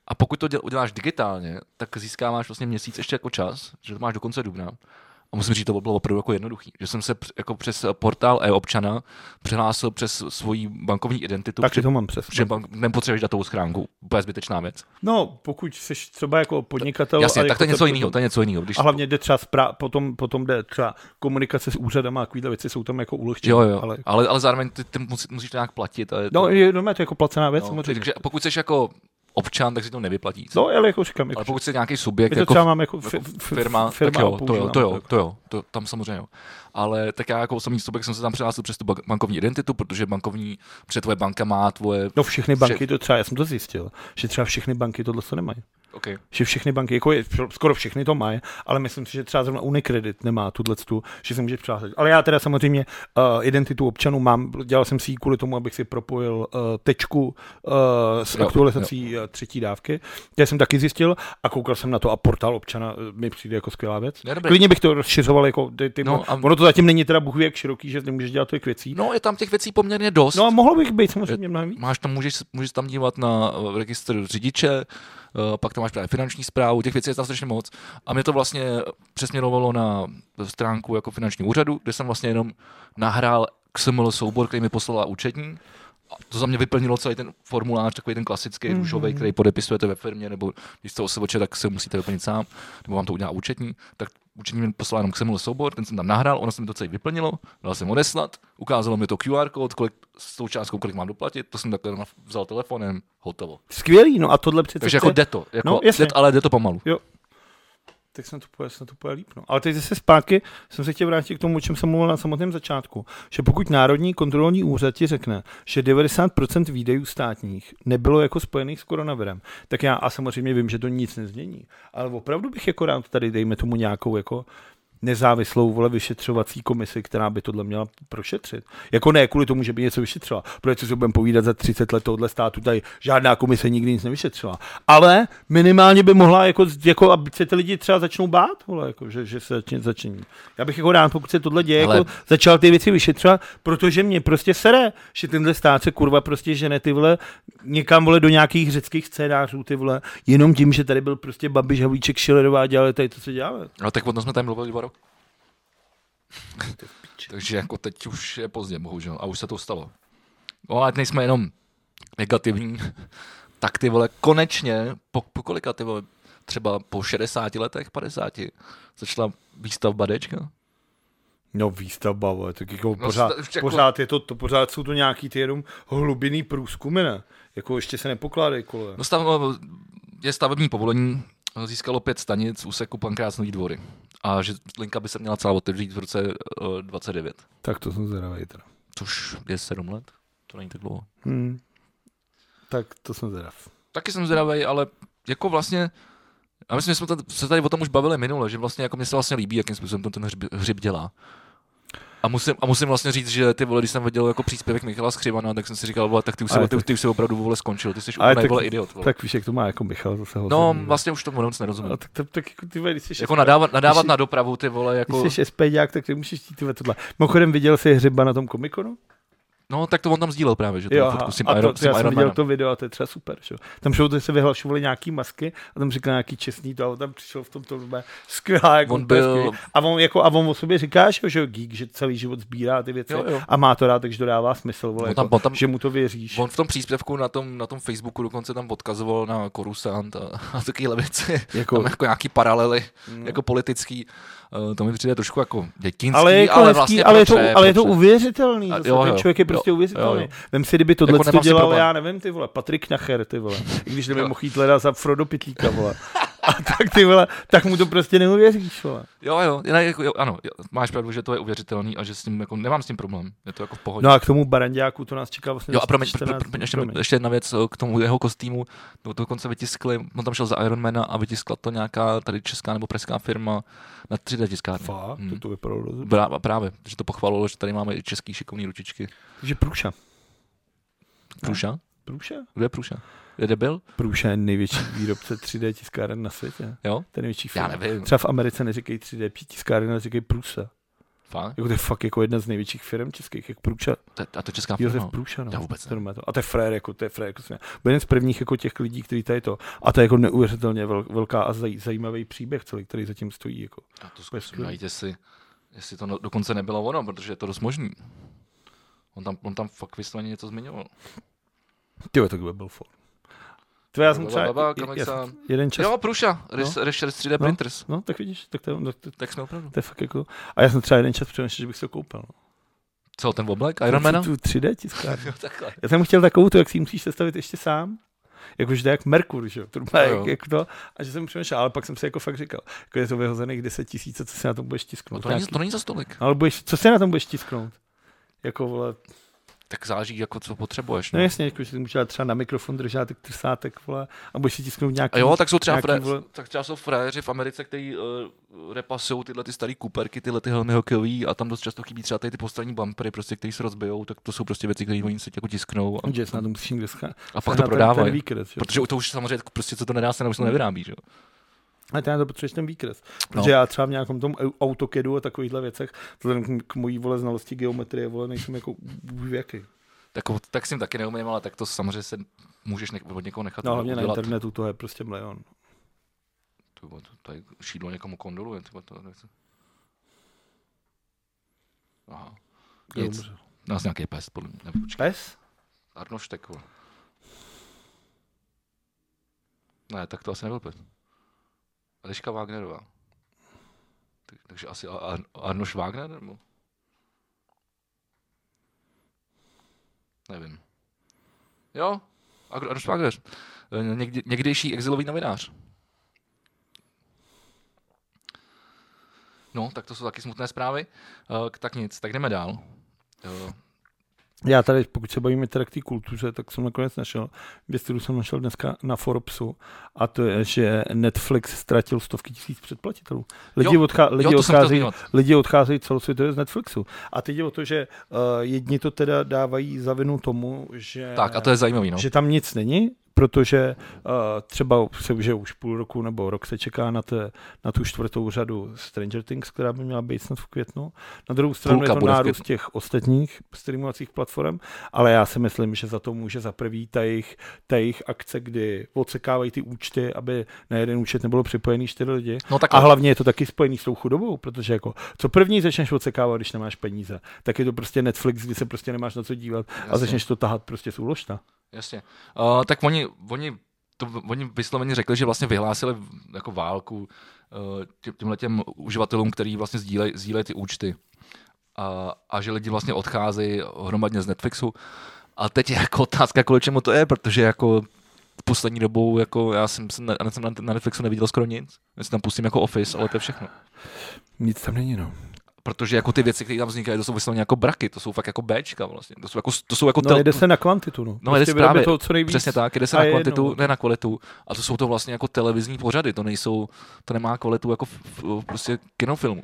[SPEAKER 1] A pokud to děl, uděláš digitálně, tak získáváš vlastně měsíc ještě jako čas, že to máš do konce dubna. A musím říct, to bylo opravdu jako jednoduchý. Že jsem se př- jako přes eh, portál e-občana přihlásil přes svoji bankovní identitu,
[SPEAKER 2] Tak
[SPEAKER 1] že,
[SPEAKER 2] to mám přesně.
[SPEAKER 1] že bank, nepotřebuješ datovou schránku. Úplně zbytečná věc.
[SPEAKER 2] No, pokud jsi třeba jako podnikatel...
[SPEAKER 1] Jasně,
[SPEAKER 2] a
[SPEAKER 1] tak
[SPEAKER 2] jako
[SPEAKER 1] to je něco
[SPEAKER 2] tak-
[SPEAKER 1] jiného, to je něco jiného. Když
[SPEAKER 2] A hlavně jde třeba zpra- potom, potom jde třeba komunikace s úřadama a takovýhle věci jsou tam jako ulehčené.
[SPEAKER 1] Jo, jo, ale,
[SPEAKER 2] Ale...
[SPEAKER 1] ale, ale zároveň ty, ty musí, musíš to nějak platit. Ale
[SPEAKER 2] No,
[SPEAKER 1] to,
[SPEAKER 2] je, no, je to jako placená věc, no,
[SPEAKER 1] no,
[SPEAKER 2] samozřejmě.
[SPEAKER 1] takže pokud jsi jako občan, tak si to nevyplatí.
[SPEAKER 2] No, ale jako říkám, jako
[SPEAKER 1] Ale pokud jsi nějaký subjekt,
[SPEAKER 2] My to
[SPEAKER 1] jako
[SPEAKER 2] třeba máme jako, fi-
[SPEAKER 1] jako
[SPEAKER 2] fi-
[SPEAKER 1] firma,
[SPEAKER 2] firma
[SPEAKER 1] tak jo, to jo,
[SPEAKER 2] používám,
[SPEAKER 1] to jo,
[SPEAKER 2] tak.
[SPEAKER 1] to jo, to tam samozřejmě jo. Ale tak já jako osobní subjekt jsem se tam přihlásil přes tu ba- bankovní identitu, protože bankovní, protože tvoje banka má tvoje,
[SPEAKER 2] No všechny banky to třeba, já jsem to zjistil, že třeba všechny banky tohle to nemají.
[SPEAKER 1] okay.
[SPEAKER 2] Že všechny banky, jako je, skoro všechny to mají, ale myslím si, že třeba zrovna Unicredit nemá tuhle tu, že se může přihlásit. Ale já teda samozřejmě uh, identitu občanů mám, dělal jsem si ji kvůli tomu, abych si propojil uh, tečku uh, s
[SPEAKER 1] Jo,
[SPEAKER 2] aktualizací jo. třetí dávky. Já jsem taky zistil a koukal jsem na to a portál občana eh, mi přijde jako skvělá věc.
[SPEAKER 1] Ne, dobrý.
[SPEAKER 2] Klidně bych to rozšiřoval, jako ty, ty,
[SPEAKER 1] No
[SPEAKER 2] no,
[SPEAKER 1] a-
[SPEAKER 2] ono to zatím není teda bůh ví jak široký, že nemůžeš dělat tolik věcí.
[SPEAKER 1] No je tam těch věcí poměrně dost.
[SPEAKER 2] No a mohlo bych být samozřejmě mnohem víc.
[SPEAKER 1] Máš tam, můžeš, můžeš tam dívat na eh, registr řidiče, eh, pak tam máš právě finanční zprávu, těch věcí je tam strašně moc. A mě to vlastně přesměrovalo na stránku jako finanční úřadu, kde jsem vlastně jenom nahrál XML soubor, který mi poslala účetní. A to za mě vyplnilo celý ten formulář, takový ten klasický
[SPEAKER 2] Mhm.
[SPEAKER 1] mm-hmm. růžový, který podepisujete ve firmě, nebo když jste osvoče, tak se musíte vyplnit sám, nebo vám to udělá účetní. Tak účetní mi poslal jenom XML soubor, ten jsem tam nahrál, ono se mi to celý vyplnilo, dal jsem odeslat, ukázalo mi to QR kód, kolik s tou částkou, kolik mám doplatit, to jsem takhle na- vzal telefonem, hotovo.
[SPEAKER 2] Skvělý, no a tohle přece
[SPEAKER 1] Takže
[SPEAKER 2] chce-
[SPEAKER 1] jako jde to, jako,
[SPEAKER 2] No,
[SPEAKER 1] no,
[SPEAKER 2] jasně.
[SPEAKER 1] jde, ale jde to pomalu.
[SPEAKER 2] Jo. tak snad to půjde, snad to půjde líp. No. Ale teď zase zpátky jsem se chtěl vrátit k tomu, o čem jsem mluvil na samotném začátku. Že pokud Národní kontrolní úřad ti řekne, že 90% výdejů státních nebylo jako spojených s koronavirem, tak já a samozřejmě vím, že to nic nezmění. Ale opravdu bych jako rád tady, dejme tomu nějakou jako nezávislou vole vyšetřovací komisi, která by tohle měla prošetřit. Jako ne kvůli tomu, že by něco vyšetřila, protože co si budeme povídat za 30 let tohle státu, tady žádná komise nikdy nic nevyšetřila. Ale minimálně by mohla, jako, jako aby se ty lidi třeba začnou bát, vole, jako, že, že se začne, začne. Já bych jako rád, pokud se tohle děje,
[SPEAKER 1] Ale-
[SPEAKER 2] jako, začal ty věci vyšetřovat, protože mě prostě sere, že tenhle stát se kurva prostě žene ty vole někam vole do nějakých řeckých scénářů ty vole, jenom tím, že tady byl prostě Babiš, Havlíček, Šilerová a dělali tady to, co dělali.
[SPEAKER 1] No tak o tom jsme tady mluvili dva roky. Takže jako teď už je pozdě, bohužel. A už se to stalo. No ale nejsme jenom negativní. Tak ty vole, konečně, po, po kolika ty vole, třeba po 60 letech, 50, začala výstavba Dčka.
[SPEAKER 2] No výstavba, vole, tak jako pořád,
[SPEAKER 1] sta- ještě jako-
[SPEAKER 2] pořád, je to, to, pořád jsou to nějaký ty jenom hlubinný průzkumy, ne? Jako ještě se nepokládají kolem.
[SPEAKER 1] No stav, je stavební povolení, získalo pět stanic úseku Pankrácnový dvory. A že linka by se měla celá otevřít v roce eh, 29,
[SPEAKER 2] Tak to jsem zvědavý teda.
[SPEAKER 1] což je 7 let. To není tak dlouho.
[SPEAKER 2] Hmm. Tak to jsem zvědav.
[SPEAKER 1] Taky jsem zvědavý, ale jako vlastně, a myslím, že jsme tady, se tady o tom už bavili minule, že vlastně jako mě se vlastně líbí, jakým způsobem to ten hřib, hřib dělá. A musím, a musím vlastně říct, že ty vole, když jsem viděl jako příspěvek Michala Skřivana, tak jsem si říkal, vole, tak ty už,
[SPEAKER 2] Ale
[SPEAKER 1] se, ty,
[SPEAKER 2] tak-
[SPEAKER 1] ty už se opravdu vole skončil, ty jsi
[SPEAKER 2] Ale
[SPEAKER 1] úplně
[SPEAKER 2] tak-
[SPEAKER 1] vole idiot. Vole.
[SPEAKER 2] Tak víš, jak to má jako Michal zase ho
[SPEAKER 1] no,
[SPEAKER 2] zabývá.
[SPEAKER 1] vlastně už tomu moc nerozumím.
[SPEAKER 2] A tak, tak, tak jako ty vole, když jsi
[SPEAKER 1] Jako nadávat, nadávat
[SPEAKER 2] jsi-
[SPEAKER 1] na dopravu, ty vole, jako,
[SPEAKER 2] Když jsi SPďák, tak nemusíš chtít tyhle tohle. Mimochodem viděl jsi hřeba na tom komikonu?
[SPEAKER 1] no tak to on tam sdílel právě, že to fotku s tím
[SPEAKER 2] a to,
[SPEAKER 1] Iron, s
[SPEAKER 2] to
[SPEAKER 1] tím
[SPEAKER 2] já jsem
[SPEAKER 1] Iron
[SPEAKER 2] viděl
[SPEAKER 1] Manem.
[SPEAKER 2] to video a to je třeba super. Že? jo. Tam šlo, se vyhlašovaly nějaký masky a tam říkal nějaký čestný to a on tam přišel v tom to skvělá. Jako
[SPEAKER 1] On
[SPEAKER 2] úplně
[SPEAKER 1] byl-
[SPEAKER 2] skvělý. A on, jako, a on o sobě říká, že, jo, že jo, geek, že celý život sbírá ty věci
[SPEAKER 1] Jo, jo.
[SPEAKER 2] a má to rád, takže to dává smysl, vole,
[SPEAKER 1] On
[SPEAKER 2] jako,
[SPEAKER 1] tam- on tam-
[SPEAKER 2] že mu to věříš.
[SPEAKER 1] On v tom příspěvku na tom, na tom Facebooku dokonce tam odkazoval na Korusant a, a takovýhle věci.
[SPEAKER 2] Jako- Mm.
[SPEAKER 1] Jako, tam jako nějaký paralely, jako politický. Eh, To mi přijde trošku jako dětinský,
[SPEAKER 2] ale, je jako
[SPEAKER 1] ale
[SPEAKER 2] hezký,
[SPEAKER 1] vlastně
[SPEAKER 2] ale, je to,
[SPEAKER 1] protře-
[SPEAKER 2] ale je to
[SPEAKER 1] protře.
[SPEAKER 2] uvěřitelný.
[SPEAKER 1] A
[SPEAKER 2] Zase,
[SPEAKER 1] jo,
[SPEAKER 2] ten
[SPEAKER 1] jo.
[SPEAKER 2] člověk je prostě
[SPEAKER 1] Jo,
[SPEAKER 2] uvěřitelný.
[SPEAKER 1] jo.
[SPEAKER 2] Vem si, kdyby tohle
[SPEAKER 1] Jako
[SPEAKER 2] to
[SPEAKER 1] nemám s tím
[SPEAKER 2] dělal,
[SPEAKER 1] problém.
[SPEAKER 2] já nevím, ty vole, Patrik Nacher, ty vole. I když neby
[SPEAKER 1] Jo.
[SPEAKER 2] mohl jít leda za Frodo Pitlíka, vole. A tak ty vole, tak mu to prostě neuvěříš, vole.
[SPEAKER 1] Jo, jo, ne, jako, jo, ano, jo, máš pravdu, že to je uvěřitelný a že s tím jako, nemám s tím problém. Je to jako v pohodě.
[SPEAKER 2] No a k tomu baranďáku to nás čeká vlastně
[SPEAKER 1] Jo, a promiň,
[SPEAKER 2] 14
[SPEAKER 1] promiň, promiň, ještě,
[SPEAKER 2] promiň.
[SPEAKER 1] ještě jedna věc eh, k tomu jeho kostýmu. No, to dokonce vytiskli, on tam šel za Ironmana a vytiskla to nějaká tady česká nebo pražská firma na 3D tiskárně.
[SPEAKER 2] Fakt,
[SPEAKER 1] Hmm.
[SPEAKER 2] to, to vypadalo rozumně.
[SPEAKER 1] Brá, právě, že to pochválilo, že tady máme i český šikovný ručičky.
[SPEAKER 2] Takže průša.
[SPEAKER 1] Průša?
[SPEAKER 2] Průša?
[SPEAKER 1] Kdo je Průša? Je debil?
[SPEAKER 2] Průša je největší výrobce 3D tiskáren na světě.
[SPEAKER 1] Jo?
[SPEAKER 2] To je největší firma.
[SPEAKER 1] Já nevím.
[SPEAKER 2] Třeba v Americe neříkají 3D tiskáren, ale říkají Průsa.
[SPEAKER 1] Fakt?
[SPEAKER 2] Jako to je fakt jako jedna z největších firm českých, jak Průša.
[SPEAKER 1] To, je- a to je česká
[SPEAKER 2] Josef
[SPEAKER 1] firma.
[SPEAKER 2] Průša, no.
[SPEAKER 1] Já vůbec
[SPEAKER 2] To je to. A to je frér, jako, to je frér, jako směr. Byl jeden z prvních jako těch lidí, který tady to. A to je jako neuvěřitelně vel, velká a zaj, zajímavý příběh celý, který zatím stojí. Jako.
[SPEAKER 1] Já to
[SPEAKER 2] skvělý.
[SPEAKER 1] zkusím najít, jestli, jestli to no, dokonce nebylo ono, protože je to dost možný. On tam, on tam fakt vysloveně něco zmiňoval.
[SPEAKER 2] Ty tak by byl for. To já jsem
[SPEAKER 1] Bla,
[SPEAKER 2] třeba
[SPEAKER 1] bla, bla,
[SPEAKER 2] je-
[SPEAKER 1] Kalexa.
[SPEAKER 2] je- jeden čas.
[SPEAKER 1] Jo, Průša, Res- Reshers 3D
[SPEAKER 2] No.
[SPEAKER 1] Printers.
[SPEAKER 2] No, tak vidíš, tak to, je- to,
[SPEAKER 1] Tak jsme opravdu.
[SPEAKER 2] To je fakt jako... A já jsem třeba jeden čas přemýšlel, že bych se koupil. No.
[SPEAKER 1] Co, ten oblek Ironmana?
[SPEAKER 2] Tu 3D tiskárnu.
[SPEAKER 1] Jo, takhle.
[SPEAKER 2] Já jsem chtěl takovou tu, jak si ji musíš sestavit ještě sám. Jakože jde jak Merkur, že jo, to má
[SPEAKER 1] No jo.
[SPEAKER 2] jak, jak, to, a že jsem přemýšlel, ale pak jsem si jako fakt říkal, jako je to vyhozených 10 tisíce, co si na tom budeš
[SPEAKER 1] No,
[SPEAKER 2] tisknout.
[SPEAKER 1] to, není,
[SPEAKER 2] Nějaký- No,
[SPEAKER 1] to není za stolik.
[SPEAKER 2] Ale budeš, co si na tom budeš tisknout? Jako vole,
[SPEAKER 1] No. Tak záleží, jako co potřebuješ.
[SPEAKER 2] no
[SPEAKER 1] No.
[SPEAKER 2] jasně, jako, že si můžeš dát třeba na mikrofon držátek, trsátek, vole, a budeš si tisknout nějaký.
[SPEAKER 1] A jo, tak jsou třeba,
[SPEAKER 2] nějaký,
[SPEAKER 1] fré,
[SPEAKER 2] vole-
[SPEAKER 1] tak třeba jsou fréři v Americe, kteří uh, repasují tyhle ty staré kuperky, tyhle ty helmy hokejový a tam dost často chybí třeba tady ty postranní bumpery, prostě, které se rozbijou, tak to jsou prostě věci, které oni si jako tisknou a,
[SPEAKER 2] No, Že si na tom musíš někde schá...
[SPEAKER 1] a pak to
[SPEAKER 2] sehnat ten- Ten
[SPEAKER 1] prodávají.
[SPEAKER 2] výkres, že jo.
[SPEAKER 1] Protože to už samozřejmě prostě co to nedá se, už to nevyrábí, že jo?
[SPEAKER 2] Ale ty na to potřebuješ ten
[SPEAKER 1] No.
[SPEAKER 2] výkres. Protože já třeba v nějakém tom au- autokedu a takovýchhle věcech, vzhledem k- k mojí vole znalosti geometrie, vole, nejsem jako jaký.
[SPEAKER 1] Tak, tak si taky neumím, ale tak to samozřejmě se můžeš ne- od někoho nechat
[SPEAKER 2] No hlavně na
[SPEAKER 1] udělat.
[SPEAKER 2] internetu to je prostě milion.
[SPEAKER 1] Ty vole, to tady šídlo někomu kondoluje, ty vole, to nechci. Aha.
[SPEAKER 2] Kdo
[SPEAKER 1] Nic.
[SPEAKER 2] umře?
[SPEAKER 1] Nás nějaký pes, podle mě. Nebo počkej,
[SPEAKER 2] Pes?
[SPEAKER 1] Arnoštek, vole. Ne, tak to asi nebyl pes. Eliška Wagnerová. Tak, takže asi Ar- Ar- Arnoš Wagner, nebo? Nevím. Jo, Ar- Arnoš Wagner. Eh, Někdy, někdejší exilový novinář. No, tak to jsou taky smutné zprávy. Uh, tak nic, tak jdeme dál. Uh,
[SPEAKER 2] Já tady, pokud se bavíme teda k té kultuře, tak jsem nakonec našel věc, kterou jsem našel dneska na Forbesu, a to je, že Netflix ztratil stovky tisíc předplatitelů. Lidi,
[SPEAKER 1] Jo,
[SPEAKER 2] odchá,
[SPEAKER 1] jo,
[SPEAKER 2] lidi,
[SPEAKER 1] to jsem
[SPEAKER 2] odcházejí,
[SPEAKER 1] chtěl zmiňovat.
[SPEAKER 2] lidi odcházejí celosvětově z Netflixu. A teď je o to, že uh, jedni to teda dávají za vinu tomu, že...
[SPEAKER 1] Tak, a to je zajímavý, no.
[SPEAKER 2] Že tam nic není, protože uh, třeba se už, že už půl roku nebo rok se čeká na, te, na tu čtvrtou řadu Stranger Things, která by měla být snad v květnu. Na druhou stranu
[SPEAKER 1] Půlka
[SPEAKER 2] je to
[SPEAKER 1] bude v
[SPEAKER 2] nárůst
[SPEAKER 1] květnu.
[SPEAKER 2] těch ostatních streamovacích platform, ale já si myslím, že za to může za prvý ta jejich, ta jejich akce, kdy odsekávají ty účty, aby na jeden účet nebylo připojený čtyři lidi.
[SPEAKER 1] No tak
[SPEAKER 2] A hlavně je to taky spojený s tou chudobou, protože jako, co první začneš odsekávat, když nemáš peníze, tak je to prostě Netflix, kdy se prostě nemáš na co dívat a
[SPEAKER 1] Jasně.
[SPEAKER 2] začneš to tahat prostě z úložna.
[SPEAKER 1] Jasně. Uh, tak oni, oni, to, oni vysloveně řekli, že vlastně vyhlásili jako válku uh, tě- těmhle těm uživatelům, který vlastně sdílejí sdílej ty účty. A, a že lidi vlastně odcházejí hromadně z Netflixu. A teď je jako otázka, kvůli čemu to je, protože jako poslední dobou, jako já jsem, jsem, na, já jsem na, na Netflixu neviděl skoro nic. Já si tam pustím jako Office, ale to je všechno.
[SPEAKER 2] Nic tam není, no.
[SPEAKER 1] Protože jako ty věci, které tam vznikají, to jsou vysloveně jako braky, to jsou fakt jako Bčka vlastně. To jsou jako, to jsou jako
[SPEAKER 2] No, jede se na kvantitu, no.
[SPEAKER 1] No, jde
[SPEAKER 2] Prostě vyrobit
[SPEAKER 1] právě,
[SPEAKER 2] to co nejvíc.
[SPEAKER 1] Přesně tak, jde se
[SPEAKER 2] A
[SPEAKER 1] na
[SPEAKER 2] je
[SPEAKER 1] kvantitu,
[SPEAKER 2] jedno. no.
[SPEAKER 1] ne na kvalitu. A to jsou to vlastně jako televizní pořady, to nejsou, to nemá kvalitu jako f, f, prostě kinofilmu.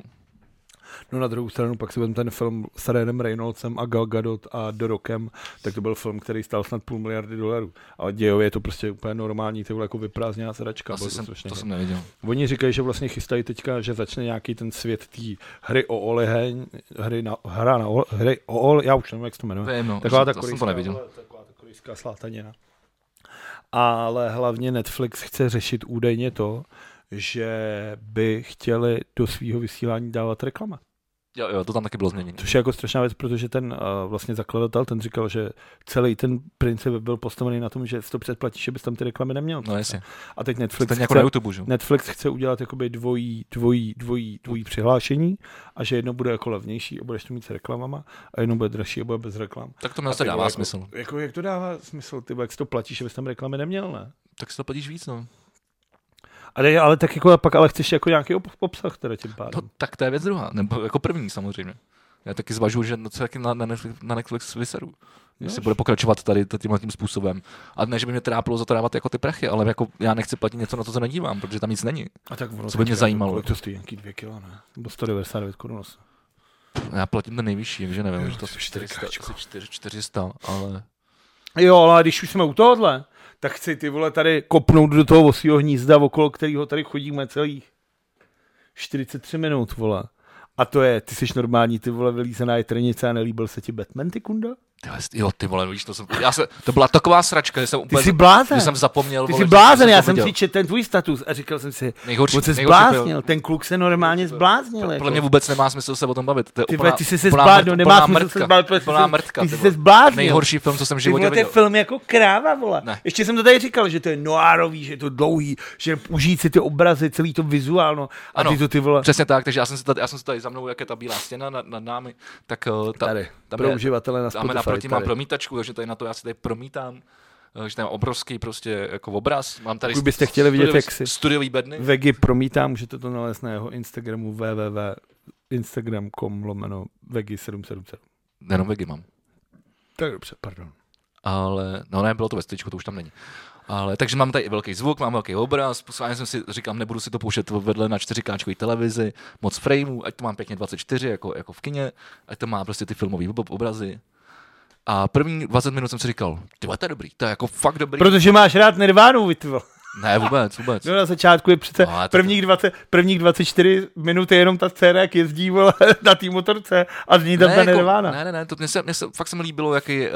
[SPEAKER 2] No na druhou stranu pak si vezmu ten film s Renem Reynoldsem a Gal Gadot a The Rockem, tak to byl film, který stál snad půl miliardy dolarů. Ale dějově je to prostě úplně normální, ty vole, jako vyprázdněná sračka. bylo
[SPEAKER 1] Asi
[SPEAKER 2] to
[SPEAKER 1] jsem,
[SPEAKER 2] strašný
[SPEAKER 1] to
[SPEAKER 2] hit.
[SPEAKER 1] jsem neviděl.
[SPEAKER 2] Oni říkají, že vlastně chystají teďka, že začne nějaký ten svět té hry o oleheň, hry na, hra na ole, hry o ole, já už nevím, jak se to
[SPEAKER 1] No,
[SPEAKER 2] jmenuje.
[SPEAKER 1] To je jedno,
[SPEAKER 2] Taková ta
[SPEAKER 1] já jsem to
[SPEAKER 2] korejská,
[SPEAKER 1] neviděl.
[SPEAKER 2] vole, taková ta korejská slátanina. Ale hlavně Netflix chce řešit údajně to, že by chtěli do svého vysílání dávat reklama.
[SPEAKER 1] Jo, jo, to tam taky bylo změněno.
[SPEAKER 2] Což je jako strašná věc, protože ten uh, vlastně zakladatel, ten říkal, že celý ten princip byl postavený na tom, že si to předplatíš, že bys tam ty reklamy neměl.
[SPEAKER 1] No jasně,
[SPEAKER 2] A teď Netflix
[SPEAKER 1] stejně jako
[SPEAKER 2] chce,
[SPEAKER 1] na YouTube, že? jo?
[SPEAKER 2] Netflix chce udělat jakoby dvojí, dvojí, dvojí, dvojí přihlášení a že jedno bude jako levnější a budeš to mít s reklamama a jedno bude dražší a bude bez reklam.
[SPEAKER 1] Tak to
[SPEAKER 2] A
[SPEAKER 1] mi zase
[SPEAKER 2] ty
[SPEAKER 1] dává
[SPEAKER 2] vole,
[SPEAKER 1] smysl.
[SPEAKER 2] Jako, jako, jak to dává smysl, ty vole, jak si to platíš, abys tam reklamy neměl, ne?
[SPEAKER 1] Tak si to platíš víc, no.
[SPEAKER 2] A dej, ale tak jako, pak ale chceš jako nějaký ob- obsah teda tím
[SPEAKER 1] no.
[SPEAKER 2] pádem.
[SPEAKER 1] tak to je věc druhá, nebo jako první samozřejmě. Já taky zvažuju, že no, co taky na, na, Netflix, na Netflix vyseru. Jestli
[SPEAKER 2] No,
[SPEAKER 1] bude pokračovat tady t- tímhle tím způsobem. A ne, že by mě trápilo za to dávat jako ty prachy, ale jako já nechci platit něco, na to se nedívám, protože tam nic není.
[SPEAKER 2] a tak ono
[SPEAKER 1] co by mě
[SPEAKER 2] teďka,
[SPEAKER 1] zajímalo?
[SPEAKER 2] Kolik to stojí, nějaký dvě kilo, ne? Nebo 199 korun. asi.
[SPEAKER 1] Já platím ten nejvyšší, takže nevím,
[SPEAKER 2] Jo,
[SPEAKER 1] že to
[SPEAKER 2] to
[SPEAKER 1] jsou
[SPEAKER 2] je
[SPEAKER 1] 400,
[SPEAKER 2] čtyřkáčko.
[SPEAKER 1] asi 4, 400, ale...
[SPEAKER 2] Jo, ale když už jsme u tohohle, tak chci ty vole tady kopnout do toho osího hnízda, okolo kterého tady chodíme celých 43 minut, vole. A to je, ty jsi normální, ty vole vylízená je trnice a nelíbil se ti Batman, ty kunda?
[SPEAKER 1] Ty vole, Jo, ty vole, víš, to jsem... Já se, to byla taková sračka, že jsem
[SPEAKER 2] Ty
[SPEAKER 1] úplně...
[SPEAKER 2] jsi blázen,
[SPEAKER 1] že jsem zapomněl,
[SPEAKER 2] ty
[SPEAKER 1] vole,
[SPEAKER 2] jsi
[SPEAKER 1] že
[SPEAKER 2] blázen,
[SPEAKER 1] to
[SPEAKER 2] já jsem
[SPEAKER 1] viděl.
[SPEAKER 2] si četl ten tvůj status a říkal jsem si,
[SPEAKER 1] Nejhorší,
[SPEAKER 2] on se
[SPEAKER 1] nejhorší byl.
[SPEAKER 2] zbláznil, ten kluk se normálně zbláznil.
[SPEAKER 1] Podle
[SPEAKER 2] Jako.
[SPEAKER 1] mě vůbec nemá smysl se o tom bavit. To je
[SPEAKER 2] Ty
[SPEAKER 1] úplná,
[SPEAKER 2] vole, ty jsi se
[SPEAKER 1] úplná
[SPEAKER 2] zbláznil,
[SPEAKER 1] mrt-
[SPEAKER 2] nemá
[SPEAKER 1] úplná
[SPEAKER 2] smysl se
[SPEAKER 1] mrtka,
[SPEAKER 2] zbláznit, protože
[SPEAKER 1] Plná
[SPEAKER 2] jsi-
[SPEAKER 1] mrtka,
[SPEAKER 2] ty jsi
[SPEAKER 1] vole.
[SPEAKER 2] se zbláznil.
[SPEAKER 1] Nejhorší film, co jsem v
[SPEAKER 2] Ty
[SPEAKER 1] životě
[SPEAKER 2] vole, to je
[SPEAKER 1] viděl.
[SPEAKER 2] film jako kráva, vole.
[SPEAKER 1] Ne.
[SPEAKER 2] Ještě jsem to tady říkal, že to je noárový, že je to dlouhý, že užít si ty obrazy, celý to vizuálno. A
[SPEAKER 1] Ano,
[SPEAKER 2] ty to ty vole...
[SPEAKER 1] Přesně tak, takže já jsem se tady, já jsem se tady za mnou, jak je ta bílá stěna nad, nad námi, tak eh, ta,
[SPEAKER 2] Tady,
[SPEAKER 1] tam
[SPEAKER 2] pro
[SPEAKER 1] je,
[SPEAKER 2] uživatele na
[SPEAKER 1] Máme
[SPEAKER 2] Spotify.
[SPEAKER 1] naproti mám
[SPEAKER 2] tady.
[SPEAKER 1] promítačku, takže tady na to já si tady promítám, eh, že tam mám obrovský prostě jako obraz. Mám tady
[SPEAKER 2] Pokud byste chtěli vidět,
[SPEAKER 1] studiový-
[SPEAKER 2] jak si-
[SPEAKER 1] studiový bedny.
[SPEAKER 2] Vegi promítá, můžete to nalézt na jeho Instagramu www instagram.com lomeno vegi777.
[SPEAKER 1] Jenom vegy mám.
[SPEAKER 2] Tak dobře, pardon.
[SPEAKER 1] Ale, no ne, bylo to ve stričku, to už tam není. Ale, takže mám tady i velký zvuk, mám velký obraz, posláně jsem si, říkám, nebudu si to pouštět vedle na 4K televizi, moc frameů, ať to mám pěkně 24, jako, jako v kině, ať to má prostě ty filmové ob- obrazy. A první 20 minut jsem si říkal, ty vole, to je dobrý, to je jako fakt dobrý.
[SPEAKER 2] Protože máš rád Nirvánu, vy ty vole.
[SPEAKER 1] Ne, vůbec, vůbec.
[SPEAKER 2] No na začátku je přece
[SPEAKER 1] No, ale to-
[SPEAKER 2] prvních, 20, prvních 24 minut je jenom ta scéna, jak jezdí vole, na té motorce a zní tam ta Nirvána.
[SPEAKER 1] ne, ne, ne, to mě se, mě se, fakt se mi líbilo, jaký, uh,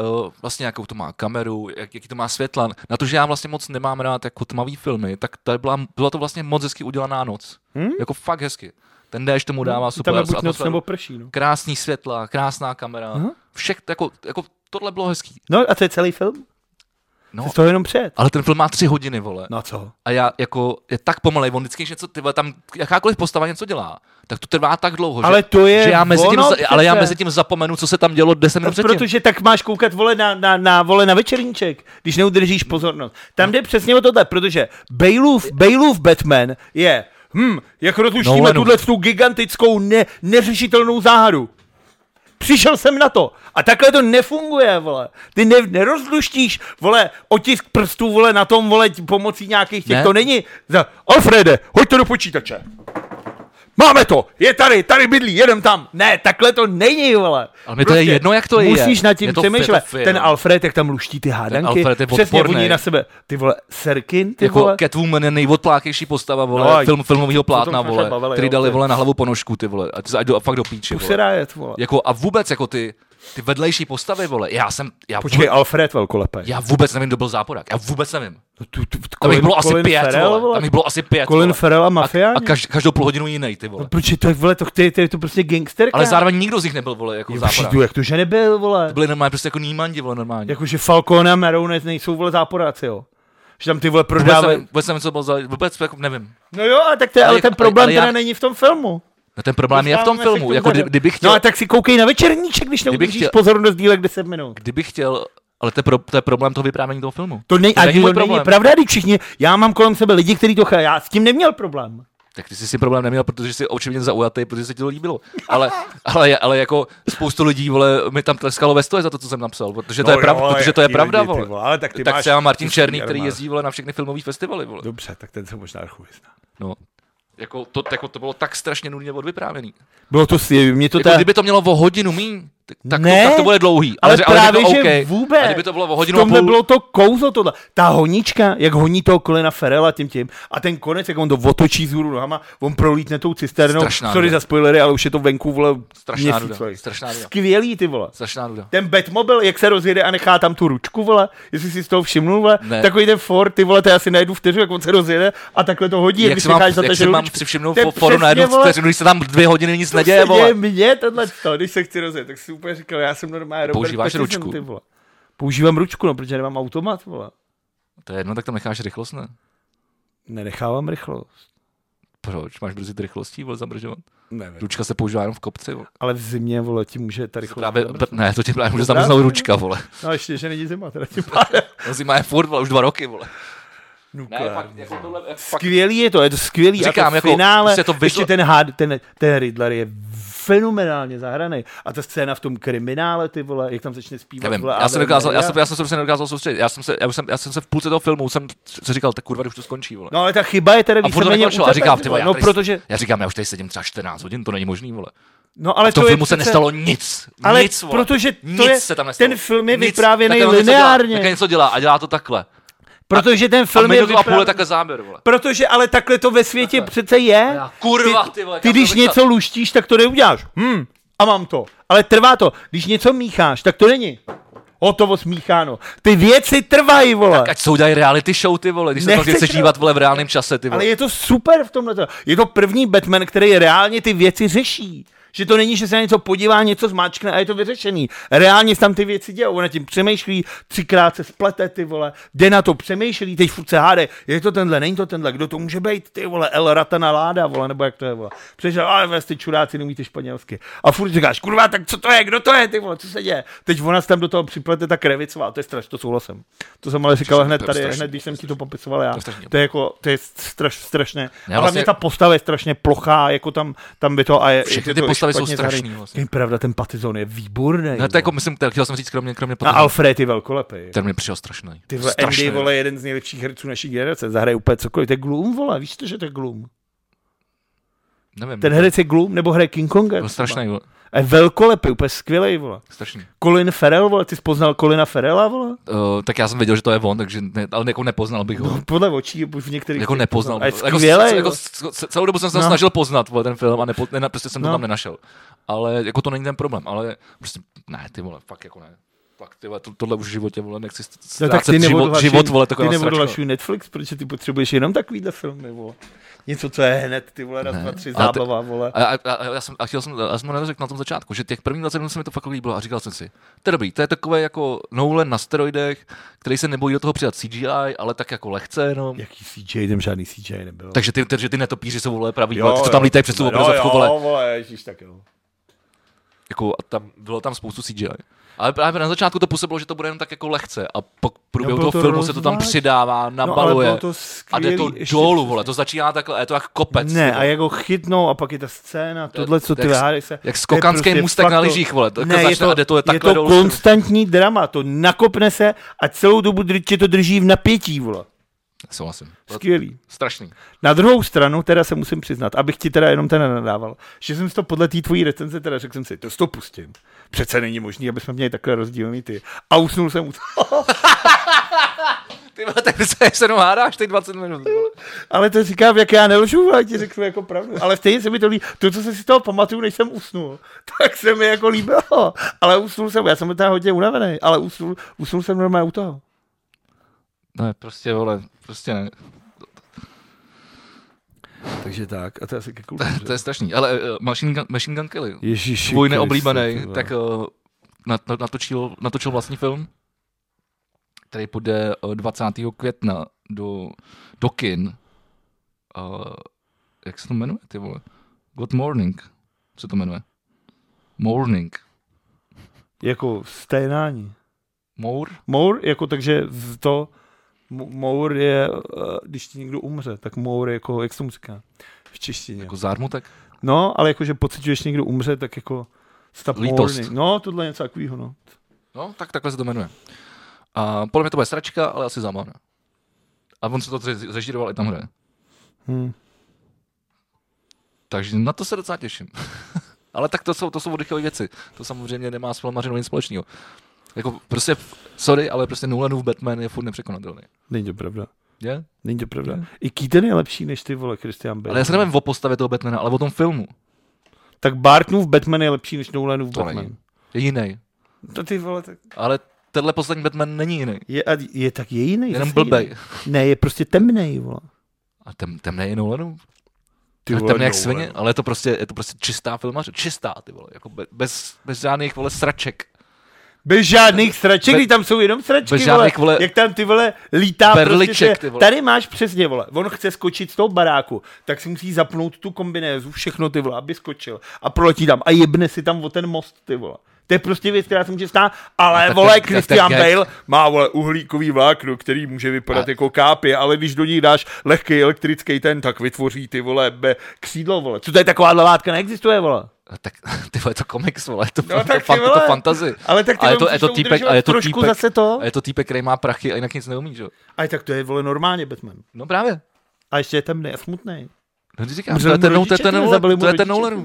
[SPEAKER 1] vlastně jakou to má kameru, jak, jaký to má světla. Na to, že já vlastně moc nemám rád jako tmavý filmy, tak tady byla, byla to vlastně moc hezky udělaná noc.
[SPEAKER 2] Hm?
[SPEAKER 1] Jako fakt hezky. Ten déšť tomu dává super
[SPEAKER 2] Tam je buď noc
[SPEAKER 1] atmosféru.
[SPEAKER 2] nebo prší. No.
[SPEAKER 1] Krásný světla, krásná kamera.
[SPEAKER 2] Aha.
[SPEAKER 1] Všech, jako, jako, tohle bylo hezký.
[SPEAKER 2] no a to je celý film?
[SPEAKER 1] No,
[SPEAKER 2] No. Z toho jenom před.
[SPEAKER 1] ale ten film má tři hodiny, vole.
[SPEAKER 2] No a co?
[SPEAKER 1] A já jako, je tak pomalej, on vždycky něco, ty vole, tam jakákoliv postava něco dělá, tak to trvá tak dlouho,
[SPEAKER 2] Ale
[SPEAKER 1] že,
[SPEAKER 2] to je
[SPEAKER 1] že já mezi tím,
[SPEAKER 2] ono
[SPEAKER 1] za- ale já
[SPEAKER 2] přece.
[SPEAKER 1] mezi tím zapomenu, co se tam dělo 10 minut předtím.
[SPEAKER 2] Protože tak máš koukat vole na, na, na, vole na večerníček, když neudržíš pozornost. Tam jde přesně o tohle, protože Bailův, Bailův Batman je hm, jak rozluštíme
[SPEAKER 1] Nolanu.
[SPEAKER 2] tuhle tu gigantickou ne, neřešitelnou záhadu. Přišel jsem na to. A takhle to nefunguje, vole. Ty ne, nerozluštíš, vole, otisk prstů, vole, na tom, vole, t- pomocí nějakých těch. Ne.
[SPEAKER 1] Ne.
[SPEAKER 2] To není. Za, Alfrede, hoď to do počítače. Máme to, je tady, tady bydlí, jedem tam. Ne, takhle to není, vole. Prostě
[SPEAKER 1] Ale mi to je jedno, jak to je.
[SPEAKER 2] Musíš nad tím
[SPEAKER 1] Je to- je to
[SPEAKER 2] přemýšlet.
[SPEAKER 1] fair.
[SPEAKER 2] Ten Alfred, jak tam luští ty hádanky.
[SPEAKER 1] Alfred je
[SPEAKER 2] přesně,
[SPEAKER 1] odpornej.
[SPEAKER 2] oni na sebe. Ty vole, Serkin, ty
[SPEAKER 1] Jako
[SPEAKER 2] vole.
[SPEAKER 1] Catwoman je nejodplákejší postava,
[SPEAKER 2] No
[SPEAKER 1] vole,
[SPEAKER 2] a-
[SPEAKER 1] no, film, filmového
[SPEAKER 2] O
[SPEAKER 1] plátna,
[SPEAKER 2] tom jsme se
[SPEAKER 1] vole,
[SPEAKER 2] bavili,
[SPEAKER 1] bavili, který
[SPEAKER 2] jo,
[SPEAKER 1] dali,
[SPEAKER 2] ty.
[SPEAKER 1] vole, na hlavu ponožku, ty vole, ať, ať do, fakt do píče,
[SPEAKER 2] Pusy
[SPEAKER 1] vole.
[SPEAKER 2] Riot, vole.
[SPEAKER 1] Jako, a vůbec, jako ty, ty vedlejší postavy, vole, já jsem, já,
[SPEAKER 2] Počkej,
[SPEAKER 1] vůbec,
[SPEAKER 2] Alfred velkolepý.
[SPEAKER 1] já vůbec nevím, kdo byl záporák, já vůbec nevím.
[SPEAKER 2] No, tu, tu,
[SPEAKER 1] Tam jich bylo asi
[SPEAKER 2] Colin
[SPEAKER 1] pět,
[SPEAKER 2] Farrell,
[SPEAKER 1] vole, tam jich bylo asi pět,
[SPEAKER 2] Colin
[SPEAKER 1] vole.
[SPEAKER 2] Farrell a
[SPEAKER 1] A,
[SPEAKER 2] Mafia?
[SPEAKER 1] a kaž, každou půl hodinu jiný, ty vole.
[SPEAKER 2] No, proč je to, vole, to, to, je, to, je to prostě gangsterka.
[SPEAKER 1] Ale zároveň nikdo z nich nebyl, vole, jako záporák.
[SPEAKER 2] Přidu, jak to, že nebyl, vole.
[SPEAKER 1] Byli normálně prostě jako nímandi, vole, normálně.
[SPEAKER 2] Jakože Falcone a Maroonez nejsou, vole, záporáci, jo. Že tam ty, vole,
[SPEAKER 1] Vůbec
[SPEAKER 2] prodávají.
[SPEAKER 1] nevím, vůbec nevím, co byl za, vůbec jako nevím.
[SPEAKER 2] No jo, a tak to je,
[SPEAKER 1] Ale
[SPEAKER 2] ale
[SPEAKER 1] jak-
[SPEAKER 2] ten
[SPEAKER 1] ale-
[SPEAKER 2] problém
[SPEAKER 1] ale já-
[SPEAKER 2] teda není v tom filmu.
[SPEAKER 1] No ten problém je v tom
[SPEAKER 2] Dostáváme se k
[SPEAKER 1] filmu,
[SPEAKER 2] tomu
[SPEAKER 1] jako kdy-
[SPEAKER 2] tady.
[SPEAKER 1] kdyby
[SPEAKER 2] No a
[SPEAKER 1] chtěl,
[SPEAKER 2] tak si koukej na večerníček, když neudržíš
[SPEAKER 1] chtěl-
[SPEAKER 2] pozornost dílek 10 minut.
[SPEAKER 1] kdyby chtěl, ale to je, pro, to je problém toho vyprávění toho filmu.
[SPEAKER 2] To, nej,
[SPEAKER 1] To
[SPEAKER 2] a
[SPEAKER 1] není
[SPEAKER 2] to
[SPEAKER 1] můj
[SPEAKER 2] není
[SPEAKER 1] problém.
[SPEAKER 2] pravda, když všichni, já mám kolem sebe lidi, kteří to chápou, já s tím neměl problém.
[SPEAKER 1] Tak ty jsi si problém neměl, protože jsi očividně zaujatý, protože se ti to líbilo. Ale, ale, ale jako spoustu lidí vole, mi tam tleskalo ve stoje za to, co jsem napsal, protože to,
[SPEAKER 2] No
[SPEAKER 1] je, prav,
[SPEAKER 2] jo, ale
[SPEAKER 1] protože to je
[SPEAKER 2] jaký
[SPEAKER 1] pravda.
[SPEAKER 2] lidi, ty
[SPEAKER 1] Vole.
[SPEAKER 2] vole, ale tak ty
[SPEAKER 1] tak
[SPEAKER 2] máš prostě
[SPEAKER 1] třeba Martin
[SPEAKER 2] tlustý
[SPEAKER 1] Černý, který
[SPEAKER 2] armád.
[SPEAKER 1] jezdí vole, na všechny filmové festivaly. Vole.
[SPEAKER 2] Dobře, tak ten se možná chuj zná.
[SPEAKER 1] No. Jako to, jako to bylo tak strašně nudně odvyprávěný.
[SPEAKER 2] Bylo to, si- mě to
[SPEAKER 1] Jako,
[SPEAKER 2] ta...
[SPEAKER 1] kdyby to mělo o hodinu míň, tak, tak,
[SPEAKER 2] Ne,
[SPEAKER 1] to, tak to bude dlouhý.
[SPEAKER 2] Ale,
[SPEAKER 1] že-
[SPEAKER 2] právě,
[SPEAKER 1] by to,
[SPEAKER 2] že
[SPEAKER 1] OK.
[SPEAKER 2] vůbec.
[SPEAKER 1] A kdyby to bylo o hodinu
[SPEAKER 2] v
[SPEAKER 1] a
[SPEAKER 2] tomhle
[SPEAKER 1] půl,
[SPEAKER 2] bylo to kouzlo tohle. Ta honička, jak honí toho Kolena Ferela tím tím a ten konec, jak on to otočí z hůru nohama, on prolítne tou cisternou.
[SPEAKER 1] Strašná
[SPEAKER 2] Sorry
[SPEAKER 1] nuda.
[SPEAKER 2] za spoilery, ale už je to venku, vole,
[SPEAKER 1] Strašná
[SPEAKER 2] měsíc,
[SPEAKER 1] nuda,
[SPEAKER 2] vole.
[SPEAKER 1] strašná nuda.
[SPEAKER 2] Skvělý, ty vole.
[SPEAKER 1] strašná nuda.
[SPEAKER 2] Ten Batmobil, jak se rozjede a nechá tam tu ručku, vole, jestli si z toho všimnul, vole,
[SPEAKER 1] Ne.
[SPEAKER 2] takový ten Ford, ty vole, to já si najdu vteřinu, jak on se rozjede a takhle to hodí,
[SPEAKER 1] Jak
[SPEAKER 2] když
[SPEAKER 1] si mám,
[SPEAKER 2] necháš
[SPEAKER 1] jak si
[SPEAKER 2] zataženou
[SPEAKER 1] mám
[SPEAKER 2] ručku.
[SPEAKER 1] si všimnout
[SPEAKER 2] To je
[SPEAKER 1] foru na jednu
[SPEAKER 2] přesně, vole,
[SPEAKER 1] vteřinu, když se tam dvě hodiny nic
[SPEAKER 2] to
[SPEAKER 1] neděje,
[SPEAKER 2] se
[SPEAKER 1] vole.
[SPEAKER 2] děje mně tohle to, když se chci rozjet, tak si úplně říkal, já jsem normálně Robert
[SPEAKER 1] Používáš
[SPEAKER 2] Pattinson,
[SPEAKER 1] ručku?
[SPEAKER 2] Ty vole. Používám ručku, no, protože nemám automat, vole.
[SPEAKER 1] To je jedno, tak tam necháš rychlost, ne?
[SPEAKER 2] Nenechávám rychlost.
[SPEAKER 1] Proč? Máš brzdit rychlostí, vole, zamržovat?
[SPEAKER 2] Nevím.
[SPEAKER 1] Ručka se používá jenom v kopci, vole.
[SPEAKER 2] Ale v zimě, vole, ti může ta rychlost.
[SPEAKER 1] Právě,
[SPEAKER 2] zamrznout.
[SPEAKER 1] ne, to tě právě může
[SPEAKER 2] Dobrá.
[SPEAKER 1] zamrznout ručka, vole.
[SPEAKER 2] No a ještě, že není zima, teda tím pádem.
[SPEAKER 1] No zima je furt, vole, už dva roky, vole. Ne, fakt,
[SPEAKER 2] Nukleární.
[SPEAKER 1] jako tohle, jako fakt,
[SPEAKER 2] Skvělý je to, je to skvělý. a
[SPEAKER 1] Říkám,
[SPEAKER 2] to
[SPEAKER 1] jako,
[SPEAKER 2] finále,
[SPEAKER 1] prostě to vyšlo-
[SPEAKER 2] ještě ten, had, ten, ten Riddler je fenomenálně zahraný. A ta scéna v tom kriminále, ty vole, jak tam začne zpívat.
[SPEAKER 1] nevím,
[SPEAKER 2] vole,
[SPEAKER 1] já jsem,
[SPEAKER 2] Ave
[SPEAKER 1] dokázal, já,
[SPEAKER 2] Maria.
[SPEAKER 1] jsem, já jsem se prostě nedokázal soustředit. Já jsem se, já jsem, já jsem se v půlce toho filmu jsem se říkal, tak kurva, když to skončí, vole.
[SPEAKER 2] No ale ta chyba je teda
[SPEAKER 1] a furt to
[SPEAKER 2] víceméně
[SPEAKER 1] nekončilo a říkám, ty vole, já,
[SPEAKER 2] no,
[SPEAKER 1] tady-
[SPEAKER 2] protože,
[SPEAKER 1] já říkám, já už tady sedím třeba 14 hodin, to není možný, vole.
[SPEAKER 2] no, ale
[SPEAKER 1] V tom
[SPEAKER 2] to je
[SPEAKER 1] filmu se
[SPEAKER 2] přece-
[SPEAKER 1] nestalo nic,
[SPEAKER 2] Ale
[SPEAKER 1] nic, vole.
[SPEAKER 2] protože to
[SPEAKER 1] nic
[SPEAKER 2] je-
[SPEAKER 1] se tam nestalo.
[SPEAKER 2] ten film je
[SPEAKER 1] Nic.
[SPEAKER 2] vyprávěný
[SPEAKER 1] Takhle on něco dělá,
[SPEAKER 2] lineárně.
[SPEAKER 1] Takhle něco dělá a dělá to takhle.
[SPEAKER 2] Protože ten
[SPEAKER 1] A
[SPEAKER 2] film je
[SPEAKER 1] minutu a půl
[SPEAKER 2] vyprávěný-
[SPEAKER 1] je takhle záběr, vole.
[SPEAKER 2] Protože ale takhle to ve světě
[SPEAKER 1] Takhle.
[SPEAKER 2] přece je.
[SPEAKER 1] Já, kurva, ty vole,
[SPEAKER 2] Ty
[SPEAKER 1] kam
[SPEAKER 2] když
[SPEAKER 1] to bych
[SPEAKER 2] něco luštíš, tak to neuděláš. Hm, a mám to. Ale trvá to. Když něco mícháš, tak to není. Hotovo smícháno. Ty věci trvají, vole.
[SPEAKER 1] Ať se udělají reality show, ty vole, když se to
[SPEAKER 2] Nechceš
[SPEAKER 1] chceš
[SPEAKER 2] to-
[SPEAKER 1] dívat, vole, v reálném čase, ty vole.
[SPEAKER 2] Ale je to super v tomhle. Je to první Batman, který reálně ty věci řeší. Že to není, že se na něco podívá, něco zmáčkne a je to vyřešený. Reálně se tam ty věci dějou. Ona tím přemýšlí, třikrát se splete ty vole, jde na to, přemýšlí, teď furt se háde, je to tenhle, není to tenhle, kdo to může být, ty vole, El Ratana Láda, vole, nebo jak to je, vole. Přežel, ale vás ty čuráci neumíte španělsky. A furt říkáš, kurva, tak co to je, kdo to je, ty vole, co se děje. Teď ona se tam do toho připlete ta krevicová, to je strašně, to souhlasím. To jsem ale říkal
[SPEAKER 1] Strašný,
[SPEAKER 2] hned
[SPEAKER 1] to je
[SPEAKER 2] tady,
[SPEAKER 1] strašný.
[SPEAKER 2] hned když jsem ti to popisoval já.
[SPEAKER 1] je strašný.
[SPEAKER 2] To je jako, to je straš, strašné.
[SPEAKER 1] Ne,
[SPEAKER 2] a hlavně
[SPEAKER 1] vlastně-
[SPEAKER 2] ta postava je strašně plochá, jako tam, tam by to a je,
[SPEAKER 1] Všechny
[SPEAKER 2] je
[SPEAKER 1] ty
[SPEAKER 2] to i
[SPEAKER 1] postavy jsou
[SPEAKER 2] špatně
[SPEAKER 1] strašný
[SPEAKER 2] zahraný.
[SPEAKER 1] vlastně.
[SPEAKER 2] Je pravda, ten Patizon je výborný.
[SPEAKER 1] Ne,
[SPEAKER 2] vole.
[SPEAKER 1] to jako, myslím, to chtěl jsem říct, kromě, kromě
[SPEAKER 2] a
[SPEAKER 1] potom,
[SPEAKER 2] Alfred je velkolepý.
[SPEAKER 1] ten mi přišel strašný.
[SPEAKER 2] Ty vole,
[SPEAKER 1] strašný.
[SPEAKER 2] Andy, vole, jeden z nejlepších herců naší generace, zahraje úplně cokoliv. To je Gloom, vole, víš to, že to je Gloom?
[SPEAKER 1] Nevím,
[SPEAKER 2] Ten herec je Gloom, nebo hraje King Konga.
[SPEAKER 1] byl No, strašný, vole,
[SPEAKER 2] A je velkolepý, úplně skvělej, vole.
[SPEAKER 1] strašný.
[SPEAKER 2] Colin Farrell, vole, ty jsi poznal Colina Farrella, vole?
[SPEAKER 1] Uh, tak já jsem věděl, že to je on, takže ne, ale jako nepoznal bych ho.
[SPEAKER 2] No, podle očí, už v některých...
[SPEAKER 1] jako nepoznal.
[SPEAKER 2] A je
[SPEAKER 1] jako,
[SPEAKER 2] skvělej,
[SPEAKER 1] jako,
[SPEAKER 2] vole.
[SPEAKER 1] c- celou dobu jsem se
[SPEAKER 2] No.
[SPEAKER 1] no. snažil poznat vole, ten film a nepo, ne, prostě jsem to
[SPEAKER 2] No.
[SPEAKER 1] tam nenašel. Ale jako to není ten problém, ale prostě ne, ty vole, fakt jako ne. Fakt, ty vole, to, tohle už v životě, vole, nechci st-
[SPEAKER 2] No, tak
[SPEAKER 1] ztrácet
[SPEAKER 2] ty
[SPEAKER 1] život,
[SPEAKER 2] neodhlašuj,
[SPEAKER 1] život, vole, jako
[SPEAKER 2] ty
[SPEAKER 1] taková sračka.
[SPEAKER 2] neodhlašuj Netflix, protože ty potřebuješ jenom takovýhle filmy, vole. Něco, co je hned, ty vole, raz,
[SPEAKER 1] Ne,
[SPEAKER 2] dva, tři,
[SPEAKER 1] ale ty-
[SPEAKER 2] zábava, vole.
[SPEAKER 1] A, a, a, a, já jsem, a chtěl jsem, a jsem mu neřekl na tom začátku, že těch prvních 20 minut se mi to fakt líbilo a říkal jsem si, to je dobrý, to je takové jako Nolan na steroidech, který se nebojí do toho přidat CGI, ale tak jako lehce jenom.
[SPEAKER 2] Jaký CJ, tam žádný CJ nebyl.
[SPEAKER 1] Takže ty,
[SPEAKER 2] No,
[SPEAKER 1] ty, že ty netopíři jsou vole pravý, vole, ty, co tam lítají přes tu obrazovku, vole,
[SPEAKER 2] vole, ježíš, tak jo.
[SPEAKER 1] Jako, a tam, bylo tam spoustu CGI. Ale právě na začátku to působilo, že to bude jen tak jako lehce a pak v průběhu
[SPEAKER 2] No,
[SPEAKER 1] toho
[SPEAKER 2] bylo to
[SPEAKER 1] filmu se to tam
[SPEAKER 2] rozvlášť.
[SPEAKER 1] přidává, nabaluje
[SPEAKER 2] bylo to
[SPEAKER 1] a jde
[SPEAKER 2] skvělý,
[SPEAKER 1] to
[SPEAKER 2] ještě
[SPEAKER 1] dolů,
[SPEAKER 2] přesně.
[SPEAKER 1] vole, to začíná takhle, a je to jak kopec.
[SPEAKER 2] Ne,
[SPEAKER 1] vole.
[SPEAKER 2] a jak ho chytnou a pak je ta scéna, tohle, co ty
[SPEAKER 1] jak-
[SPEAKER 2] hádej se.
[SPEAKER 1] jak skokanský
[SPEAKER 2] to je prostě
[SPEAKER 1] můstek
[SPEAKER 2] fakt
[SPEAKER 1] na
[SPEAKER 2] to-
[SPEAKER 1] lyžích, vole, to jako
[SPEAKER 2] ne, je
[SPEAKER 1] začne
[SPEAKER 2] to,
[SPEAKER 1] a jde to
[SPEAKER 2] je
[SPEAKER 1] takhle
[SPEAKER 2] to
[SPEAKER 1] dolů.
[SPEAKER 2] konstantní drama, to nakopne se a celou dobu dr- tě to drží v napětí, vole.
[SPEAKER 1] Souhlasím. To je
[SPEAKER 2] Skvělý.
[SPEAKER 1] Strašný.
[SPEAKER 2] Na druhou stranu, teda se musím přiznat, abych ti teda jenom ten nenadával, že jsem si to podle té tvojí recenze teda řekl jsem si, to si to pustím. Přece není možný, aby jsme měli takhle rozdílný ty. A usnul jsem u toho.
[SPEAKER 1] Ty vole, tak se se jenom hádáš teď 20 minut. vole.
[SPEAKER 2] Ale to říkám, jak já nelžu, a ti řeknu jako pravdu. Ale stejně se mi to líbí. To, co se si z toho pamatuju, než jsem usnul, tak se mi jako líbilo. Ale usnul jsem, já jsem byl teda hodně unavený, ale usnul, usnul jsem normálně u toho.
[SPEAKER 1] Ne, prostě, vole, prostě ne.
[SPEAKER 2] Takže tak, a to je asi ke
[SPEAKER 1] To je strašný. Ale uh, Machine, Gun, Machine Gun Kelly,
[SPEAKER 2] Ježíš.
[SPEAKER 1] tvůj neoblíbený, tak uh, nat, nat- natočil, natočil vlastní film, který půjde eh, 20. května do, do kin. Uh, jak se to jmenuje, ty vole? Good Morning. Co to jmenuje? Morning.
[SPEAKER 2] Jako stejnání.
[SPEAKER 1] Mour?
[SPEAKER 2] Mour, jako takže v to, m- Mour je, eh, když ti někdo umře, tak Mour je jako, jak se tomu říká, v češtině.
[SPEAKER 1] Jako zármutek?
[SPEAKER 2] No, ale jako, že pociťuješ někdo umře, tak jako stav
[SPEAKER 1] Lítost.
[SPEAKER 2] mourny. No, tohle je něco takového, no.
[SPEAKER 1] No, tak takhle se to jmenuje. A podle mě to bude sračka, ale asi zábavné. A on se to zre- zrežíroval i tam hraje.
[SPEAKER 2] Hm.
[SPEAKER 1] Takže na to se docela těším. ale tak to jsou, to jsou oddychové věci. To samozřejmě nemá s filmařinou nic společného. Jako prostě, sorry, ale prostě Nolanův Batman je furt nepřekonatelný.
[SPEAKER 2] Není to pravda.
[SPEAKER 1] Je?
[SPEAKER 2] Není to pravda. Hm. I Keaton je lepší než ty vole Christian Bale.
[SPEAKER 1] Ale já se nevím o postavě toho Batmana, ale o tom filmu.
[SPEAKER 2] Tak Bartnův Batman je lepší než Nolanův
[SPEAKER 1] To
[SPEAKER 2] Batman.
[SPEAKER 1] není. Je jiný.
[SPEAKER 2] To ty vole, tak...
[SPEAKER 1] Ale tenhle poslední Batman není jiný.
[SPEAKER 2] Je, a je tak je jiný.
[SPEAKER 1] Jenom
[SPEAKER 2] zase
[SPEAKER 1] blbej.
[SPEAKER 2] jiný. Ne, je prostě temnej, vole.
[SPEAKER 1] A tam, tam je Nolanův.
[SPEAKER 2] Ty
[SPEAKER 1] tam je jak
[SPEAKER 2] Nolan.
[SPEAKER 1] svině, ale je to prostě, je to prostě čistá filmaře. Čistá, ty vole. Jako be- bez, bez žádných, vole, sraček.
[SPEAKER 2] Bez žádných sraček,
[SPEAKER 1] Be-
[SPEAKER 2] když tam jsou jenom sračky,
[SPEAKER 1] bez žádných,
[SPEAKER 2] vole.
[SPEAKER 1] vole,
[SPEAKER 2] Jak tam ty vole lítá
[SPEAKER 1] berliček,
[SPEAKER 2] prostě,
[SPEAKER 1] ty
[SPEAKER 2] ty,
[SPEAKER 1] vole.
[SPEAKER 2] Tady máš přesně, vole, on chce skočit z toho baráku, tak si musí zapnout tu kombinézu, všechno ty vole, aby skočil. A proletí tam a jebne si tam o ten most, ty vole. To je prostě věc, která se může stát, ale
[SPEAKER 1] A tak
[SPEAKER 2] vole,
[SPEAKER 1] jak-
[SPEAKER 2] Christian
[SPEAKER 1] tak jak-
[SPEAKER 2] Bale má vole uhlíkový vlákno, který může vypadat
[SPEAKER 1] A-
[SPEAKER 2] jako kápě, ale když do ní dáš lehký elektrický ten, tak vytvoří ty vole be, křídlo, vole. Co to je taková látka, neexistuje, vole.
[SPEAKER 1] A tak ty vole, je to komiks, vole, je to, no,
[SPEAKER 2] tak
[SPEAKER 1] to,
[SPEAKER 2] ty
[SPEAKER 1] fan, je to
[SPEAKER 2] vole.
[SPEAKER 1] fantazy.
[SPEAKER 2] Ale tak ty
[SPEAKER 1] a je
[SPEAKER 2] vole,
[SPEAKER 1] to, je
[SPEAKER 2] musíš
[SPEAKER 1] to
[SPEAKER 2] to
[SPEAKER 1] týpek,
[SPEAKER 2] udržovat
[SPEAKER 1] a je to
[SPEAKER 2] trošku
[SPEAKER 1] týpek,
[SPEAKER 2] zase to.
[SPEAKER 1] A je to týpek, který má prachy a jinak nic neumí, že? jo?
[SPEAKER 2] A tak to je vole normálně Batman.
[SPEAKER 1] No právě.
[SPEAKER 2] A ještě je temný a smutný.
[SPEAKER 1] No ty říkám, to je ten, to je ten Nolan, to je ten Nolan,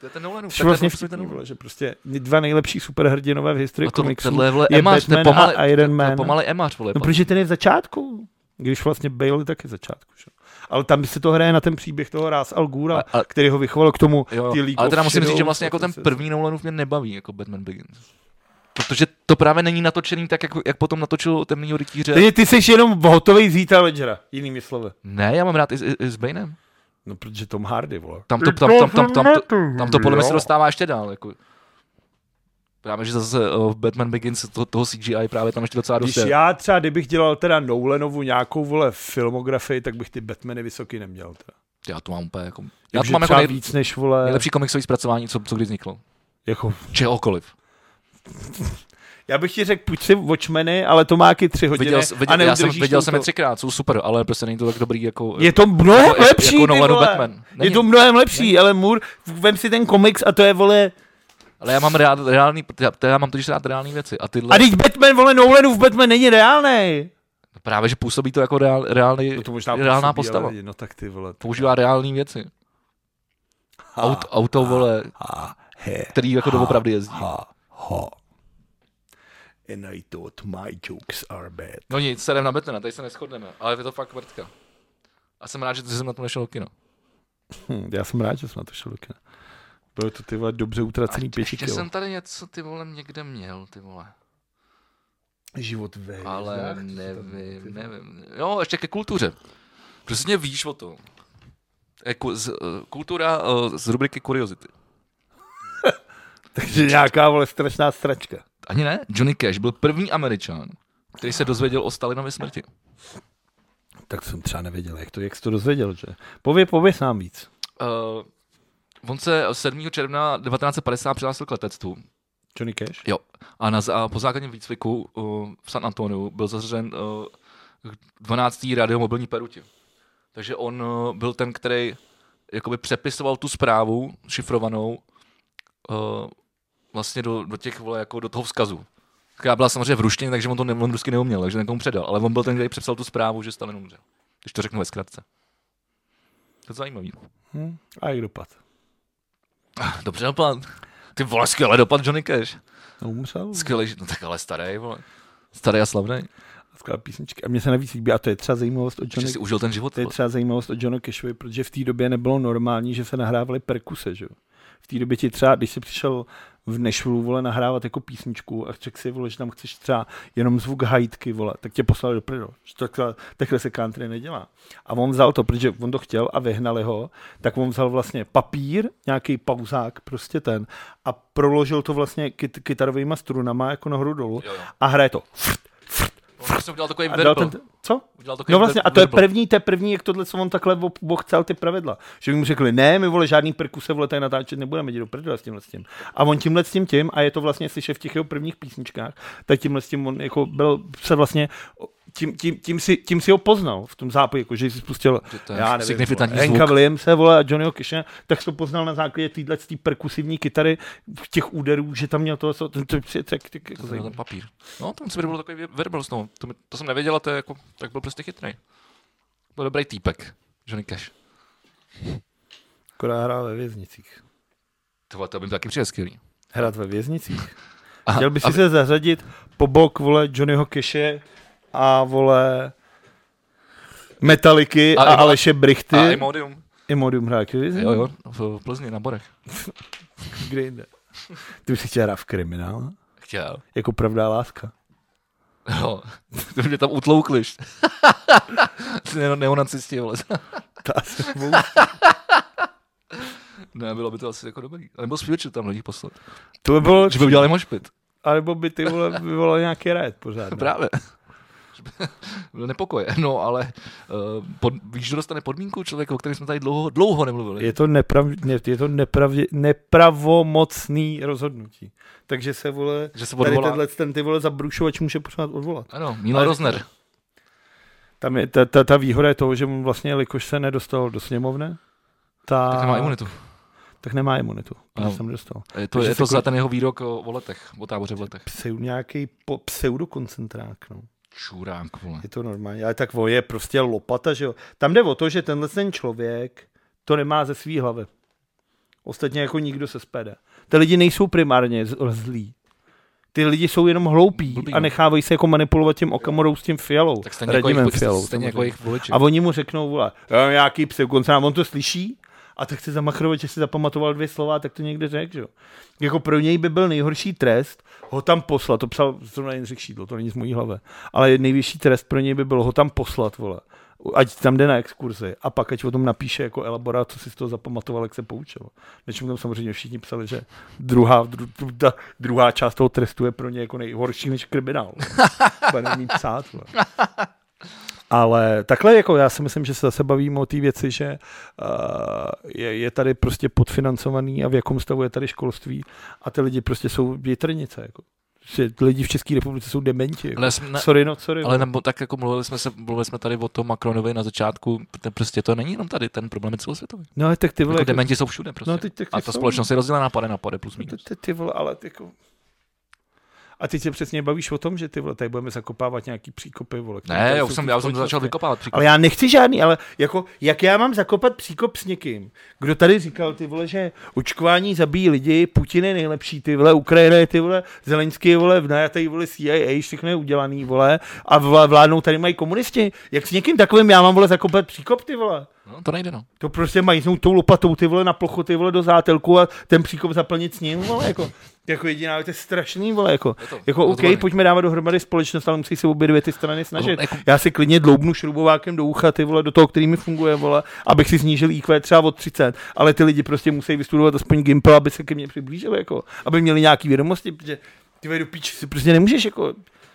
[SPEAKER 1] to je ten Nolan,
[SPEAKER 2] Což vlastně vtipný, vole, že prostě dva nejlepší superhrdinové v historii
[SPEAKER 1] a to,
[SPEAKER 2] komiksu
[SPEAKER 1] tenhle, vole,
[SPEAKER 2] je
[SPEAKER 1] Emář, to je
[SPEAKER 2] Batman
[SPEAKER 1] pomalej,
[SPEAKER 2] a Iron Man.
[SPEAKER 1] pomalej Emář, vole,
[SPEAKER 2] no, protože ten je v začátku. Když vlastně Bale je taky v začátku. Že? Ale tam se to hraje na ten příběh toho Rás Al Ghura,
[SPEAKER 1] A- a-
[SPEAKER 2] který ho vychoval k tomu
[SPEAKER 1] jo,
[SPEAKER 2] ty League
[SPEAKER 1] ale
[SPEAKER 2] of
[SPEAKER 1] teda musím říct, že
[SPEAKER 2] Shadows,
[SPEAKER 1] vlastně jako ten
[SPEAKER 2] se-
[SPEAKER 1] první Nolanův mě nebaví, jako Batman Begins. Protože to právě není natočený tak, jak, jak potom natočil Temnýho rytíře.
[SPEAKER 2] Takže ty jsi jenom hotový z Heatha Ledgera, jinými slovy.
[SPEAKER 1] Ne, já mám rád i, s- i, i s Banem.
[SPEAKER 2] No, protože Tom Hardy, vole.
[SPEAKER 1] Tam to, tam, tam, tam, tam, tam, tam to podle
[SPEAKER 2] Hmm,
[SPEAKER 1] mě se dostává ještě dál. Jako. Právě, že zase uh, v Batman Begins to, toho CGI právě tam ještě docela dost
[SPEAKER 2] Když
[SPEAKER 1] je.
[SPEAKER 2] já třeba, kdybych dělal teda Nolanovu nějakou, vole, filmografii, tak bych ty Batmany vysoký neměl. Teda.
[SPEAKER 1] já to mám úplně jako... Já to
[SPEAKER 2] Takže
[SPEAKER 1] mám jako
[SPEAKER 2] třeba
[SPEAKER 1] nej,
[SPEAKER 2] víc než, vole,
[SPEAKER 1] nejlepší komiksový zpracování, co, co kdy vzniklo.
[SPEAKER 2] jako
[SPEAKER 1] Čehokoliv.
[SPEAKER 2] Já bych ti řekl, půjď si Watchmeny, ale to má jaký tři hodiny
[SPEAKER 1] Viděl, s-
[SPEAKER 2] a
[SPEAKER 1] viděl, já jsem,
[SPEAKER 2] neudržíš
[SPEAKER 1] viděl
[SPEAKER 2] to
[SPEAKER 1] jsem je třikrát, jsou super, ale prostě není to tak dobrý jako...
[SPEAKER 2] Je to mnohem
[SPEAKER 1] Jako- jako
[SPEAKER 2] lepší, ty
[SPEAKER 1] Nolanův
[SPEAKER 2] vole.
[SPEAKER 1] Batman.
[SPEAKER 2] Je
[SPEAKER 1] Není.
[SPEAKER 2] to mnohem lepší, ale Moore, vem si ten komiks a to je, vole,
[SPEAKER 1] Ale já mám rád, reální, já, já mám totiž rád reální věci. A tyhle
[SPEAKER 2] a teď Batman, vole, Nolanův Batman není reálný.
[SPEAKER 1] právě, že působí to jako reál, reálný, reálná postava.
[SPEAKER 2] no tak ty vole.
[SPEAKER 1] Používá reální věci.
[SPEAKER 2] Ha,
[SPEAKER 1] Auto, auto vole,
[SPEAKER 2] ha, he,
[SPEAKER 1] který jako doopravdy jezdí.
[SPEAKER 2] ha, ha. And I thought my jokes are bad.
[SPEAKER 1] No nic, se jdem na Batmana, tady se neschodneme, ale je to fakt vrtka. A jsem rád, že jsem na tom nešel do kina.
[SPEAKER 2] Hm, já jsem rád, že jsem na to šel do kina. Bylo to ty vole dobře utracený pěti
[SPEAKER 1] Ještě
[SPEAKER 2] kilo.
[SPEAKER 1] jsem tady něco, ty vole, někde měl, ty vole.
[SPEAKER 2] Život ve
[SPEAKER 1] Ale
[SPEAKER 2] hvězdách, co to tam bylo, ty
[SPEAKER 1] nevím,
[SPEAKER 2] vole?
[SPEAKER 1] nevím. Jo, ještě ke kultuře. Přesně víš o tom. Jako z, eh, kultura eh, z rubriky Curiosity.
[SPEAKER 2] Takže nějaká, vole, strašná stračka.
[SPEAKER 1] Ani ne, Johnny Cash byl první američan, který se dozvěděl o Stalinově smrti.
[SPEAKER 2] Tak jsem třeba nevěděl, jak to, jak jsi to dozvěděl, že? Pově, pověs nám víc.
[SPEAKER 1] Uh, On se 7. června 1950 přihlásil k letectvu
[SPEAKER 2] Johnny Cash?
[SPEAKER 1] Jo. A, na, a po základním výcviku uh, v San Antoniu byl zařazen uh, k 12. radiomobilní peruti. Takže on uh, byl ten, který jakoby přepisoval tu zprávu šifrovanou uh, vlastně do, do těch, vole, jako do toho vzkazu. Já byla samozřejmě v ruštině, takže on to ne, on rusky neuměl, takže někomu předal. Ale on byl ten, který přepsal tu zprávu, že Stalin umřel. Když to řeknu ve zkratce. To je zajímavý.
[SPEAKER 2] Hm? A jak dopad?
[SPEAKER 1] Dobře dopad. Ty vole, skvěle dopad Johnny Cash.
[SPEAKER 2] No, umřel.
[SPEAKER 1] Skvělý, že- no tak ale starý, vole. Starý a slavný.
[SPEAKER 2] Skvělá písnička. A mně se navíc líbí, a to je třeba zajímavost o
[SPEAKER 1] Že
[SPEAKER 2] Johnny
[SPEAKER 1] si užil ten život.
[SPEAKER 2] To je
[SPEAKER 1] vole.
[SPEAKER 2] třeba zajímavost o Johnu Cashovi, protože v té době nebylo normální, že se nahrávaly perkuse, že? jo. V té době ti třeba, když jsi přišel v Nešvilu, vole, nahrávat jako písničku a řekl si, vole, že tam chceš třeba jenom zvuk hajitky, vole, tak tě poslali do prdele. Že Takhle, takhle se country nedělá. A on vzal to, protože on to chtěl a vyhnali ho, tak on vzal vlastně papír, nějaký pauzák, prostě ten, a proložil to vlastně kyt- kytarovými strunama jako nahoru dolů
[SPEAKER 1] Jo, jo.
[SPEAKER 2] a hraje to.
[SPEAKER 1] On prostě udělal takový
[SPEAKER 2] A dal
[SPEAKER 1] verbal.
[SPEAKER 2] ten, co?
[SPEAKER 1] Udělal takový
[SPEAKER 2] No vlastně,
[SPEAKER 1] ver-
[SPEAKER 2] a to je
[SPEAKER 1] verbal.
[SPEAKER 2] první, to je první, jak tohle, co on takhle ob- obchcel ty pravidla. Že mu řekli, ne, my vole žádný perkuse vole tady natáčet nebudeme, jdi do prdele s tímhle s tím. A on tímhle s tím tím, a je to vlastně slyšet v těch jeho prvních písničkách, tak tímhle s tím on jako byl, se vlastně tím, tím, tím, si, tím si ho poznal v tom zápoji, jako že jsi spustil,
[SPEAKER 1] Že to je
[SPEAKER 2] já nevím,
[SPEAKER 1] signifikantní
[SPEAKER 2] vole,
[SPEAKER 1] zvuk.
[SPEAKER 2] Hanka Williamse vole, a Johnnyho Kisha, tak jsi to poznal na základě téhle tý perkusivní kytary, těch úderů, že tam měl to, to, to, to, to, to, to,
[SPEAKER 1] To
[SPEAKER 2] to,
[SPEAKER 1] jsem měl
[SPEAKER 2] to
[SPEAKER 1] ten papír. No, to musí být byl takový vě- verbal snou. To, mi- to jsem nevěděl, a to je jako, tak byl prostě chytrý. Byl dobrý týpek, Johnny Cash.
[SPEAKER 2] Akorát hrál ve věznicích.
[SPEAKER 1] Tohle to by mi taky přijde skvělý.
[SPEAKER 2] Hrát ve věznicích?
[SPEAKER 1] A-
[SPEAKER 2] Chtěl by si
[SPEAKER 1] a-
[SPEAKER 2] se zařadit po bok, vole, Johnnyho Keše a, vole, Metaliky a,
[SPEAKER 1] A
[SPEAKER 2] a
[SPEAKER 1] Imo-
[SPEAKER 2] Aleše Brichty.
[SPEAKER 1] A Imodium.
[SPEAKER 2] Imodium hraje ve věznicích?
[SPEAKER 1] Jo, jo, v v Plzni, na Borech.
[SPEAKER 2] Kde jinde? Ty bys chtěl hrát v kriminál?
[SPEAKER 1] Chtěl.
[SPEAKER 2] Jako pravdá láska.
[SPEAKER 1] Jo, to mě tam utloukliš. Ty ne- neonacisti, vole.
[SPEAKER 2] To asi budou-
[SPEAKER 1] Ne, bylo by to asi jako dobrý. A nebo spívěčil tam lidi poslat.
[SPEAKER 2] to by bylo,
[SPEAKER 1] Že by udělali mošpit.
[SPEAKER 2] a nebo by ty vole vyvolal nějaký raid pořád. ne?
[SPEAKER 1] Právě. Že by- Byl nepokoje. No, ale uh, pod, víš, kdo dostane podmínku člověka, o kterém jsme tady dlouho, dlouho nemluvili.
[SPEAKER 2] Je to, neprav, ne, je to nepravdě, nepravomocný rozhodnutí. Takže se vole,
[SPEAKER 1] Že se
[SPEAKER 2] tady
[SPEAKER 1] odvolá.
[SPEAKER 2] tenhle ten ty vole zabrušovač může pořád odvolat.
[SPEAKER 1] Ano, Míla
[SPEAKER 2] Ale-
[SPEAKER 1] Rozner.
[SPEAKER 2] Tam je, ta, ta, ta výhoda je toho, že mu vlastně, jelikož se nedostal do sněmovny, ta,
[SPEAKER 1] Tak nemá imunitu.
[SPEAKER 2] Tak nemá imunitu, protože
[SPEAKER 1] Ano.
[SPEAKER 2] jsem nedostal.
[SPEAKER 1] Je to,
[SPEAKER 2] Takže
[SPEAKER 1] je
[SPEAKER 2] se
[SPEAKER 1] to za
[SPEAKER 2] klid-
[SPEAKER 1] ten jeho výrok o, o letech, o táboře v letech.
[SPEAKER 2] Pseu, nějaký po, pseudokoncentrák, no.
[SPEAKER 1] Čuránk, vole.
[SPEAKER 2] Je to normální, ale tak o, je prostě lopata, že jo. Tam jde o to, že tenhle ten člověk to nemá ze svý hlavy. Ostatně jako nikdo se spede. Ty lidi nejsou primárně z- zlí. Ty lidi jsou jenom hloupí
[SPEAKER 1] Blbý,
[SPEAKER 2] a
[SPEAKER 1] no.
[SPEAKER 2] nechávají se jako manipulovat tím okamorou s tím fialou.
[SPEAKER 1] Tak stejně jako, jejich,
[SPEAKER 2] Fialou,
[SPEAKER 1] stejně jako
[SPEAKER 2] samozřejmě.
[SPEAKER 1] jejich voliči.
[SPEAKER 2] A oni mu řeknou, vole, "Jo, nějaký pseudokoncentrát, on to slyší a tak se zamachrovat, že si zapamatoval dvě slova, tak to někde řekl, že jo. Jako pro něj by byl nejhorší trest ho tam poslat, to psal zrovna Jindřich Šídlo, to není z mojí hlavy, ale nejvyšší trest pro něj by byl ho tam poslat, vole. Ať tam jde na exkurzi a pak ať o tom napíše jako elaborát, co si z toho zapamatoval, jak se poučil. Než mu tam samozřejmě všichni psali, že druhá, dru, dru, ta druhá část toho trestu je pro ně jako nejhorší než kriminál. Bude nemí psát. Vole. Ale takhle jako já si myslím, že se zase bavíme o té věci, že eh, je, je tady prostě podfinancovaný a v jakom stavu je tady školství a ty lidi prostě jsou větrnice. Jako. Že ty lidi v České republice jsou dementi. Jako.
[SPEAKER 1] Ale, jsme,
[SPEAKER 2] Sorry, no, sorry.
[SPEAKER 1] ale nebo, tak jako mluvili jsme, se, mluvili jsme tady o tom Macronovi na začátku, ten prostě to není jenom tady, ten problém je celosvětový.
[SPEAKER 2] no, ale tak ty vole,
[SPEAKER 1] Jako
[SPEAKER 2] jako,
[SPEAKER 1] dementi jsou všude prostě.
[SPEAKER 2] no, teď, teď,
[SPEAKER 1] A
[SPEAKER 2] teď
[SPEAKER 1] ta
[SPEAKER 2] jsou.
[SPEAKER 1] společnost je rozdělená pade na pade plus
[SPEAKER 2] No,
[SPEAKER 1] minus.
[SPEAKER 2] Ty, ty, ty vole, ale ty jako... A teď se přesně bavíš o tom, že ty vole, tady budeme zakopávat nějaký příkopy, vole. které
[SPEAKER 1] Ne,
[SPEAKER 2] tady
[SPEAKER 1] já
[SPEAKER 2] jsou
[SPEAKER 1] už
[SPEAKER 2] v
[SPEAKER 1] jsem,
[SPEAKER 2] té
[SPEAKER 1] já už jsem to začal
[SPEAKER 2] společnosti.
[SPEAKER 1] vykopávat.
[SPEAKER 2] Ale já nechci žádný, ale jako, jak já mám zakopat příkop s někým? Kdo tady říkal, ty vole, že očkování zabíjí lidi, Putin je nejlepší, ty vole, Ukrajina je ty vole, Zelenský je vole, v najatej vole CIA, všechno je udělaný, vole, a vla- vládnou tady mají komunisti. Jak s někým takovým já mám, vole, zakopat příkop, ty vole?
[SPEAKER 1] No, to nejde, no.
[SPEAKER 2] To prostě mají znovu tou lopatou ty vole na plochu ty vole do zátelku a ten příkop zaplnit s ním, vole, jako. Jako jediná, to je strašný, vole, jako.
[SPEAKER 1] Je to
[SPEAKER 2] Jako, OK,
[SPEAKER 1] rozvolný.
[SPEAKER 2] pojďme dávat dohromady společnost, ale musí se obě dvě ty strany snažit.
[SPEAKER 1] No, jako-
[SPEAKER 2] Já si klidně dloubnu šrubovákem do ucha, ty vole, do toho, který mi funguje, vole, abych si snížil IQ třeba o 30, ale ty lidi prostě musí vystudovat aspoň Gimple, aby se ke mně přiblížili, jako, aby měli nějaký vědomosti, protože ty vole, do píči si prostě nemůžeš, jako,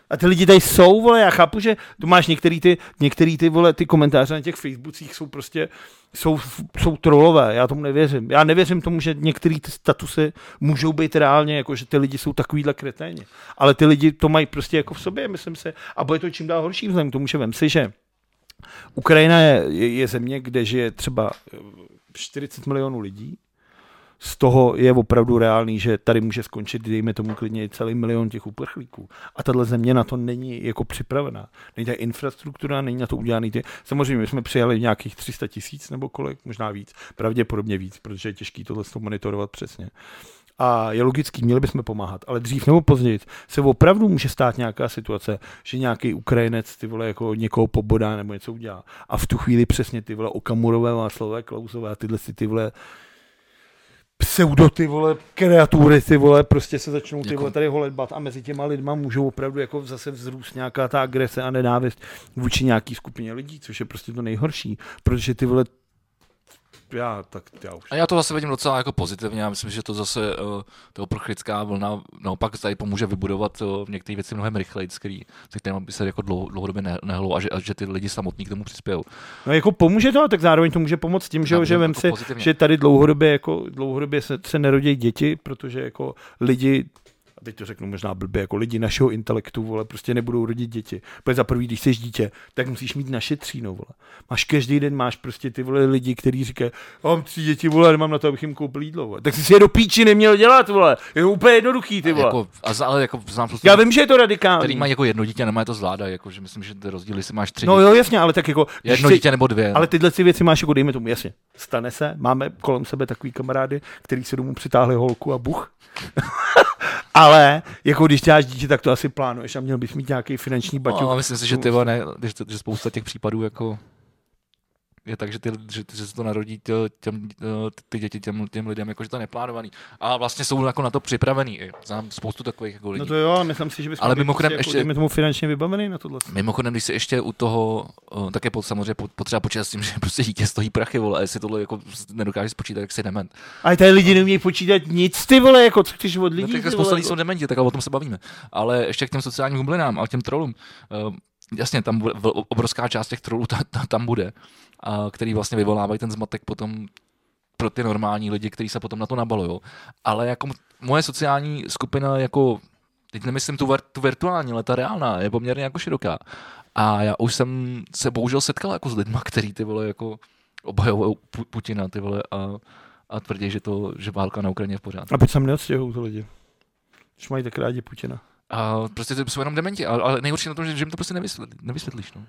[SPEAKER 2] A ty lidi tady jsou, vole, já chápu, že tu máš některý ty, některý ty, vole, ty komentáře na těch Facebookích jsou prostě, jsou, jsou trolové, já tomu nevěřím. Já nevěřím tomu, že některý ty statusy můžou být reálně, jako že ty lidi jsou takovýhle kreténi. Ale ty lidi to mají prostě jako v sobě, myslím si. A bude to čím dál horší vzhledem k tomu, že vem si, že Ukrajina je, je, je země, kde žije třeba eh, 40 milionů lidí, z toho je opravdu reálný, že tady může skončit, dejme tomu klidně, i celý milion těch uprchlíků. A tahle země na to není jako připravená. Není ta infrastruktura, není na to udělaný ty. Samozřejmě, my jsme přijali nějakých 300 tisíc nebo kolik, možná víc, pravděpodobně víc, protože je těžký tohle z toho monitorovat přesně. A je logický, měli bychom pomáhat, ale dřív nebo později se opravdu může stát nějaká situace, že nějaký Ukrajinec ty vole jako někoho pobodá nebo něco udělá. A v tu chvíli přesně ty vole Okamurové, Václavé, Klausové a tyhle si ty vole pseudo ty vole, kreatury ty vole, prostě se začnou ty
[SPEAKER 1] Jako-
[SPEAKER 2] vole tady holedbat a mezi těma lidma můžou opravdu jako zase vzrůst nějaká ta agrese a nenávist vůči nějaký skupině lidí, což je prostě to nejhorší, protože ty vole, já tak já už.
[SPEAKER 1] A já to zase vidím docela jako pozitivně. Já myslím, že to zase uh, ta uprchlická vlna naopak tady pomůže vybudovat uh, některé věci mnohem rychleji, s který, se kterým by se jako dlouho, dlouhodobě ne- nehlou a že, a že ty lidi samotní k tomu přispějou.
[SPEAKER 2] No jako pomůže to, a tak zároveň to může pomoct tím, že,
[SPEAKER 1] Já
[SPEAKER 2] jo,
[SPEAKER 1] to
[SPEAKER 2] že
[SPEAKER 1] beru
[SPEAKER 2] vem
[SPEAKER 1] jako
[SPEAKER 2] si,
[SPEAKER 1] pozitivně.
[SPEAKER 2] že tady dlouhodobě, jako, dlouhodobě se, se nerodí děti, protože jako lidi a teď to řeknu možná blbě, jako lidi našeho intelektu, vole, prostě nebudou rodit děti. Protože za prvý, když jsi dítě, tak musíš mít naše tříno, vole. Máš každý den, máš prostě ty vole lidi, kteří říkají, "Já mám tři děti, vole, nemám na to, abych jim koupil jídlo, vole. Tak jsi si je do píči neměl dělat, vole. Je to úplně jednoduchý, ty vole.
[SPEAKER 1] Jako, a za, ale jako znám prostě,
[SPEAKER 2] Já vím, že je to
[SPEAKER 1] který
[SPEAKER 2] radikální.
[SPEAKER 1] má jako jedno dítě a nemá je to zvládá. Jako, že myslím, že ty rozdíly, jestli máš tři
[SPEAKER 2] No
[SPEAKER 1] no,
[SPEAKER 2] jo, jasně, ale tak jako... když
[SPEAKER 1] jedno
[SPEAKER 2] si-
[SPEAKER 1] dítě nebo dvě.
[SPEAKER 2] ale tyhle ty věci máš jako, dejme tomu, jasně, stane se, máme kolem sebe takový kamarády, který se domů přitáhli holku a buch. Ale jako když děláš dítě, tak to asi plánuješ a měl bys mít nějaký finanční baťu.
[SPEAKER 1] no, a myslím si, že ty vole, ne, že, že spousta těch případů jako je tak, že, ty, že, že se to narodí tě- těm, eh, ty děti těm, těm lidem, jako že to je neplánovaný. A vlastně jsou jako na to připravený. i. Znám spoustu takových jako lidí.
[SPEAKER 2] no to jo, ale myslím si, že bychom
[SPEAKER 1] Ale
[SPEAKER 2] byli
[SPEAKER 1] mimochodem
[SPEAKER 2] prostě,
[SPEAKER 1] ještě-
[SPEAKER 2] jako, dejme tomu finančně vybavený na tohle.
[SPEAKER 1] Mimochodem, když se ještě u toho, eh, tak je pod, samozřejmě pot- potřeba počítat s tím, že prostě dítě stojí prachy, vole, a jestli tohle jako nedokáže spočítat, jak si dement.
[SPEAKER 2] Ale tady lidi neumějí počítat nic, ty vole, jako co chceš od
[SPEAKER 1] No,
[SPEAKER 2] lidí.
[SPEAKER 1] tak
[SPEAKER 2] ty
[SPEAKER 1] spousta
[SPEAKER 2] vole, jako-
[SPEAKER 1] lidí jsou dementi, tak o tom se bavíme. Ale ještě k těm sociálním bublinám a k těm trolům. Eh, Jasně, tam bude, vel- obrovská část těch trolů ta, ta, tam bude, a který vlastně vyvolávají ten zmatek potom pro ty normální lidi, kteří se potom na to nabalují. Ale jako m- moje sociální skupina jako teď nemyslím tu, ver, tu virtuální, ale ta reálná je poměrně jako široká. A já už jsem se bohužel setkal jako s lidma, který ty vole jako obhajují Pu- Putina ty vole a, a tvrdí, že to, že válka na Ukrajině je v pořádku.
[SPEAKER 2] A proč se neodstěhují to lidi? Když mají tak rádi Putina.
[SPEAKER 1] A prostě to jsou jenom dementi, ale, ale nejhorší na tom, že, že jim to prostě nevysvětlí, nevysvětlíš. No.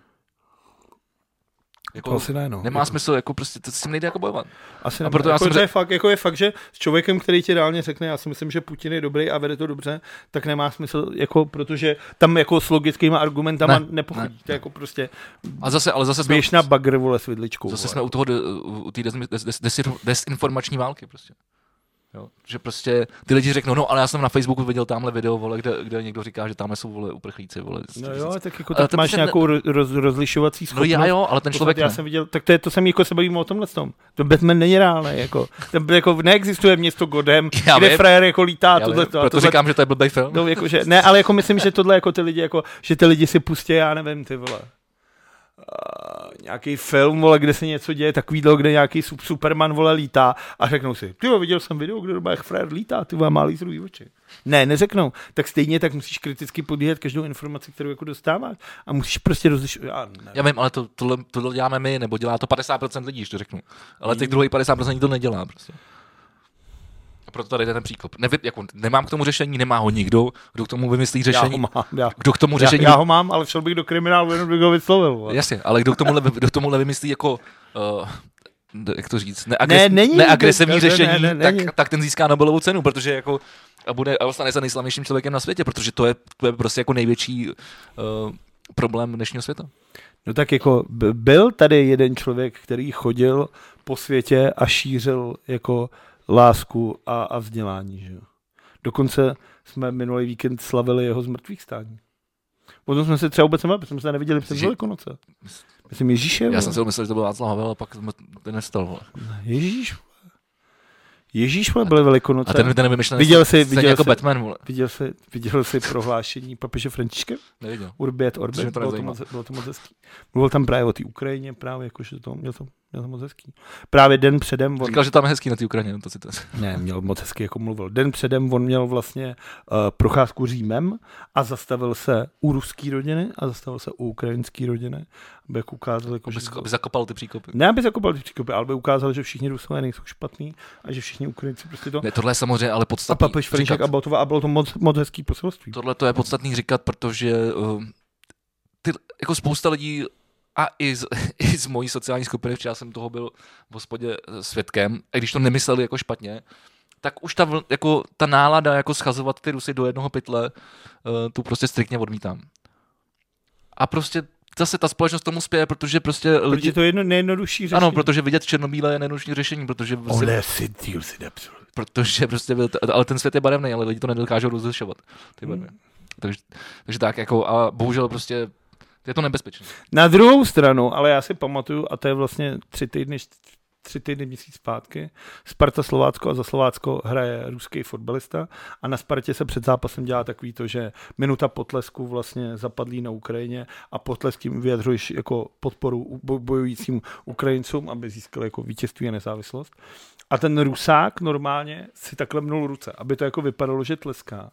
[SPEAKER 1] Jako,
[SPEAKER 2] ne, no.
[SPEAKER 1] nemá smysl, jako prostě to s tím nejde jako bojovat.
[SPEAKER 2] Asi
[SPEAKER 1] A
[SPEAKER 2] a
[SPEAKER 1] proto
[SPEAKER 2] proto
[SPEAKER 1] já
[SPEAKER 2] jako,
[SPEAKER 1] jsem
[SPEAKER 2] to
[SPEAKER 1] řek-
[SPEAKER 2] je fakt, jako je fakt, že s člověkem, který ti reálně řekne, já si myslím, že Putin je dobrý a vede to dobře, tak nemá smysl, jako, protože tam jako s logickými argumentama
[SPEAKER 1] Ne,
[SPEAKER 2] ne, nepochodí.
[SPEAKER 1] ne,
[SPEAKER 2] Ne, to je jako prostě
[SPEAKER 1] A zase, ale zase jsme,
[SPEAKER 2] běžná bagr, vole, s vidličkou.
[SPEAKER 1] zase
[SPEAKER 2] vole.
[SPEAKER 1] jsme u toho, de- u té des, des, des, des- desinformační války prostě. Jo. Že prostě ty lidi řeknou, no ale já jsem na Facebooku viděl tamhle video, vole, kde, kde někdo říká, že tamhle jsou vole uprchlíci, vole.
[SPEAKER 2] No jo, ale tak jako
[SPEAKER 1] Ale
[SPEAKER 2] tak
[SPEAKER 1] to
[SPEAKER 2] máš
[SPEAKER 1] přece ne-
[SPEAKER 2] nějakou ro- roz, rozlišovací
[SPEAKER 1] no
[SPEAKER 2] schopnost.
[SPEAKER 1] já jo, ale ten
[SPEAKER 2] To
[SPEAKER 1] člověk
[SPEAKER 2] fakt já
[SPEAKER 1] ne.
[SPEAKER 2] jsem viděl, tak to je, to jsem jako se bavím o tomhle tom. To Batman není reálný, jako. Tam jako neexistuje město Godem,
[SPEAKER 1] Já
[SPEAKER 2] kde
[SPEAKER 1] vím.
[SPEAKER 2] frajer jako lítá,
[SPEAKER 1] Já
[SPEAKER 2] tohle,
[SPEAKER 1] vím, proto říkám, že to je blbý film.
[SPEAKER 2] No, jakože, ne, ale jako myslím, že tohle jako ty lidi, jako, že ty lidi si pustí, já nevím, ty vole. Uh, nějaký film, vole, kde se něco děje, takový dlo, kde nějaký sup- Superman, vole, lítá a řeknou si, ty jo, viděl jsem video, kde doba jak frajer lítá, ty vole, má lízruvý oči. Ne, neřeknou. Tak stejně tak musíš kriticky podíhat každou informaci, kterou jako dostáváš a musíš prostě rozlišovat. Já, nevím.
[SPEAKER 1] Já vím, ale to, tohle, tohle děláme my, nebo dělá to 50% lidí, když to řeknu. Ale
[SPEAKER 2] Mm.
[SPEAKER 1] těch druhých 50% lidí to nedělá prostě. A proto tady jde ten příklop. Nevy, jako, nemám k tomu řešení, nemá ho nikdo, kdo k tomu vymyslí
[SPEAKER 2] já ho
[SPEAKER 1] řešení.
[SPEAKER 2] mám, já,
[SPEAKER 1] Kdo k tomu
[SPEAKER 2] já,
[SPEAKER 1] řešení...
[SPEAKER 2] já, ho mám, ale šel bych do kriminálu, jenom bych ho vyslovil. Vole.
[SPEAKER 1] Jasně, ale kdo k tomuhle, kdo k tomuhle vymyslí jako... Uh, jak to říct,
[SPEAKER 2] Ne,
[SPEAKER 1] neagres,
[SPEAKER 2] není-
[SPEAKER 1] neagresivní
[SPEAKER 2] ne, ne,
[SPEAKER 1] řešení,
[SPEAKER 2] ne, ne, není.
[SPEAKER 1] tak, tak, ten získá Nobelovu cenu, protože jako a bude a stane se nejslavnějším člověkem na světě, protože to je, to je prostě jako největší uh, problém dnešního světa.
[SPEAKER 2] No tak jako b- byl tady jeden člověk, který chodil po světě a šířil jako lásku a, a vzdělání, že jo. Dokonce jsme minulý víkend slavili jeho zmrtvých stání. O tom jsme se třeba vůbec nemohli, protože jsme se neviděli před
[SPEAKER 1] Že-
[SPEAKER 2] Velikonoce. Myslím Ježíše.
[SPEAKER 1] Já
[SPEAKER 2] vole.
[SPEAKER 1] jsem si myslel, že to byl Václav Havel, a pak to nestal. Vole.
[SPEAKER 2] Ježíš. vole. Ježíš, vole, byly velikonoce.
[SPEAKER 1] A ten, ten nevymyšlený
[SPEAKER 2] Viděl jsi-
[SPEAKER 1] scén- scén
[SPEAKER 2] viděl
[SPEAKER 1] jako
[SPEAKER 2] jsi-
[SPEAKER 1] Batman, vole.
[SPEAKER 2] Viděl jsi, viděl jsi prohlášení papeže Františka?
[SPEAKER 1] Neviděl.
[SPEAKER 2] Urbi et
[SPEAKER 1] Což
[SPEAKER 2] Orbi,
[SPEAKER 1] mě to
[SPEAKER 2] bylo to,
[SPEAKER 1] nezajímá.
[SPEAKER 2] moc, bylo to moc hezký. Mluvil tam právě o té Ukrajině, právě jakože to měl, to měl to moc hezký. Právě den předem, on,
[SPEAKER 1] Říkal, že tam je hezký na té Ukrajině, no to si to
[SPEAKER 2] ne, měl moc hezky, jako mluvil. Den předem on měl vlastně uh, procházku Římem a zastavil se u ruský rodiny a zastavil se u ukrajinský rodiny, aby jako ukázal, jako,
[SPEAKER 1] aby,
[SPEAKER 2] že...
[SPEAKER 1] aby zakopal ty příkopy.
[SPEAKER 2] Ne, aby zakopal ty příkopy, ale aby ukázal, že všichni rusové nejsou špatní a že všichni Ukrajinci prostě to...
[SPEAKER 1] Ne, tohle je samozřejmě ale
[SPEAKER 2] a
[SPEAKER 1] podstatný.
[SPEAKER 2] papež František
[SPEAKER 1] říkat.
[SPEAKER 2] a bylo to, a bylo to moc, moc hezký poselství.
[SPEAKER 1] Tohle to je podstatný říkat, protože uh, ty, jako spousta lidí a i z, i z mojí sociální skupiny, včera jsem toho byl v hospodě eh, svědkem, a když to nemysleli jako špatně, tak už ta, vl- jako, ta nálada jako schazovat ty Rusy do jednoho pytle, eh, tu prostě striktně odmítám. A prostě zase ta společnost tomu spěje, protože prostě lidi...
[SPEAKER 2] Protože to je jedno, nejjednodušší řešení.
[SPEAKER 1] Ano, protože vidět černobílé je nejjednodušší řešení, protože, prostě,
[SPEAKER 2] Ole, si díl si nepsul.
[SPEAKER 1] protože prostě, byl- ale ten svět je barevný, ale lidi to nedokážou rozlišovat, ty barvy.
[SPEAKER 2] Hmm.
[SPEAKER 1] Takže, takže tak, jako, a bohužel prostě je to nebezpečné.
[SPEAKER 2] Na druhou stranu, ale já si pamatuju, a to je vlastně tři týdny, št- tři týdny měsíc zpátky, Sparta Slovácko a za Slovácko hraje ruský fotbalista a na Spartě se před zápasem dělá takový to, že minuta potlesku vlastně zapadlí na Ukrajině a potlesk tím vyjadřuješ jako podporu u- bo- bojujícím Ukrajincům, aby získali jako vítězství a nezávislost. A ten rusák normálně si takhle mnul ruce, aby to jako vypadalo, že tleská.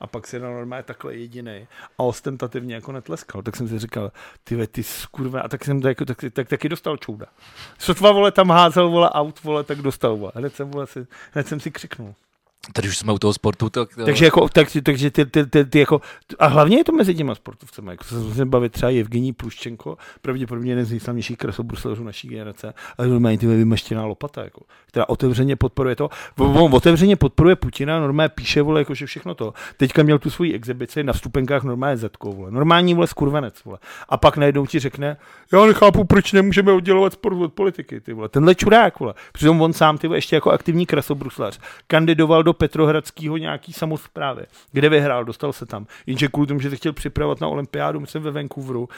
[SPEAKER 2] A pak si dal normálně takhle jediný a ostentativně jako netleskal. Tak jsem si říkal, ty ve, ty skurve, a tak jsem to jako, tak, tak, taky dostal čouda. Sotva vole tam házel, vole aut, vole, tak dostal, vole. Hned jsem, vole, si, hned jsem si křiknul.
[SPEAKER 1] Tady už jsme u toho sportu, tak...
[SPEAKER 2] Takže jako, tak, takže ty, ty, ty, ty, jako, a hlavně je to mezi těma sportovcemi, jako se musím bavit třeba Evgení Pluščenko, pravděpodobně jeden z nejslavnějších krasobruslařů naší generace, ale normálně ty vymaštěná lopata, jako, která otevřeně podporuje to, on otevřeně podporuje Putina, normálně píše, vole, jakože všechno to. Teďka měl tu svoji exibici na vstupenkách normálně zetkou, vole. normální, vole, skurvenec, vole. A pak najednou ti řekne, já nechápu, proč nemůžeme oddělovat sport od politiky, ty vole. Tenhle čurák, vole. Přitom on sám, ty vole, ještě jako aktivní krasobruslař, kandidoval do Petrohradského nějaký samozprávy, kde vyhrál, dostal se tam. Jenže kvůli tomu, že se chtěl připravovat na olympiádu, myslím ve Vancouveru,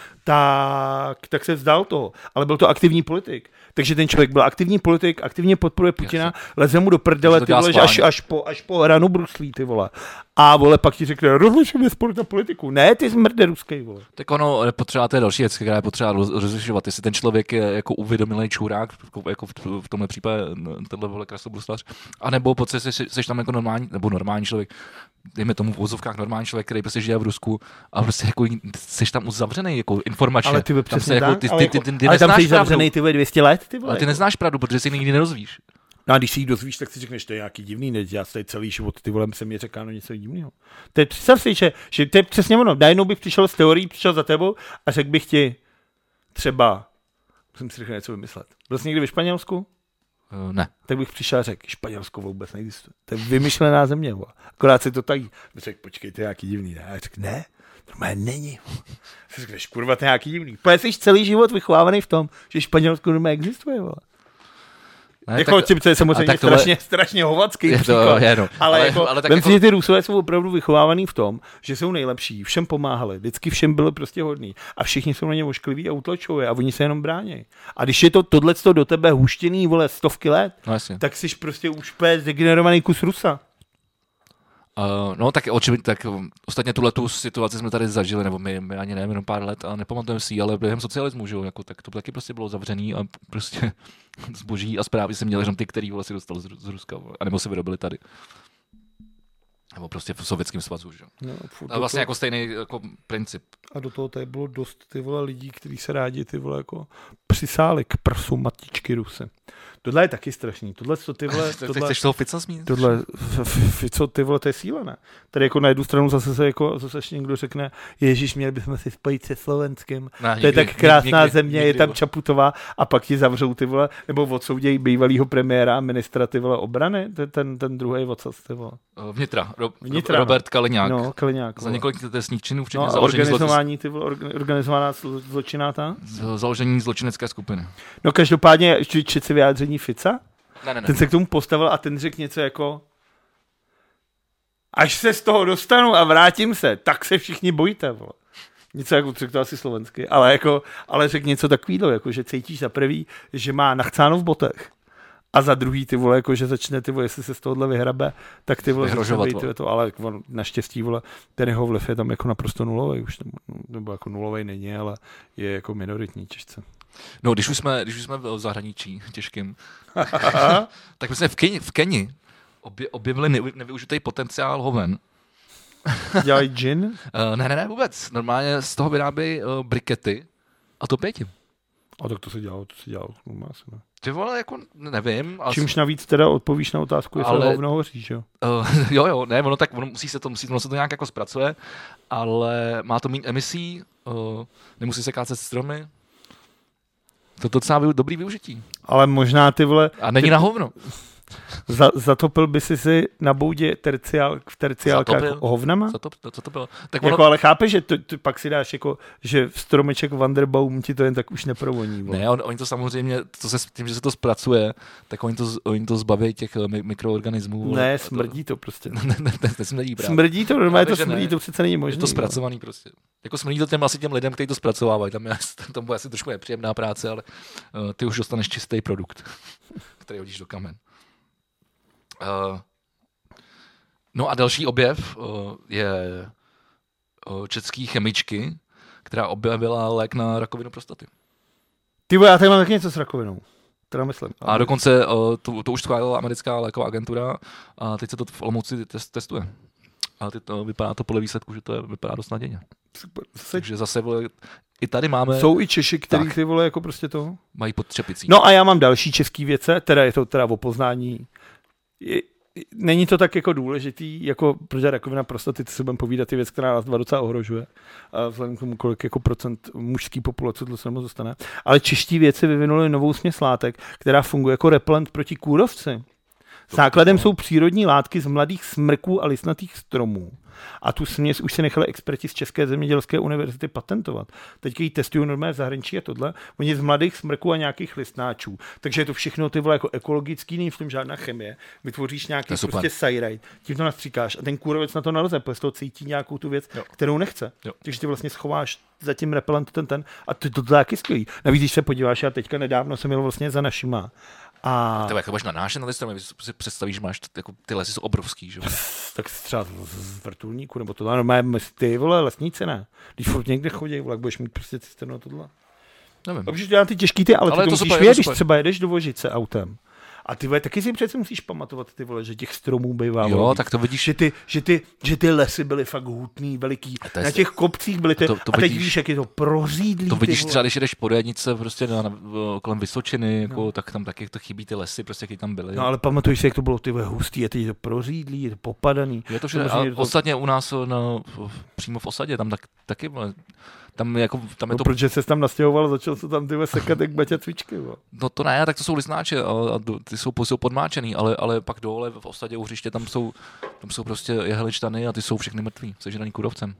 [SPEAKER 2] tak, tak se vzdal toho. Ale byl to aktivní politik. Takže ten člověk byl aktivní politik, aktivně podporuje Putina, leze mu do
[SPEAKER 1] Takže
[SPEAKER 2] prdele,
[SPEAKER 1] to
[SPEAKER 2] ty
[SPEAKER 1] dělá
[SPEAKER 2] vole, že až,
[SPEAKER 1] schválně.
[SPEAKER 2] až, po, až po ranu bruslí, ty vole. A vole, pak ti řekne, rozlišujeme sport a politiku. Ne, ty zmrde ruskej, vole.
[SPEAKER 1] Tak ono, potřeba, to je další věc, která je potřeba roz- rozlišovat. Jestli ten člověk je jako uvědomilý čurák, jako- jako v, v tomhle případě n- tenhle vole krasobruslař, anebo pocit, že jsi, jsi tam jako normální, nebo normální člověk, dejme tomu v vozovkách normální člověk, který prostě žije v Rusku a prostě jako jsi tam uzavřený jako informačně.
[SPEAKER 2] Ale ty vole,
[SPEAKER 1] tam se
[SPEAKER 2] přesně
[SPEAKER 1] jako,
[SPEAKER 2] tak,
[SPEAKER 1] ty,
[SPEAKER 2] ale
[SPEAKER 1] ty, ty,
[SPEAKER 2] jako-
[SPEAKER 1] ty, ty
[SPEAKER 2] ale tam
[SPEAKER 1] neznáš
[SPEAKER 2] jsi
[SPEAKER 1] pravdu.
[SPEAKER 2] zavřený ty vole 200 let, ty vole.
[SPEAKER 1] Ale ty
[SPEAKER 2] jako.
[SPEAKER 1] neznáš pravdu, protože si ji nikdy nerozvíš.
[SPEAKER 2] No a když si ji dozvíš, tak si řekneš, to je nějaký divný, ne, já tady celý život, ty vole, se mi říká no něco divného. To je, představ si, že, že to je přesně ono, najednou bych přišel s teorií, přišel za tebou a řekl bych ti třeba, musím si rychle něco vymyslet. Byl jsi někdy ve Španělsku?
[SPEAKER 1] Eh, Ne.
[SPEAKER 2] Tak bych přišel a řekl, Španělsko vůbec neexistuje. To je vymyšlená země, vole. akorát si to tají. Bych řekl, počkej, to je nějaký divný, ne? A já řekl, ne, normálně není. vole. Si řekneš, kurva, to je nějaký divný. Protože jsi celý život vychovávaný v tom, že Španělsko normálně existuje, vole.
[SPEAKER 1] ne
[SPEAKER 2] Jako tak, to je
[SPEAKER 1] a
[SPEAKER 2] samozřejmě
[SPEAKER 1] tak
[SPEAKER 2] tak
[SPEAKER 1] tohle-
[SPEAKER 2] tohle, strašně, strašně hovacký
[SPEAKER 1] Je to-
[SPEAKER 2] příklad.
[SPEAKER 1] je, no.
[SPEAKER 2] Ale,
[SPEAKER 1] Ale-
[SPEAKER 2] jako,
[SPEAKER 1] ale
[SPEAKER 2] ale
[SPEAKER 1] tak
[SPEAKER 2] vem
[SPEAKER 1] jako-
[SPEAKER 2] si, že ty Rusové jsou opravdu vychovávaný v tom, že jsou nejlepší, všem pomáhali, vždycky všem byli prostě hodný a všichni jsou na ně oškliví a utlačují je a oni se jenom brání. A když je to tohle do tebe huštěný, vole, stovky let,
[SPEAKER 1] no, jasně.
[SPEAKER 2] tak jsi prostě už úplně zdegenerovaný kus Rusa.
[SPEAKER 1] Uh, no tak očividně, tak um, ostatně tuhle tu situaci jsme tady zažili, nebo my, my ani nevím, jenom pár let, a nepamatujeme si ji, ale během socialismu, že jo, jako, tak to taky prostě bylo zavřený a prostě zboží a zprávy se měli jenom ty, který vole si dostal z, Ru- z Ruska, vole, anebo se vyrobili tady. Nebo prostě v sovětském svazu, že jo.
[SPEAKER 2] No, furt,
[SPEAKER 1] A vlastně jako stejný jako princip.
[SPEAKER 2] a do toho tady bylo dost ty vole lidí, kteří se rádi ty vole jako přisáli k prsu matičky Ruse. Tohle je taky strašný. Tohle, co ty vole,
[SPEAKER 1] Tohle... Chceš toho Fica zmínit?
[SPEAKER 2] Tohle, f- f- Fico, ty vole, to je síla, ne? Tady jako na jednu stranu zase se jako, zase ještě někdo řekne, Ježíš, měli bychom si spojit se Slovenskem.
[SPEAKER 1] Ne,
[SPEAKER 2] To je
[SPEAKER 1] nikdy,
[SPEAKER 2] tak krásná
[SPEAKER 1] nikdy,
[SPEAKER 2] země,
[SPEAKER 1] nikdy,
[SPEAKER 2] je tam
[SPEAKER 1] vole.
[SPEAKER 2] Čaputová a pak ti zavřou ty vole, nebo odsoudějí bývalého premiéra a ministra ty vole obrany, ten, ten, ten druhý odsaz ty vole.
[SPEAKER 1] Eh, Vnitra. Ro-
[SPEAKER 2] Vnitra,
[SPEAKER 1] Vnitra.
[SPEAKER 2] no.
[SPEAKER 1] Robert Kaliňák. No.
[SPEAKER 2] No, Kliňák.
[SPEAKER 1] Za
[SPEAKER 2] vole.
[SPEAKER 1] několik trestných činů, včetně
[SPEAKER 2] No a
[SPEAKER 1] založení, zlo-
[SPEAKER 2] organizování, ty vole, orga- organizovaná zlo- zločinná ta?
[SPEAKER 1] z- založení zločinecké skupiny.
[SPEAKER 2] No každopádně, ještě čet si vyjádření Fica,
[SPEAKER 1] Ne, ne, ne.
[SPEAKER 2] ten se k tomu postavil a ten řekl něco jako až se z toho dostanu a vrátím se, tak se všichni bojíte, vole. Něco jako, řekl to asi slovensky, ale, jako, ale řekl něco takového, jako, že cítíš za prvý, že má nachcáno v botech A za druhý ty vole, jako že začne ty vole, jestli se z tohohle vyhrabe, tak ty vole, začne
[SPEAKER 1] Vyhrožovat,
[SPEAKER 2] být,
[SPEAKER 1] vole.
[SPEAKER 2] to, ale on, naštěstí vole, ten jeho vliv je tam jako naprosto nulový, už nebo, nebo jako nulový není, ale je jako minoritní těžce.
[SPEAKER 1] No, když už jsme, když už jsme v zahraničí těžkým, tak my jsme v Keni, v Keni obje, objevili nevy, nevyužitý potenciál hoven.
[SPEAKER 2] Dělají gin,
[SPEAKER 1] Uh, ne, ne, ne, vůbec. Normálně z toho vyrábějí uh, brikety a to pěti.
[SPEAKER 2] a tak to se dělalo, to se dělalo, no, má se, no.
[SPEAKER 1] Ty vole, jako nevím. Ale
[SPEAKER 2] Čímž navíc teda odpovíš na otázku, jestli
[SPEAKER 1] Ale-
[SPEAKER 2] ale... hovno hoří, že jo?
[SPEAKER 1] Uh, jo, jo, ne, ono tak, ono musí se to, musí, ono se to nějak jako zpracuje, ale má to méně emisí, uh, nemusí se kácet stromy. To je docela vyu- dobrý využití.
[SPEAKER 2] Ale možná ty vole,
[SPEAKER 1] A není
[SPEAKER 2] Ty-
[SPEAKER 1] na hovno.
[SPEAKER 2] za, zatopil by si si na boudě terciál, v terciálkách
[SPEAKER 1] Zatopil.
[SPEAKER 2] hovnama?
[SPEAKER 1] Co to, to, co to bylo? Tak ono,
[SPEAKER 2] Jako, ale chápeš, že to, to, pak si dáš jako, že v stromeček Vanderbaum ti to jen tak už neprovoní. vole.
[SPEAKER 1] ne, on, oni to samozřejmě, to se, s tím, že se to zpracuje, tak oni to, z- oni to zbaví těch eh, mi, mikroorganismů. vole.
[SPEAKER 2] ne,
[SPEAKER 1] To-
[SPEAKER 2] smrdí to prostě.
[SPEAKER 1] Ne, ne, ne, ne smrdí právě.
[SPEAKER 2] Smrdí no. to, normálně to
[SPEAKER 1] Právě, že
[SPEAKER 2] smrdí,
[SPEAKER 1] ne.
[SPEAKER 2] to přece není
[SPEAKER 1] je
[SPEAKER 2] možné.
[SPEAKER 1] to zpracovaný prostě. Jako smrdí to těm, asi těm lidem, kteří to zpracovávají. Tam je, tam- tam bude asi trošku nepříjemná práce, ale uh, ty už dostaneš čistý produkt, který hodíš do kamen. Uh, no a další objev uh, je uh, český chemičky, která objevila lék na rakovinu prostaty.
[SPEAKER 2] Ty vole, já tady mám taky něco s rakovinou. Teda myslím.
[SPEAKER 1] A dokonce uh, to, to už schválila americká léková agentura a teď se to v Olomouci test, testuje. A teď to, vypadá to podle výsledku, že to je, vypadá dost nadějně.
[SPEAKER 2] Super. Zase
[SPEAKER 1] Takže zase vole, i tady máme
[SPEAKER 2] Jsou i Češi, který
[SPEAKER 1] Tak.
[SPEAKER 2] ty vole jako prostě to.
[SPEAKER 1] mají pod třepicí.
[SPEAKER 2] No a já mám další český věce, teda je to teda o poznání. Je, není to tak jako důležitý, jako protože rakovina prostaty, co si budeme povídat, je věc, která nás dva docela ohrožuje. A vzhledem k tomu, kolik jako procent mužský populace to se nebo zůstane. Ale čeští věci vyvinuli novou směs látek, která funguje jako repelent proti kůrovci. Základem jsou přírodní látky z mladých smrků a lisnatých stromů. A tu směs už se nechali experti z České zemědělské univerzity patentovat. Teď ji testují normálně v zahraničí a tohle. Oni z mladých smrků a nějakých listnáčů. Takže je to všechno ty vole jako ekologický, není v tom žádná chemie. Vytvoříš nějaký
[SPEAKER 1] To je super.
[SPEAKER 2] prostě sajrajt, tím to nastříkáš a ten kůrovec na to naleze, protože z toho cítí nějakou tu věc,
[SPEAKER 1] Jo.
[SPEAKER 2] jo. kterou nechce.
[SPEAKER 1] Jo.
[SPEAKER 2] Takže ty vlastně schováš za tím repelent ten ten a ty to taky skvělý. Navíc, když se podíváš, já teďka nedávno jsem jel vlastně za našima. A...
[SPEAKER 1] Tebe, jak budeš nanášet na ty jako stromy, si představíš, máš t- jako, ty lesy jsou obrovský, že? jo?
[SPEAKER 2] tak si třeba z- z vrtulníku, nebo tohle, normálně ty vole, lesníci ne. Když furt někde chodí, vole, jak budeš mít prostě cisternu a tohle.
[SPEAKER 1] Nevím.
[SPEAKER 2] Takže dělám ty těžký ty, ale,
[SPEAKER 1] Ale
[SPEAKER 2] ale ty to
[SPEAKER 1] to
[SPEAKER 2] musíš
[SPEAKER 1] super, je to
[SPEAKER 2] vědět, když
[SPEAKER 1] super.
[SPEAKER 2] třeba jedeš do Vožice autem. A ty vole, taky si přece musíš pamatovat ty vole, že těch stromů bývá.
[SPEAKER 1] Jo,
[SPEAKER 2] vole,
[SPEAKER 1] tak to vidíš,
[SPEAKER 2] že ty, že, ty, že ty lesy byly fakt hutný, veliký.
[SPEAKER 1] to je
[SPEAKER 2] na
[SPEAKER 1] s-
[SPEAKER 2] těch kopcích byly ty.
[SPEAKER 1] a
[SPEAKER 2] A,
[SPEAKER 1] to-
[SPEAKER 2] to,
[SPEAKER 1] to
[SPEAKER 2] a teď
[SPEAKER 1] vidíš-
[SPEAKER 2] víš, jak je to prořídlý.
[SPEAKER 1] to
[SPEAKER 2] ty
[SPEAKER 1] vidíš
[SPEAKER 2] vole.
[SPEAKER 1] třeba, když jedeš po Rojadnice, prostě na, na, v- kolem Vysočiny, jako, tak tam taky to chybí ty lesy, prostě, které tam byly.
[SPEAKER 2] No ale pamatuješ si, jak to bylo ty vole, hustý, je teď je to prořídlý, je to popadaný.
[SPEAKER 1] je to všude,
[SPEAKER 2] samozřejmě
[SPEAKER 1] ale
[SPEAKER 2] je to-
[SPEAKER 1] ostatně u nás no, v- přímo v osadě, tam tak, taky, vole, tam, je jako, tam je
[SPEAKER 2] No,
[SPEAKER 1] to,
[SPEAKER 2] protože se tam nastěhoval, začal se tam ty vole sekat jak baťa cvičky. Vole.
[SPEAKER 1] no to ne, tak to jsou lisnáče, a, a do- ty jsou, jsou podmáčený, ale, ale pak dole v osadě u hřiště, tam jsou, tam jsou prostě jehličtany a ty jsou všechny mrtví, sežraný kurovcem.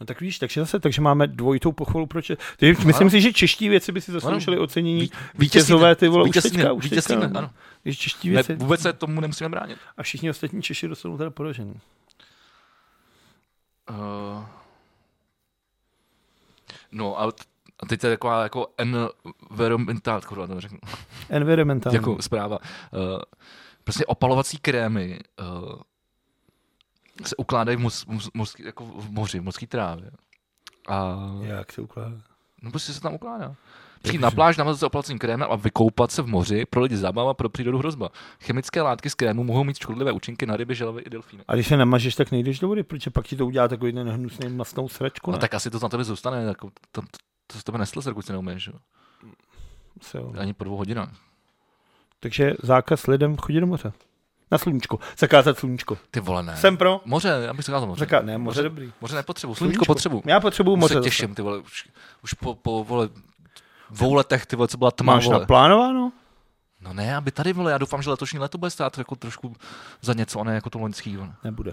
[SPEAKER 2] No tak víš, takže zase, takže máme dvojitou pochvalu pro Čes. Ty, myslím si, že čeští věci by si zasloužili
[SPEAKER 1] Ano.
[SPEAKER 2] ocenění
[SPEAKER 1] Ví-
[SPEAKER 2] vítězové ty vole
[SPEAKER 1] vítězný,
[SPEAKER 2] už teďka, už
[SPEAKER 1] vítězný,
[SPEAKER 2] teďka, no.
[SPEAKER 1] ano.
[SPEAKER 2] Že čeští
[SPEAKER 1] Ne,
[SPEAKER 2] věci
[SPEAKER 1] vůbec se tomu nemusíme bránit.
[SPEAKER 2] a všichni ostatní Češi dostanou teda poražený.
[SPEAKER 1] Uh, no a, t- a teď to je taková jako environmentální, kurva to řeknu,
[SPEAKER 2] Environmentální.
[SPEAKER 1] jako zpráva. Uh, prostě opalovací krémy uh, se ukládají v, mos, mos, mos, jako v moři, v mořské trávě. A,
[SPEAKER 2] Jak se ukládá?
[SPEAKER 1] no prostě se tam ukládá. Přijít na pláž, namazat se opalacím krémem a vykoupat se v moři, pro lidi zábava, pro přírodu hrozba. Chemické látky z krému mohou mít škodlivé účinky na ryby, želvy i delfíny.
[SPEAKER 2] A když se namažeš, tak nejdeš do vody, protože pak ti to udělá takový ten hnusný masnou sračku.
[SPEAKER 1] No
[SPEAKER 2] Ne?
[SPEAKER 1] tak asi to na tebe zůstane, jako, to, to, to z tebe nesleze, dokud se neumíš. jo.
[SPEAKER 2] Se jo.
[SPEAKER 1] Ani po dvou hodinách.
[SPEAKER 2] Takže zákaz lidem chodit do moře. Na sluníčko. Zakázat sluníčko.
[SPEAKER 1] Ty vole, ne.
[SPEAKER 2] Jsem pro.
[SPEAKER 1] Moře, já bych se kázal moře.
[SPEAKER 2] Zaká... Ne, moře dobrý.
[SPEAKER 1] Moře nepotřebuji, sluníčko potřebuji.
[SPEAKER 2] Já potřebuju
[SPEAKER 1] Moře
[SPEAKER 2] moře.
[SPEAKER 1] se
[SPEAKER 2] zase.
[SPEAKER 1] těším, ty vole, už, už po, po vole, dvou letech, ty vole, co byla tma,
[SPEAKER 2] Máš
[SPEAKER 1] vole.
[SPEAKER 2] naplánováno?
[SPEAKER 1] No ne, aby tady, vole, já doufám, že letošní leto bude stát jako trošku za něco, a ne jako to loňský, vole.
[SPEAKER 2] Nebude.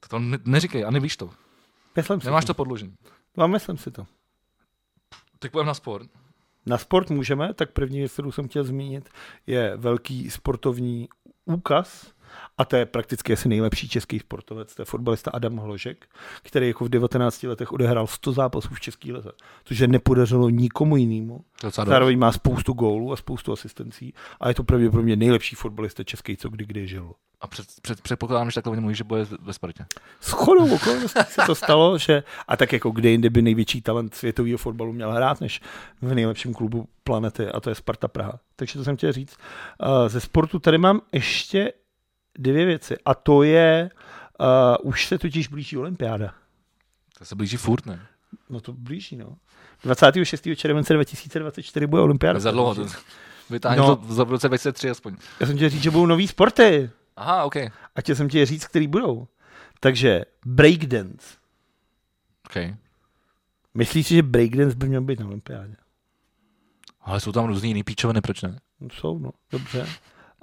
[SPEAKER 1] To, to ne, neříkej, a nevíš to.
[SPEAKER 2] Myslím si
[SPEAKER 1] Nemáš
[SPEAKER 2] to.
[SPEAKER 1] to podložený.
[SPEAKER 2] to. Myslím si to.
[SPEAKER 1] Tak půjdeme na sport.
[SPEAKER 2] Na sport můžeme, tak první věc, kterou jsem chtěl zmínit, je velký sportovní úkaz a to je prakticky asi nejlepší český sportovec, to je fotbalista Adam Hložek, který jako v 19 letech odehrál 100 zápasů v České lize, což je nepodařilo nikomu jinému.
[SPEAKER 1] To je docela dobře.
[SPEAKER 2] Zároveň má spoustu gólů a spoustu asistencí a je to pravděpodobně nejlepší fotbalista český, co kdy kdy žil.
[SPEAKER 1] A před, před, předpokládám, že takhle nemluví, že bude ve Spartě.
[SPEAKER 2] S chodou okolností se to stalo, že a tak jako kde jinde by největší talent světového fotbalu měl hrát, než v nejlepším klubu planety a to je Sparta Praha. Takže to jsem chtěl říct. Eh, Ze sportu tady mám ještě dvě věci a to je, uh, už se totiž blíží olympiáda.
[SPEAKER 1] To se blíží furt, ne?
[SPEAKER 2] No to blíží, no. 26. července 2024 bude olympiáda.
[SPEAKER 1] Ne za dlouho. To, vytáhne
[SPEAKER 2] No.
[SPEAKER 1] no. to za v roce 2003 aspoň.
[SPEAKER 2] Já jsem chtěl říct, že budou nový sporty.
[SPEAKER 1] Aha, OK.
[SPEAKER 2] A chtěl jsem ti je říct, který budou. Takže breakdance.
[SPEAKER 1] okay.
[SPEAKER 2] Myslíš si, že breakdance by měl být na olympiádě?
[SPEAKER 1] Ale jsou tam různý jiný píčoviny, proč ne?
[SPEAKER 2] No, jsou, no. Dobře.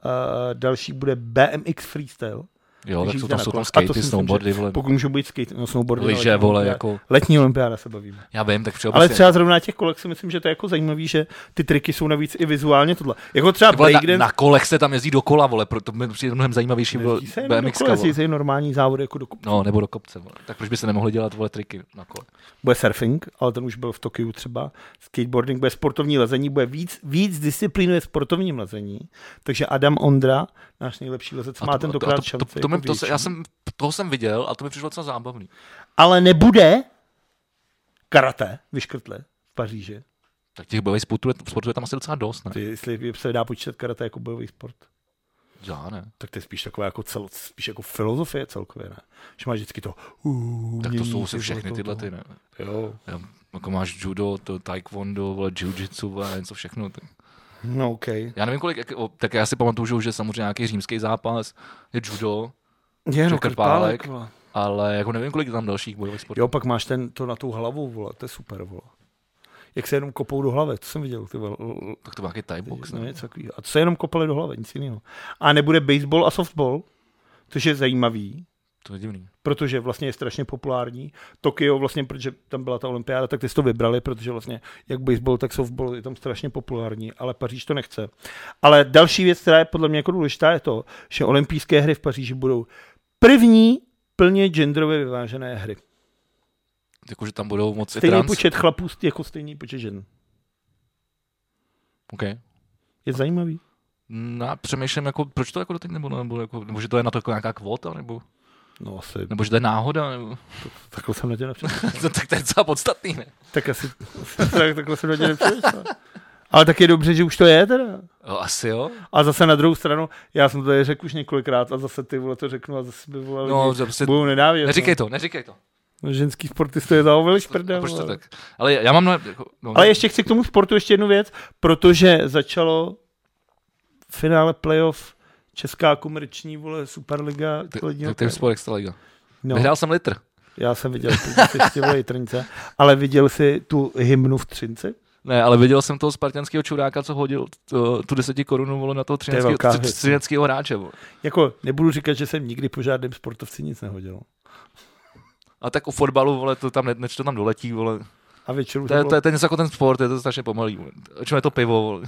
[SPEAKER 2] Uh, další bude BMX freestyle.
[SPEAKER 1] Jo, tak
[SPEAKER 2] Ježíš,
[SPEAKER 1] jsou tam,
[SPEAKER 2] na
[SPEAKER 1] jsou tam
[SPEAKER 2] kole. A to si
[SPEAKER 1] skatey,
[SPEAKER 2] myslím, že
[SPEAKER 1] snowboardy, vole,
[SPEAKER 2] Pokud můžou být skate, no snowboardy.
[SPEAKER 1] lyže,
[SPEAKER 2] no,
[SPEAKER 1] vole,
[SPEAKER 2] letní
[SPEAKER 1] jako, No, prostě-
[SPEAKER 2] Letní olympiáda se bavíme.
[SPEAKER 1] já vím, tak všeobecně.
[SPEAKER 2] Ale třeba zrovna na těch kolech si myslím, že to je jako zajímavý, že ty triky jsou navíc i vizuálně tohle. Jako třeba
[SPEAKER 1] Ty vole, na,
[SPEAKER 2] breakdance,
[SPEAKER 1] na, kolech se tam jezdí do kola, vole, proto mi přijde mnohem zajímavější vole,
[SPEAKER 2] Nejezdí se jenom do
[SPEAKER 1] BMX.
[SPEAKER 2] kole,
[SPEAKER 1] vole.
[SPEAKER 2] jezdí se i normální závody jako do kole.
[SPEAKER 1] No, nebo do kopce, vole. Tak proč by se nemohli dělat, vole, triky na kole?
[SPEAKER 2] Bude surfing, ale ten už byl v Tokiu třeba. Skateboarding bude sportovní lezení, bude víc, víc disciplínuje sportovním lezení. Takže Adam Ondra, náš nejlepší lezec,
[SPEAKER 1] A
[SPEAKER 2] má
[SPEAKER 1] to-
[SPEAKER 2] tentokrát
[SPEAKER 1] a to- to-
[SPEAKER 2] šanci.
[SPEAKER 1] to, to, mi-
[SPEAKER 2] jako
[SPEAKER 1] to, se, já
[SPEAKER 2] větší.
[SPEAKER 1] jsem, toho jsem viděl a to mi přišlo docela zábavný.
[SPEAKER 2] Ale nebude karate, vyškrtle, v Paříži.
[SPEAKER 1] Tak těch bojových sportů, je- sportů je tam asi docela dost, ne?
[SPEAKER 2] Ty, jestli se dá počítat karate jako bojový sport.
[SPEAKER 1] Já ne.
[SPEAKER 2] tak to je spíš taková jako celo, spíš jako filozofie celkově, ne? Že máš vždycky to uh,
[SPEAKER 1] Tak to
[SPEAKER 2] umění,
[SPEAKER 1] jsou si
[SPEAKER 2] ty
[SPEAKER 1] všechny
[SPEAKER 2] vole,
[SPEAKER 1] tyhle
[SPEAKER 2] to-
[SPEAKER 1] ty, ne?
[SPEAKER 2] Jo.
[SPEAKER 1] Já, jako máš judo, to taekwondo, vole, jiu-jitsu, vole, něco všechno. Tak.
[SPEAKER 2] No, OK.
[SPEAKER 1] Já nevím, kolik, jak, o, tak já si pamatuju, že už je samozřejmě nějaký římský zápas, je judo,
[SPEAKER 2] Je, no,
[SPEAKER 1] Že krpálek.
[SPEAKER 2] krpálek, vole.
[SPEAKER 1] ale jako nevím, kolik je tam dalších bojových sportů.
[SPEAKER 2] Jo, pak máš ten, to na tu hlavu, vole, to je super, vole. Jak se jenom kopou do hlavy, to jsem viděl, ty vole. l- l-
[SPEAKER 1] Tak to byl nějaký Thai box,
[SPEAKER 2] No,
[SPEAKER 1] ne?
[SPEAKER 2] něco takovýho. A to se jenom kopali do hlavy, nic jiného. A nebude baseball a softball, což je zajímavý,
[SPEAKER 1] To je divný.
[SPEAKER 2] protože vlastně je strašně populární. Tokio vlastně, protože tam byla ta olympiáda, tak ty si to vybrali, protože vlastně jak baseball, tak softball je tam strašně populární, ale Paříž to nechce. Ale další věc, která je podle mě jako důležitá, je to, že olympijské hry v Paříži budou první plně genderově vyvážené hry.
[SPEAKER 1] Jakože Jako, tam budou moc i
[SPEAKER 2] Stejný
[SPEAKER 1] trans.
[SPEAKER 2] počet chlapů jako stejný počet žen.
[SPEAKER 1] Okay.
[SPEAKER 2] Je zajímavý.
[SPEAKER 1] No, a přemýšlím, jako, proč to jako doteď nebo, nebo, jako, nebo že to je na to jako nějaká kvota, nebo,
[SPEAKER 2] No asi,
[SPEAKER 1] nebo že to je náhoda, nebo,
[SPEAKER 2] takhle jsem na tě nepřišel.
[SPEAKER 1] no, tak to je docela podstatný, ne?
[SPEAKER 2] tak asi, tak, takhle jsem na tě nepřišel. Ale tak je dobře, že už to je teda.
[SPEAKER 1] Jo, asi jo.
[SPEAKER 2] A zase na druhou stranu, já jsem to tady řekl už několikrát a zase ty vole to řeknu a zase by vole
[SPEAKER 1] No,
[SPEAKER 2] no,
[SPEAKER 1] že prostě,
[SPEAKER 2] budou nenávidět.
[SPEAKER 1] neříkej to, neříkej to.
[SPEAKER 2] No, ženský sportisty je zaoviliš
[SPEAKER 1] A
[SPEAKER 2] prdel.
[SPEAKER 1] proč to
[SPEAKER 2] vole.
[SPEAKER 1] tak? Ale já mám, mnohem- jako, no,
[SPEAKER 2] Ale ještě chci k tomu sportu ještě jednu věc, protože začalo v finále playoff Česká komerční vole Superliga.
[SPEAKER 1] Ty-
[SPEAKER 2] ledního
[SPEAKER 1] tak to je
[SPEAKER 2] kraje.
[SPEAKER 1] sport extraliga.
[SPEAKER 2] no,
[SPEAKER 1] No. Vyhrál jsem litr.
[SPEAKER 2] já jsem viděl ty ještě vole jitrnice, ale viděl jsi tu hymnu v Třinci?
[SPEAKER 1] Ne, ale viděl jsem toho spartanského čuráka, co hodil to, tu deseti korunu vole, na toho
[SPEAKER 2] je
[SPEAKER 1] třineckého
[SPEAKER 2] velká
[SPEAKER 1] tři-
[SPEAKER 2] věc. no.
[SPEAKER 1] třineckého hráče. Vole.
[SPEAKER 2] Jako nebudu říkat, že jsem nikdy po žádném sportovci nic nehodil.
[SPEAKER 1] A tak u fotbalu, vole, to tam, ne, než to tam doletí, vole.
[SPEAKER 2] A večeru
[SPEAKER 1] To je, to je, to je něco jako ten sport, je to strašně pomalý. vole. Čím je to pivo, vole.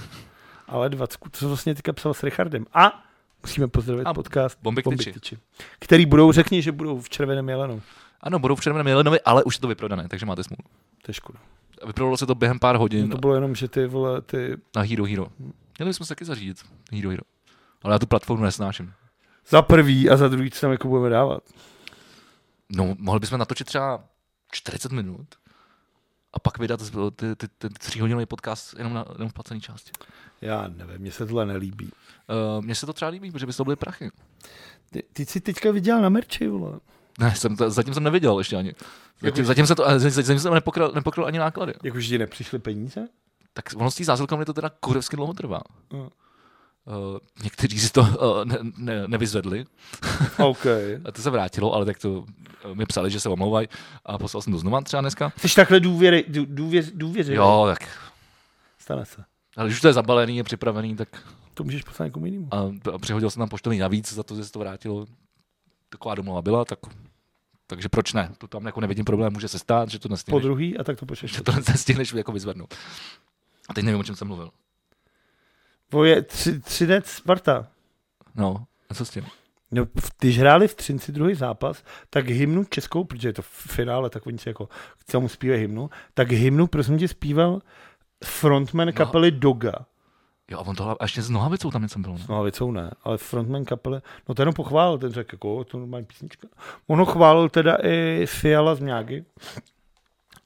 [SPEAKER 2] Ale dvacku, to jsem vlastně teďka psal s Richardem. A musíme pozdravit
[SPEAKER 1] A
[SPEAKER 2] podcast
[SPEAKER 1] Bomby k tyči.
[SPEAKER 2] Bombityči, který budou, řekni, že budou v Červeném jelenu.
[SPEAKER 1] Ano, budou v červeném jelenovi, ale už je to vyprodané, takže máte smůlu.
[SPEAKER 2] To je škoda.
[SPEAKER 1] A Vyprodalo se to během pár hodin
[SPEAKER 2] No to bylo jenom, že ty vole, ty...
[SPEAKER 1] na Hero Hero. Měli bychom se taky zařídit. Hero Hero. Ale já tu platformu nesnáším.
[SPEAKER 2] Za prvý a za druhý, co tam jako budeme dávat.
[SPEAKER 1] No, mohli bychom natočit třeba 40 minut a pak vydat z- ty, ty, ty, tříhodinový podcast jenom, na, jenom v placené části.
[SPEAKER 2] Já nevím, mně se tohle nelíbí.
[SPEAKER 1] Uh, Mně se to třeba líbí, protože by to byly prachy.
[SPEAKER 2] Ty, ty jsi teďka viděl na merči, vole.
[SPEAKER 1] Ne, jsem to, zatím jsem neviděl ještě ani. Zatím,
[SPEAKER 2] Jakože-
[SPEAKER 1] zatím jsem, to, ale za- zatím jsem nepokryl, nepokryl ani náklady.
[SPEAKER 2] Jak už ti nepřišly peníze?
[SPEAKER 1] Tak ono s tím zásilkou mi to teda kurevsky dlouho trvá.
[SPEAKER 2] Mm.
[SPEAKER 1] Uh, někteří si to uh, ne, ne, nevyzvedli
[SPEAKER 2] OK.
[SPEAKER 1] a to se vrátilo, ale tak to uh, mi psali, že se omlouvají a poslal jsem to znova třeba dneska.
[SPEAKER 2] Jsi takhle důvěry, dů, důvěř, důvěřivý.
[SPEAKER 1] Jo, tak.
[SPEAKER 2] Stane se.
[SPEAKER 1] Ale když už to je zabalený, je připravený, tak
[SPEAKER 2] To můžeš poslat někomu jinému.
[SPEAKER 1] a, a přihodil jsem tam poštovní navíc za to, že se to vrátilo. Taková domluva byla, tak, takže proč ne? To tam jako nevidím problém, může se stát, že to
[SPEAKER 2] Po
[SPEAKER 1] nestihneš,
[SPEAKER 2] druhý a tak to pošleš.
[SPEAKER 1] že to nestihneš jako vyzvednout. A teď nevím, o čem jsem mluvil.
[SPEAKER 2] Tvoje tři, třinec Sparta.
[SPEAKER 1] No, a co s tím?
[SPEAKER 2] No, v- když hráli v Třinci druhý zápas, tak hymnu českou, protože je to v finále, tak oni si jako chtěl mu zpívat hymnu, tak hymnu, prosím tě, zpíval
[SPEAKER 1] No.
[SPEAKER 2] frontman kapely Doga.
[SPEAKER 1] Jo, a on tohle, a ještě s nohavicou tam něco bylo. Ne?
[SPEAKER 2] No a věcou ne, ale frontman kapely, no ten ho pochválil, ten řekl, jako, "O, to je normální písnička. On ho chválil teda i Fiala z Mňágy,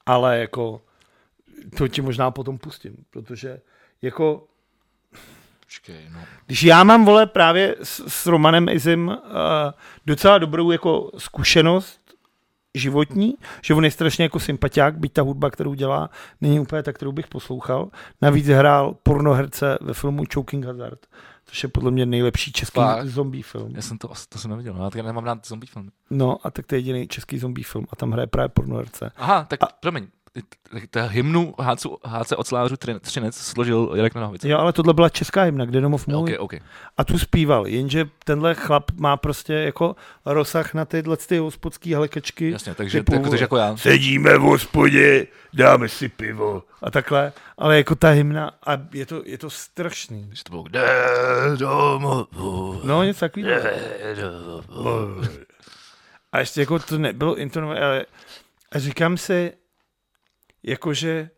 [SPEAKER 2] ale jako, to ti možná potom pustím, protože jako
[SPEAKER 1] Počkej, no.
[SPEAKER 2] když já mám, vole, právě s, s Romanem Izim uh, docela dobrou jako zkušenost životní, že on je strašně jako sympatiák, byť ta hudba, kterou dělá, není úplně ta, kterou bych poslouchal. Navíc hrál pornoherce ve filmu Choking Hazard, což je podle mě nejlepší český
[SPEAKER 1] Fakt?
[SPEAKER 2] zombie film.
[SPEAKER 1] Já jsem to, asi- to jsem neviděl, no, já taky nemám rád zombie filmy.
[SPEAKER 2] No a tak to je jediný český zombie film a tam hraje právě pornoherce.
[SPEAKER 1] Aha, tak a... promiň, Ty- ty- ta hymnu HC, HC Ocelářů Trin- Třinec složil Jarek Nohavice.
[SPEAKER 2] Jo, ale tohle byla česká hymna, kde domov mluví.
[SPEAKER 1] OK, OK.
[SPEAKER 2] A tu zpíval, jenže tenhle chlap má prostě jako rozsah na tyhle ty hospodský halekačky.
[SPEAKER 1] Jasně, takže,
[SPEAKER 2] typu,
[SPEAKER 1] jako, takže jako já.
[SPEAKER 2] Sedíme v hospodě, dáme si pivo. A takhle, ale jako ta hymna, a je to, je to strašný.
[SPEAKER 1] Že to bylo kde domovu.
[SPEAKER 2] No, něco takového.
[SPEAKER 1] kde domovu.
[SPEAKER 2] A ještě jako to nebylo intonované, ale a říkám si, jakože,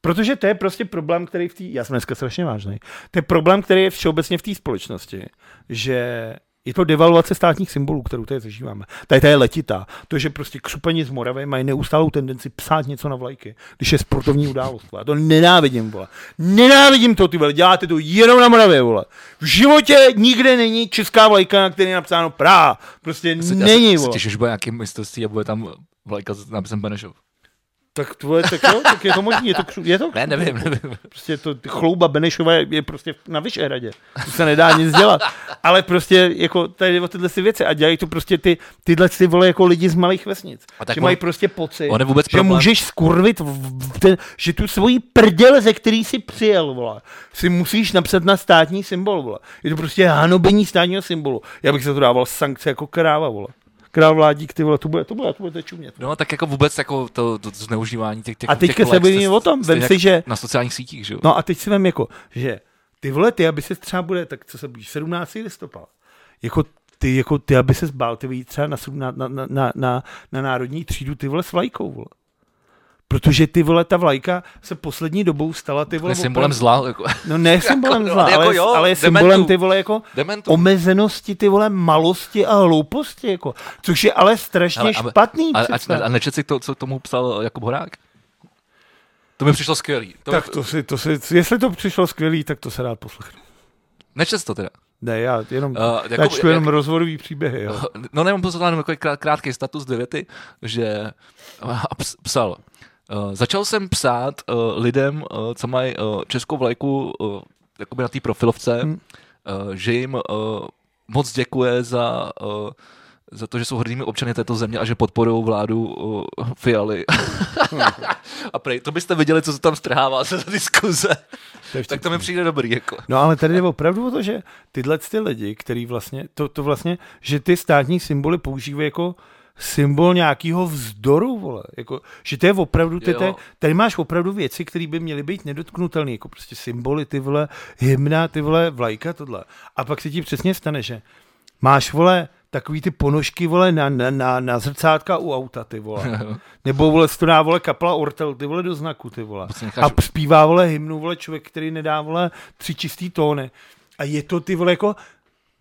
[SPEAKER 2] protože to je prostě problém, který v té, já jsem dneska strašně vážný, to je problém, který je všeobecně v té společnosti, že je to devaluace státních symbolů, kterou tady zažíváme. Tady ta je letitá. To, že prostě křupani z Moravy mají neustálou tendenci psát něco na vlajky, když je sportovní událost. vole. Já to nenávidím, vole. Nenávidím to, ty vole. Děláte to jenom na Moravě, vole. V životě nikde není česká vlajka, na které je napsáno Praha. Prostě
[SPEAKER 1] Se- já se-
[SPEAKER 2] není,
[SPEAKER 1] Se
[SPEAKER 2] vole.
[SPEAKER 1] těšíš, že bude nějaký mistrovství a bude tam vlajka s nápisem Benešov.
[SPEAKER 2] Tak tvoje, tak jo, tak je to možný, je to, křu- je to
[SPEAKER 1] Ne, nevím, nevím.
[SPEAKER 2] prostě to chlouba Benešova je, je prostě na Vyšehradě. To se nedá nic dělat. Ale prostě jako tady jde o tyhle si věci a dělají to prostě ty, tyhle si vole jako lidi z malých vesnic.
[SPEAKER 1] A tak
[SPEAKER 2] že
[SPEAKER 1] on-
[SPEAKER 2] mají prostě pocit,
[SPEAKER 1] on je vůbec
[SPEAKER 2] že
[SPEAKER 1] problém.
[SPEAKER 2] můžeš skurvit, v, v ten, že tu svoji prdel, ze který si přijel, vole, si musíš napsat na státní symbol, vole. Je to prostě hanobení státního symbolu. Já bych se to dával sankce jako kráva, vole. Král vládík, ty vole, to bude, to bude, to bude čumět.
[SPEAKER 1] No, tak jako vůbec jako to, to, to zneužívání těch, těch
[SPEAKER 2] A teďka
[SPEAKER 1] těch
[SPEAKER 2] se
[SPEAKER 1] vlajek
[SPEAKER 2] bavíme
[SPEAKER 1] jste-
[SPEAKER 2] o tom, vem
[SPEAKER 1] stejně
[SPEAKER 2] si,
[SPEAKER 1] jak
[SPEAKER 2] že-
[SPEAKER 1] Na sociálních sítích, že jo?
[SPEAKER 2] No a teď si vem jako, že ty vole, ty, aby se třeba bude, tak co se blíží, 17. listopad, jako ty, jako ty, aby se zbál, ty vyjít třeba na, sedmná- na, na, na, na, na, národní třídu ty vole s vlajkou, vole. Protože ty vole, ta vlajka se poslední dobou stala ty
[SPEAKER 1] To je
[SPEAKER 2] vole.
[SPEAKER 1] symbolem
[SPEAKER 2] opravdu-
[SPEAKER 1] zla. Jako,
[SPEAKER 2] No ne symbolem
[SPEAKER 1] no,
[SPEAKER 2] zla,
[SPEAKER 1] jako
[SPEAKER 2] ale,
[SPEAKER 1] jo,
[SPEAKER 2] ale je
[SPEAKER 1] dementů.
[SPEAKER 2] symbolem ty vole jako
[SPEAKER 1] dementu.
[SPEAKER 2] omezenosti, ty vole malosti a hlouposti, jako. Což je ale strašně
[SPEAKER 1] Hele, a-
[SPEAKER 2] špatný.
[SPEAKER 1] A,
[SPEAKER 2] představ.
[SPEAKER 1] a, a nečet si to, co tomu psal Jakub Horák? To mi přišlo skvělý. To,
[SPEAKER 2] tak to si, to si, jestli to přišlo skvělý, tak to se rád poslechnu.
[SPEAKER 1] Nečet to teda.
[SPEAKER 2] Ne, já jenom...
[SPEAKER 1] Uh,
[SPEAKER 2] Jako, já čtu jenom jak... rozvodový příběhy, jo.
[SPEAKER 1] No nemám poslal jenom takový krát, krátký status dvě věty, že a ps- psal. Uh, začal jsem psát uh, lidem, uh, co mají uh, českou vlajku uh, jakoby na té profilovce, hmm. uh, že jim uh, moc děkuje za, uh, za to, že jsou hrdými občany této země a že podporují vládu uh, Fialy.
[SPEAKER 2] Hmm.
[SPEAKER 1] a prej, to byste viděli, co se tam strhává se za diskuze.
[SPEAKER 2] To je vtipný.
[SPEAKER 1] tak to mi přijde dobrý. Jako.
[SPEAKER 2] No ale tady jde opravdu o to, že tyhle ty lidi, který vlastně, to, to vlastně, že ty státní symboly používají jako symbol nějakého vzdoru, vole. Jako, že to je opravdu, ty,
[SPEAKER 1] Jo.
[SPEAKER 2] ty, tady máš opravdu věci, které by měly být nedotknutelné, jako prostě symboly, ty vole, hymna, ty vole, vlajka, tohle. A pak se ti přesně stane, že máš, vole, takový ty ponožky, vole, na, na, na, na zrcátka u auta, ty vole. Nebo, vole, se to dá, vole, kapla Ortel, ty vole, do znaku, ty vole.
[SPEAKER 1] Moc Prostě necháš-
[SPEAKER 2] A zpívá, vole, hymnu, vole, člověk, který nedá, vole, tři čistý tóny. A je to, ty vole, jako,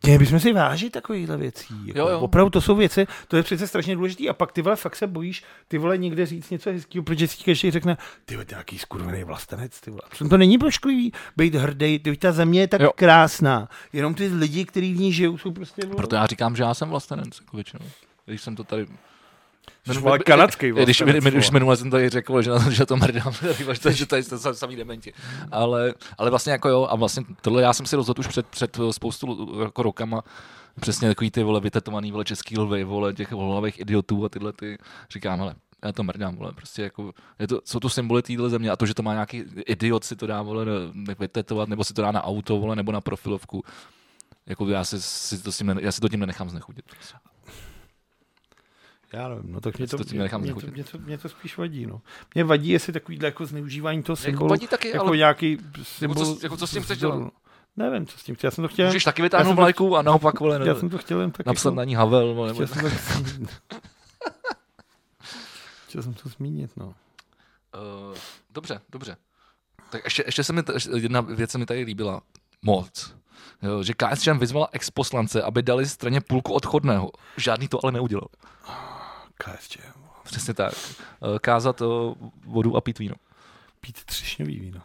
[SPEAKER 2] Měli bychom si vážit takovýchhle věcí. Jako,
[SPEAKER 1] Jo, jo.
[SPEAKER 2] Opravdu to jsou věci, to je přece strašně důležité. A pak ty vole fakt se bojíš, ty vole někde říct něco hezkého, protože si každý řekne, ty vole, ty nějaký skurvený vlastenec, ty vole. Přitom to není pošklivý být hrdý, ty vole, ta země je tak
[SPEAKER 1] Jo.
[SPEAKER 2] jo. krásná. Jenom ty lidi, kteří v ní žijou, jsou prostě vole,
[SPEAKER 1] Proto já říkám, že já jsem vlastenec, jako většinou. Když jsem to tady...
[SPEAKER 2] Jsi vole kanadský
[SPEAKER 1] Když,
[SPEAKER 2] vlastenec,
[SPEAKER 1] když, když
[SPEAKER 2] vole.
[SPEAKER 1] minule jsem tady řekl, že, na- že to mrdám, že to- že tady jste sam- samý dementi. Ale, ale vlastně jako jo, a vlastně tohle já jsem si rozhodl už před, před spoustu jako rokama, přesně takový ty vole vytetovaný vole český lvy, vole těch volavých idiotů a tyhle ty, říkám, hele, já to mrdám, vole, prostě jako, je to, jsou to symboly téhle země a to, že to má nějaký idiot si to dá, vole, ne- vytetovat, nebo si to dá na auto, vole, nebo na profilovku, jako já, si, si to, s tím, ne, já si to tím nenechám znechudit.
[SPEAKER 2] Já nevím, no tak mě to,
[SPEAKER 1] to tím
[SPEAKER 2] mě,
[SPEAKER 1] nechám
[SPEAKER 2] mě to,
[SPEAKER 1] nechutit.
[SPEAKER 2] mě to, mě to spíš vadí. No. Mě vadí, jestli takovýhle jako zneužívání toho symbolu,
[SPEAKER 1] vadí taky,
[SPEAKER 2] jako
[SPEAKER 1] ale-
[SPEAKER 2] nějaký symbol.
[SPEAKER 1] jako co s tím chceš dělat?
[SPEAKER 2] vzdoru. Nevím, co s tím chci. Já jsem to chtěl.
[SPEAKER 1] Můžeš taky
[SPEAKER 2] prostě. já
[SPEAKER 1] vytáhnout
[SPEAKER 2] jsem to-
[SPEAKER 1] vlajku a naopak, vole, ne,
[SPEAKER 2] Já jsem to chtěl jen tak.
[SPEAKER 1] napsat
[SPEAKER 2] jako-
[SPEAKER 1] na ní Havel, vole, nebo
[SPEAKER 2] chtěl, jsem to, chtěl jsem to zmínit, no.
[SPEAKER 1] Eh, dobře, dobře. Tak ještě, ještě se mi t- ještě jedna věc se mi tady líbila. Moc. Jo, že KSČM vyzvala exposlance, aby dali straně půlku odchodného. Žádný to ale neudělal.
[SPEAKER 2] KSČM.
[SPEAKER 1] Přesně tak. Eh, Kázat eh, vodu a pít víno.
[SPEAKER 2] Pít třešňový víno.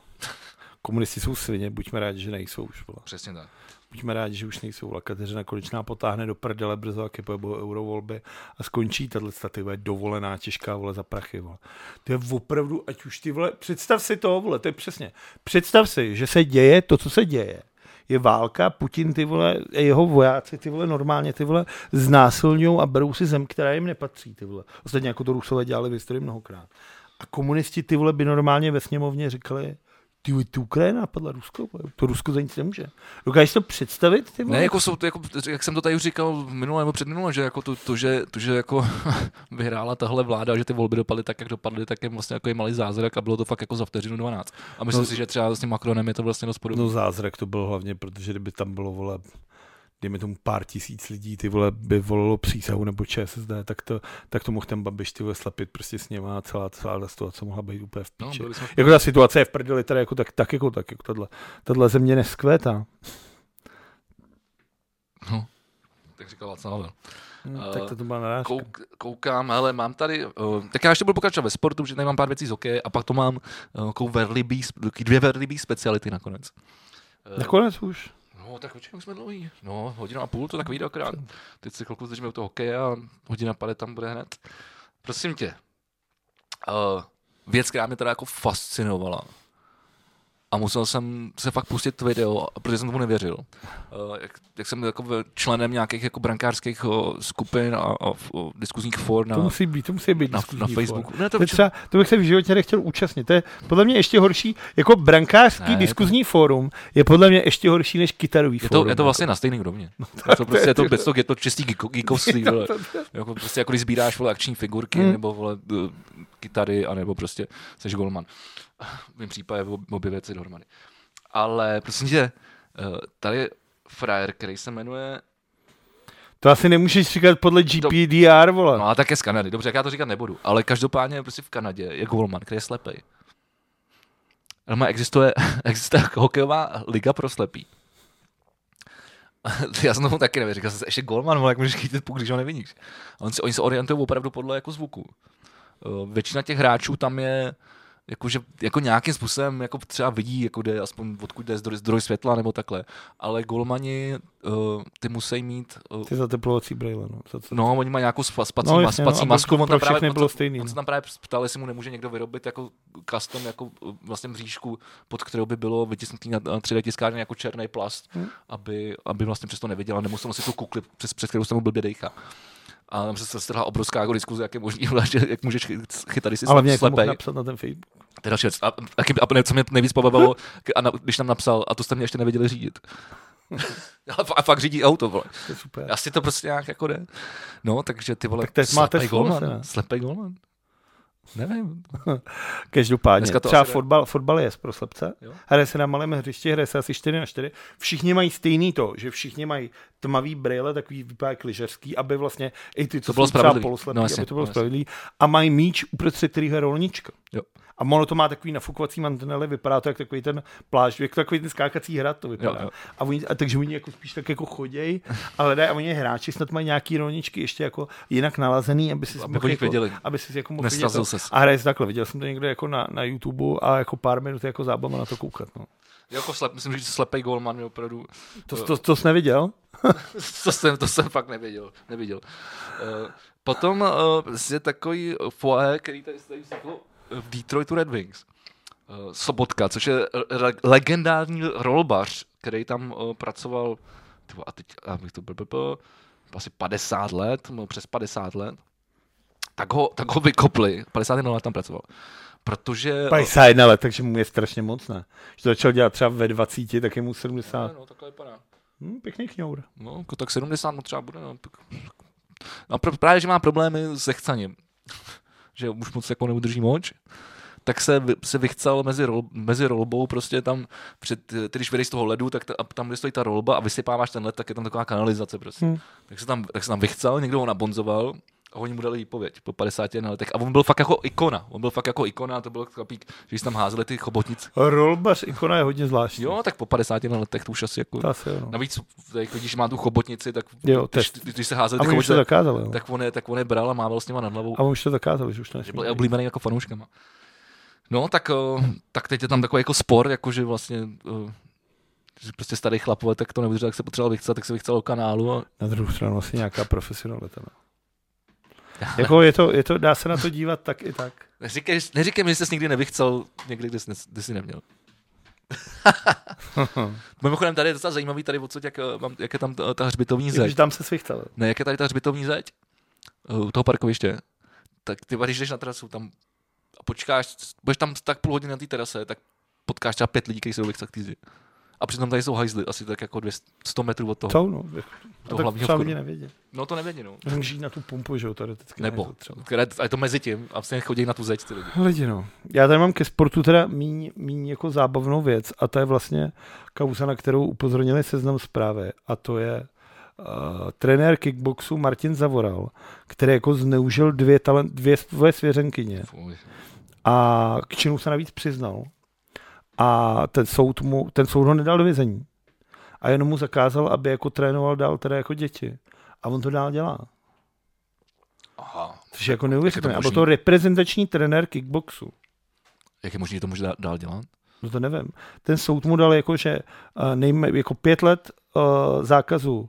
[SPEAKER 2] Komunisti jsou svině, buďme rádi, že nejsou už. Vole.
[SPEAKER 1] Přesně tak.
[SPEAKER 2] Buďme rádi, že už nejsou. A Kateřina Konečná potáhne do prdele brzo, jak je budou eurovolby a skončí tahle stativa dovolená těžká vole za prachy. Vole. To je opravdu, ať už ty vole, představ si to, vole, to je přesně. Představ si, že se děje to, co se děje. Je válka, Putin ty vole, a jeho vojáci ty vole normálně ty vole znásilňují a berou si zem, která jim nepatří ty vole. Ostatně jako to Rusové dělali v historii mnohokrát. A komunisti ty vole by normálně ve sněmovně říkali, ty vole, ty Ukrajina napadla Rusko, vole, to Rusko za nic nemůže. Dokážeš to představit? Ty vole?
[SPEAKER 1] Ne, jako jsou to, jako, jak jsem to tady už říkal minule nebo předminule, že jako to, to, že, to, že jako vyhrála tahle vláda, že ty volby dopadly tak, jak dopadly, tak je vlastně jako je malý zázrak a bylo to fakt jako za vteřinu 12. A myslím
[SPEAKER 2] No.
[SPEAKER 1] si, že třeba s tím Macronem je to vlastně dost podobné.
[SPEAKER 2] No zázrak to byl hlavně, protože kdyby tam bylo, vole, dejme tomu pár tisíc lidí, ty vole, by volilo přísahu nebo ČSSD, tak to, tak to mohl ten Babiš ty vole slepit prostě s něma a celá, celá ta situace mohla být úplně v
[SPEAKER 1] No,
[SPEAKER 2] píči.
[SPEAKER 1] byli jsme v
[SPEAKER 2] Jako ta situace je v prdeli, teda jako tak, tak jako tak, jako tato, tato země neskvétá.
[SPEAKER 1] tak říkal Václav Havel.
[SPEAKER 2] Hmm,
[SPEAKER 1] Eh,
[SPEAKER 2] tak to, to byla narážka.
[SPEAKER 1] Kouk, koukám, ale mám tady, uh, tak já ještě budu pokračovat ve sportu, protože tady mám pár věcí z hokeje a pak to mám uh, jako verlibý, taky dvě verlibý speciality nakonec. Eh,
[SPEAKER 2] Nakonec už.
[SPEAKER 1] No, tak určitě už jsme dlouhý. No, hodina a půl, to tak vyjde akorát. Teď se chvilku zdržíme u toho hokeje a hodina pade tam bude hned. Prosím tě, uh, věc, která mě teda jako fascinovala, a musel jsem se fakt pustit video, protože jsem tomu nevěřil. Uh, jak, jak, jsem jako ve- členem nějakých jako brankářských uh, skupin a, a, a diskuzních for na,
[SPEAKER 2] To musí být, to musí být
[SPEAKER 1] No. na, na
[SPEAKER 2] diskuzní fórum.
[SPEAKER 1] Facebooku. Ne,
[SPEAKER 2] To, je třeba, to bych se v životě nechtěl účastnit. To je podle mě ještě horší, jako brankářský
[SPEAKER 1] Ne,
[SPEAKER 2] ne,
[SPEAKER 1] to-
[SPEAKER 2] diskuzní to... fórum je podle mě ještě horší než kytarový
[SPEAKER 1] je to,
[SPEAKER 2] fórum.
[SPEAKER 1] je to vlastně na stejný úrovni. je to, prostě, je, to, je, to, je to čistý geeko- geekovství. vole.
[SPEAKER 2] To- to-
[SPEAKER 1] Jako, prostě jako když sbíráš vole akční figurky,
[SPEAKER 2] Hmm.
[SPEAKER 1] nebo vole eh, kytary, anebo prostě seš golman. V mém případě ob- obě věci dohromady. Ale prosím tě, eh, tady je frajer, který se jmenuje...
[SPEAKER 2] To asi nemůžeš říkat podle GPDR, vole.
[SPEAKER 1] No a tak je z Kanady, dobře, jak já to říkat nebudu. Ale každopádně prostě v Kanadě je golman, který je slepej. Ale existuje, existuje hokejová liga pro slepý. Já jsem tomu taky nevěřil. Říkal jsem si, ještě golman, vole, jak můžeš chytit puk, když ho nevidíš. A On se, oni se orientují opravdu podle jako zvuku. Eh, Většina těch hráčů tam je jakože, jako nějakým způsobem jako třeba vidí, jako jde, aspoň odkud jde zdroj, zdroj světla nebo takhle. Ale golmani, eh, ty musí mít eh,
[SPEAKER 2] Ty zateplovací brýle, no. Za co?
[SPEAKER 1] No, oni mají nějakou spa- spací,
[SPEAKER 2] No,
[SPEAKER 1] no,
[SPEAKER 2] jasně,
[SPEAKER 1] jasně,
[SPEAKER 2] no,
[SPEAKER 1] spací
[SPEAKER 2] aby
[SPEAKER 1] no, masku, on
[SPEAKER 2] pro
[SPEAKER 1] tam právě,
[SPEAKER 2] všechny
[SPEAKER 1] on,
[SPEAKER 2] bylo
[SPEAKER 1] se-
[SPEAKER 2] stejný,
[SPEAKER 1] on
[SPEAKER 2] no.
[SPEAKER 1] se tam právě ptal, jestli mu nemůže někdo vyrobit jako custom, jako uh, vlastně mřížku, pod kterou by bylo vytisnutý na na 3D tiskárně jako černý plast,
[SPEAKER 2] Hm.
[SPEAKER 1] hmm. aby, aby vlastně přesto neviděl a nemusel nosit tu kukli, přes, přes kterou se mu blbě dejchá. A tam se- se strhla obrovská jako diskuze, jak je možný, že- jak můžeš chyt- chytat, když jsi
[SPEAKER 2] Ale mě jako mohl
[SPEAKER 1] slepej.
[SPEAKER 2] napsat na ten Facebook.
[SPEAKER 1] To je další věc. A, a, a, a co mě nejvíc pobavilo,
[SPEAKER 2] Hm.
[SPEAKER 1] k- a na, když tam napsal, a to jste mě ještě nevěděli řídit. a, fa- a fakt řídí auto, vole.
[SPEAKER 2] To je super.
[SPEAKER 1] Asi to prostě nějak jako jde. No, takže ty vole,
[SPEAKER 2] Tak teď máte slovo,
[SPEAKER 1] golman,
[SPEAKER 2] teda.
[SPEAKER 1] slepej golman. Nevím.
[SPEAKER 2] Každopádně,
[SPEAKER 1] Dneska to
[SPEAKER 2] třeba
[SPEAKER 1] asi ne.
[SPEAKER 2] fotbal, fotbal je pro slepce.
[SPEAKER 1] Jo.
[SPEAKER 2] Hraje se na malém hřišti, hraje se asi 4 na 4. Všichni mají stejný to, že všichni mají tmavý brýle, takový vypadá jak lyžařský, aby vlastně i ty,
[SPEAKER 1] To
[SPEAKER 2] co
[SPEAKER 1] bylo
[SPEAKER 2] jsou třeba
[SPEAKER 1] spravedlivý.
[SPEAKER 2] poloslepý,
[SPEAKER 1] No,
[SPEAKER 2] no,
[SPEAKER 1] jasně,
[SPEAKER 2] aby to
[SPEAKER 1] no,
[SPEAKER 2] bylo
[SPEAKER 1] jasně.
[SPEAKER 2] spravedlivý. A mají míč, uprostřed kterého je rolnička.
[SPEAKER 1] Jo.
[SPEAKER 2] A ono to má takový nafukovací mantinely, vypadá to jak takový ten pláž, jak takový ten skákací hrad to vypadá.
[SPEAKER 1] Jo, jo.
[SPEAKER 2] A, oni, a takže oni jako spíš tak jako choděj, ale ne, a oni hráči snad mají nějaký rolničky ještě jako jinak nalazený, aby si
[SPEAKER 1] Aby o nich
[SPEAKER 2] jako,
[SPEAKER 1] věděli.
[SPEAKER 2] aby si jako mohl vidět
[SPEAKER 1] Nestrazil
[SPEAKER 2] to.
[SPEAKER 1] ses.
[SPEAKER 2] A hraje se takhle, viděl jsem to někde jako na, na YouTube a jako pár minut jako zábava na to koukat. No.
[SPEAKER 1] Jako slep, myslím, že slepej golman je opravdu...
[SPEAKER 2] To, to, to, jsi neviděl?
[SPEAKER 1] to, jsem, to jsem fakt nevěděl. nevěděl. Uh, potom uh, je takový foé, který tady tady vznikl v Detroitu Red Wings. Uh, Sobotka, což je re- legendární rolbař, který tam uh, pracoval ty vole, a teď, abych to blbl, blbl, asi 50 let, no, přes 50 let, tak ho, tak ho vykopli, 51 let tam pracoval, protože...
[SPEAKER 2] 51 let, takže mu je strašně moc, ne? Že to začal dělat třeba ve 20, tak je mu 70.
[SPEAKER 1] No, takhle vypadá.
[SPEAKER 2] Hm, pěkný kňour.
[SPEAKER 1] No, jako tak 70 mu třeba bude. No, tak... no pr- právě, že má problémy se chcaním. že už moc jako neudrží moč. tak se, vy- se vychcal mezi, rol, mezi rolbou, prostě tam, před, ty když vyjdeš z toho ledu, tak ta, a tam, kde stojí ta rolba a vysypáváš ten led, tak je tam taková kanalizace prostě.
[SPEAKER 2] Hmm.
[SPEAKER 1] Hmm. Tak, se tam, tak se tam vychcal, někdo ho nabonzoval a oni mu dali výpověď po 51 letech. A on byl fakt jako ikona, on byl fakt jako ikona, to byl chlapík, že když tam házeli ty chobotnice.
[SPEAKER 2] Rolbař ikona je hodně zvláštní.
[SPEAKER 1] Jo, tak po 50 letech to už asi jako...
[SPEAKER 2] To asi, jo, no.
[SPEAKER 1] Navíc, jak vidíš, má tu chobotnici, tak
[SPEAKER 2] Jo,
[SPEAKER 1] když,
[SPEAKER 2] test.
[SPEAKER 1] když, když se házeli
[SPEAKER 2] A
[SPEAKER 1] ty
[SPEAKER 2] oni už to
[SPEAKER 1] chobotnice,
[SPEAKER 2] zakázali. Jo.
[SPEAKER 1] tak on, je, tak on je bral a mával s nima nad hlavou.
[SPEAKER 2] A on už to zakázal, že už
[SPEAKER 1] Že
[SPEAKER 2] to nesmí
[SPEAKER 1] byl
[SPEAKER 2] být.
[SPEAKER 1] oblíbený jako fanouškama. No, tak, eh, tak teď je tam takový jako spor, jako že vlastně eh, že prostě starý chlapové, tak to nevydržel, tak se potřeboval vychcel, tak se vychcel do kanálu a
[SPEAKER 2] Na druhou stranu asi nějaká profesionalita. No. Jako je to, je to, dá se na to dívat tak i tak.
[SPEAKER 1] neříkej, neříkej mi, že jsi nikdy nevychcel někdy, kde jsi, nes- kde jsi neměl. Mimochodem tady je docela zajímavý tady odsud, jak, eh, mám, jak je tam ta, ta hřbitovní
[SPEAKER 2] Když
[SPEAKER 1] zeď.
[SPEAKER 2] tam se svichtal.
[SPEAKER 1] Ne, jak je tady ta hřbitovní zeď eh, u toho parkoviště, tak ty, když jdeš na trasu tam a počkáš, budeš tam tak půl hodiny na té terase, tak potkáš třeba pět lidí, kteří se jdou vychcel k týzi. A přitom tady jsou hajzly, asi tak jako 200, 100 metrů od toho.
[SPEAKER 2] To, no. A
[SPEAKER 1] toho
[SPEAKER 2] tak
[SPEAKER 1] hlavního
[SPEAKER 2] třeba
[SPEAKER 1] vchodu.
[SPEAKER 2] mě nevědí.
[SPEAKER 1] No to nevědí, no.
[SPEAKER 2] Můžu jít na tu pumpu, že jo, teoreticky.
[SPEAKER 1] Nebo.
[SPEAKER 2] nejde třeba.
[SPEAKER 1] Které, a je to mezi tím, a vlastně chodí na tu zeď ty lidi.
[SPEAKER 2] Lidi, no. Já tady mám ke sportu teda míň, míň jako zábavnou věc a to je vlastně kauza, na kterou upozornili seznam zprávy a to je uh, trenér kickboxu Martin Zavoral, který jako zneužil dvě, talent, dvě svoje svěřenkyně
[SPEAKER 1] Fuj.
[SPEAKER 2] a k činu se navíc přiznal. A ten soud, mu, ten soud ho nedal do vězení. A jenom mu zakázal, aby jako trénoval dál teda jako děti. A on to dál dělá.
[SPEAKER 1] Aha.
[SPEAKER 2] Což je jako neuvěřitelné. A byl
[SPEAKER 1] možný?
[SPEAKER 2] to reprezentační trenér kickboxu.
[SPEAKER 1] Jak je možné, že to může dál, dál dělat?
[SPEAKER 2] No to nevím. Ten soud mu dal jako, že eh, nejme, jako pět let eh, zákazu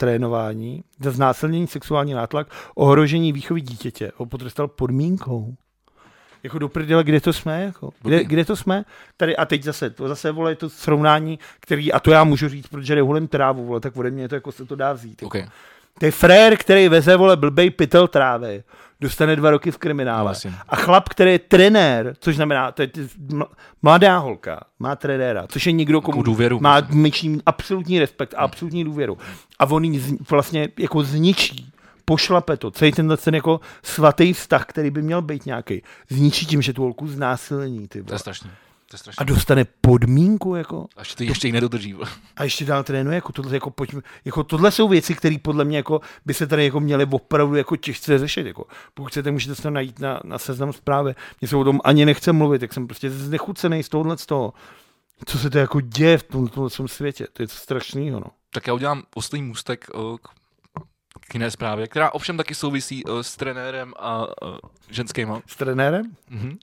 [SPEAKER 2] trénování, za znásilnění, sexuální nátlak, ohrožení výchovy dítěte. Ho potrestal podmínkou. Jako do prdele, kde to jsme? Jako? Kde,
[SPEAKER 1] Blbý.
[SPEAKER 2] kde, to jsme? Tady a teď zase, to zase vole, je to srovnání, který, a to já můžu říct, protože rehulem trávu, vole, tak ode mě je to jako se to dá vzít.
[SPEAKER 1] OK.
[SPEAKER 2] To je frér, který veze, vole, blbej pytel trávy, dostane dva roky v kriminále.
[SPEAKER 1] Jasně.
[SPEAKER 2] A chlap, který je trenér, což znamená, to je t- mla- mladá holka, má trenéra, což je někdo, komu
[SPEAKER 1] důvěru.
[SPEAKER 2] má dnešní absolutní respekt a absolutní důvěru. A on ji zni- vlastně jako zničí, pošlape to, celý tenhle ten jako svatý vztah, který by měl být nějaký, zničí tím, že tu holku znásilní, ty
[SPEAKER 1] To je
[SPEAKER 2] vole.
[SPEAKER 1] strašný. To je strašný.
[SPEAKER 2] A dostane podmínku, jako.
[SPEAKER 1] A ještě, ještě ji nedodrží. vole.
[SPEAKER 2] A ještě dál trénuje, jako tohle, jako pojďme, jako tohle jsou věci, které podle mě jako by se tady jako měly opravdu jako těžce řešit. Jako. Pokud chcete, můžete se to najít na, na seznam zprávy. Mně se o tom ani nechce mluvit, jak jsem prostě znechucený z tohohle z toho. Co se to jako děje v tom, tomhle tom světě? To je něco strašného, no.
[SPEAKER 1] tak já udělám oslý můstek eh, k- k jiné zprávě, která ovšem taky souvisí eh, s trenérem a eh, ženskýma.
[SPEAKER 2] S trenérem?
[SPEAKER 1] Mhm.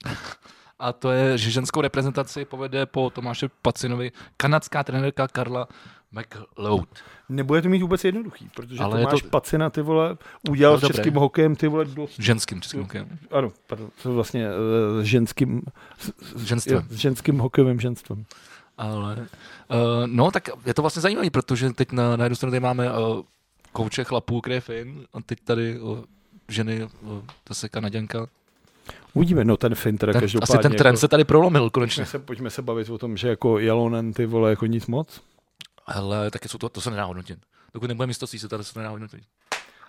[SPEAKER 1] A to je, že ženskou reprezentaci povede po Tomáše Pacinovi kanadská trenérka Karla McLeod.
[SPEAKER 2] Nebude to mít vůbec jednoduchý, protože
[SPEAKER 1] Ale
[SPEAKER 2] Ale
[SPEAKER 1] je
[SPEAKER 2] Tomáš
[SPEAKER 1] to-
[SPEAKER 2] to... Pacina, ty vole, udělal
[SPEAKER 1] No,
[SPEAKER 2] s
[SPEAKER 1] dobré.
[SPEAKER 2] českým hokejem, ty vole, dost,
[SPEAKER 1] Ženským českým hokejem.
[SPEAKER 2] ano, pardon, to vlastně uh, ženským, s, s,
[SPEAKER 1] Ženstvem.
[SPEAKER 2] jo, s ženským hokejovým ženstvem.
[SPEAKER 1] Ale, uh, no, tak je to vlastně zajímavé, protože teď na, na jednu stranu tady máme uh, kouče chlapů, který je fin, a teď tady uh, ženy, uh, zase Kanaděnka.
[SPEAKER 2] Uvidíme, no ten Finn teda
[SPEAKER 1] Ten,
[SPEAKER 2] každopádně. jako-
[SPEAKER 1] asi ten trend se tady prolomil konečně.
[SPEAKER 2] Pojďme se, pojďme se bavit o tom, že jako Jalonen ty vole jako nic moc.
[SPEAKER 1] Hele, taky jsou to, to se nedá hodnotit. Dokud nebude místo se tady se to nedá hodnotit.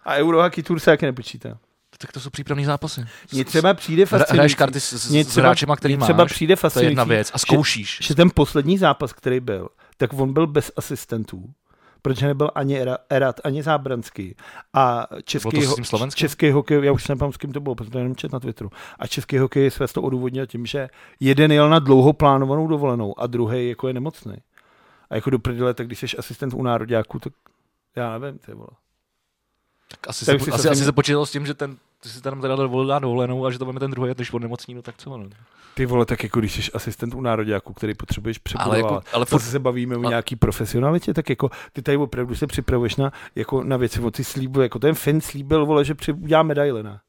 [SPEAKER 2] A Eurohockey Tour se taky nepočítá.
[SPEAKER 1] Tak to jsou přípravné zápasy. S-
[SPEAKER 2] Mně třeba přijde
[SPEAKER 1] s- hra- Hraješ
[SPEAKER 2] fascinující,
[SPEAKER 1] karty s, s,
[SPEAKER 2] Mně
[SPEAKER 1] s
[SPEAKER 2] třeba-
[SPEAKER 1] hráčema, který
[SPEAKER 2] mně třeba
[SPEAKER 1] máš, to
[SPEAKER 2] přijde
[SPEAKER 1] je
[SPEAKER 2] fascinující,
[SPEAKER 1] jedna věc. A zkoušíš.
[SPEAKER 2] že ten poslední zápas, který byl, tak on byl bez asistentů, protože nebyl ani Era- Erat, ani Zábranský. A
[SPEAKER 1] Bylo
[SPEAKER 2] český,
[SPEAKER 1] to s
[SPEAKER 2] ho,
[SPEAKER 1] tím Slovenskem?
[SPEAKER 2] český hokej, já už nevím, s kým to bylo, protože to jenom čet na Twitteru. A český hokej své to odůvodnil tím, že jeden jel na dlouho plánovanou dovolenou a druhý jako je nemocný. A jako do prdele, tak když jsi asistent u nároďáku, tak já nevím, ty vole.
[SPEAKER 1] Tak asi,
[SPEAKER 2] tak
[SPEAKER 1] se,
[SPEAKER 2] si
[SPEAKER 1] asi,
[SPEAKER 2] se-
[SPEAKER 1] asi se počítal s tím, že ten ty si tam teda dovolil dovolenou a že to budeme ten druhý, a když on nemocní, no tak co? No.
[SPEAKER 2] Ty vole, tak jako když jsi asistent u nároďáku, který potřebuješ
[SPEAKER 1] Ale,
[SPEAKER 2] přebudovat.
[SPEAKER 1] jako, ale
[SPEAKER 2] furt
[SPEAKER 1] furt,
[SPEAKER 2] se bavíme o
[SPEAKER 1] a-
[SPEAKER 2] nějaký profesionalitě, tak jako ty tady opravdu se připravuješ na, jako na věci, on ty slíbil, jako ten Finn slíbil, vole, že při, udělá medaile, ne?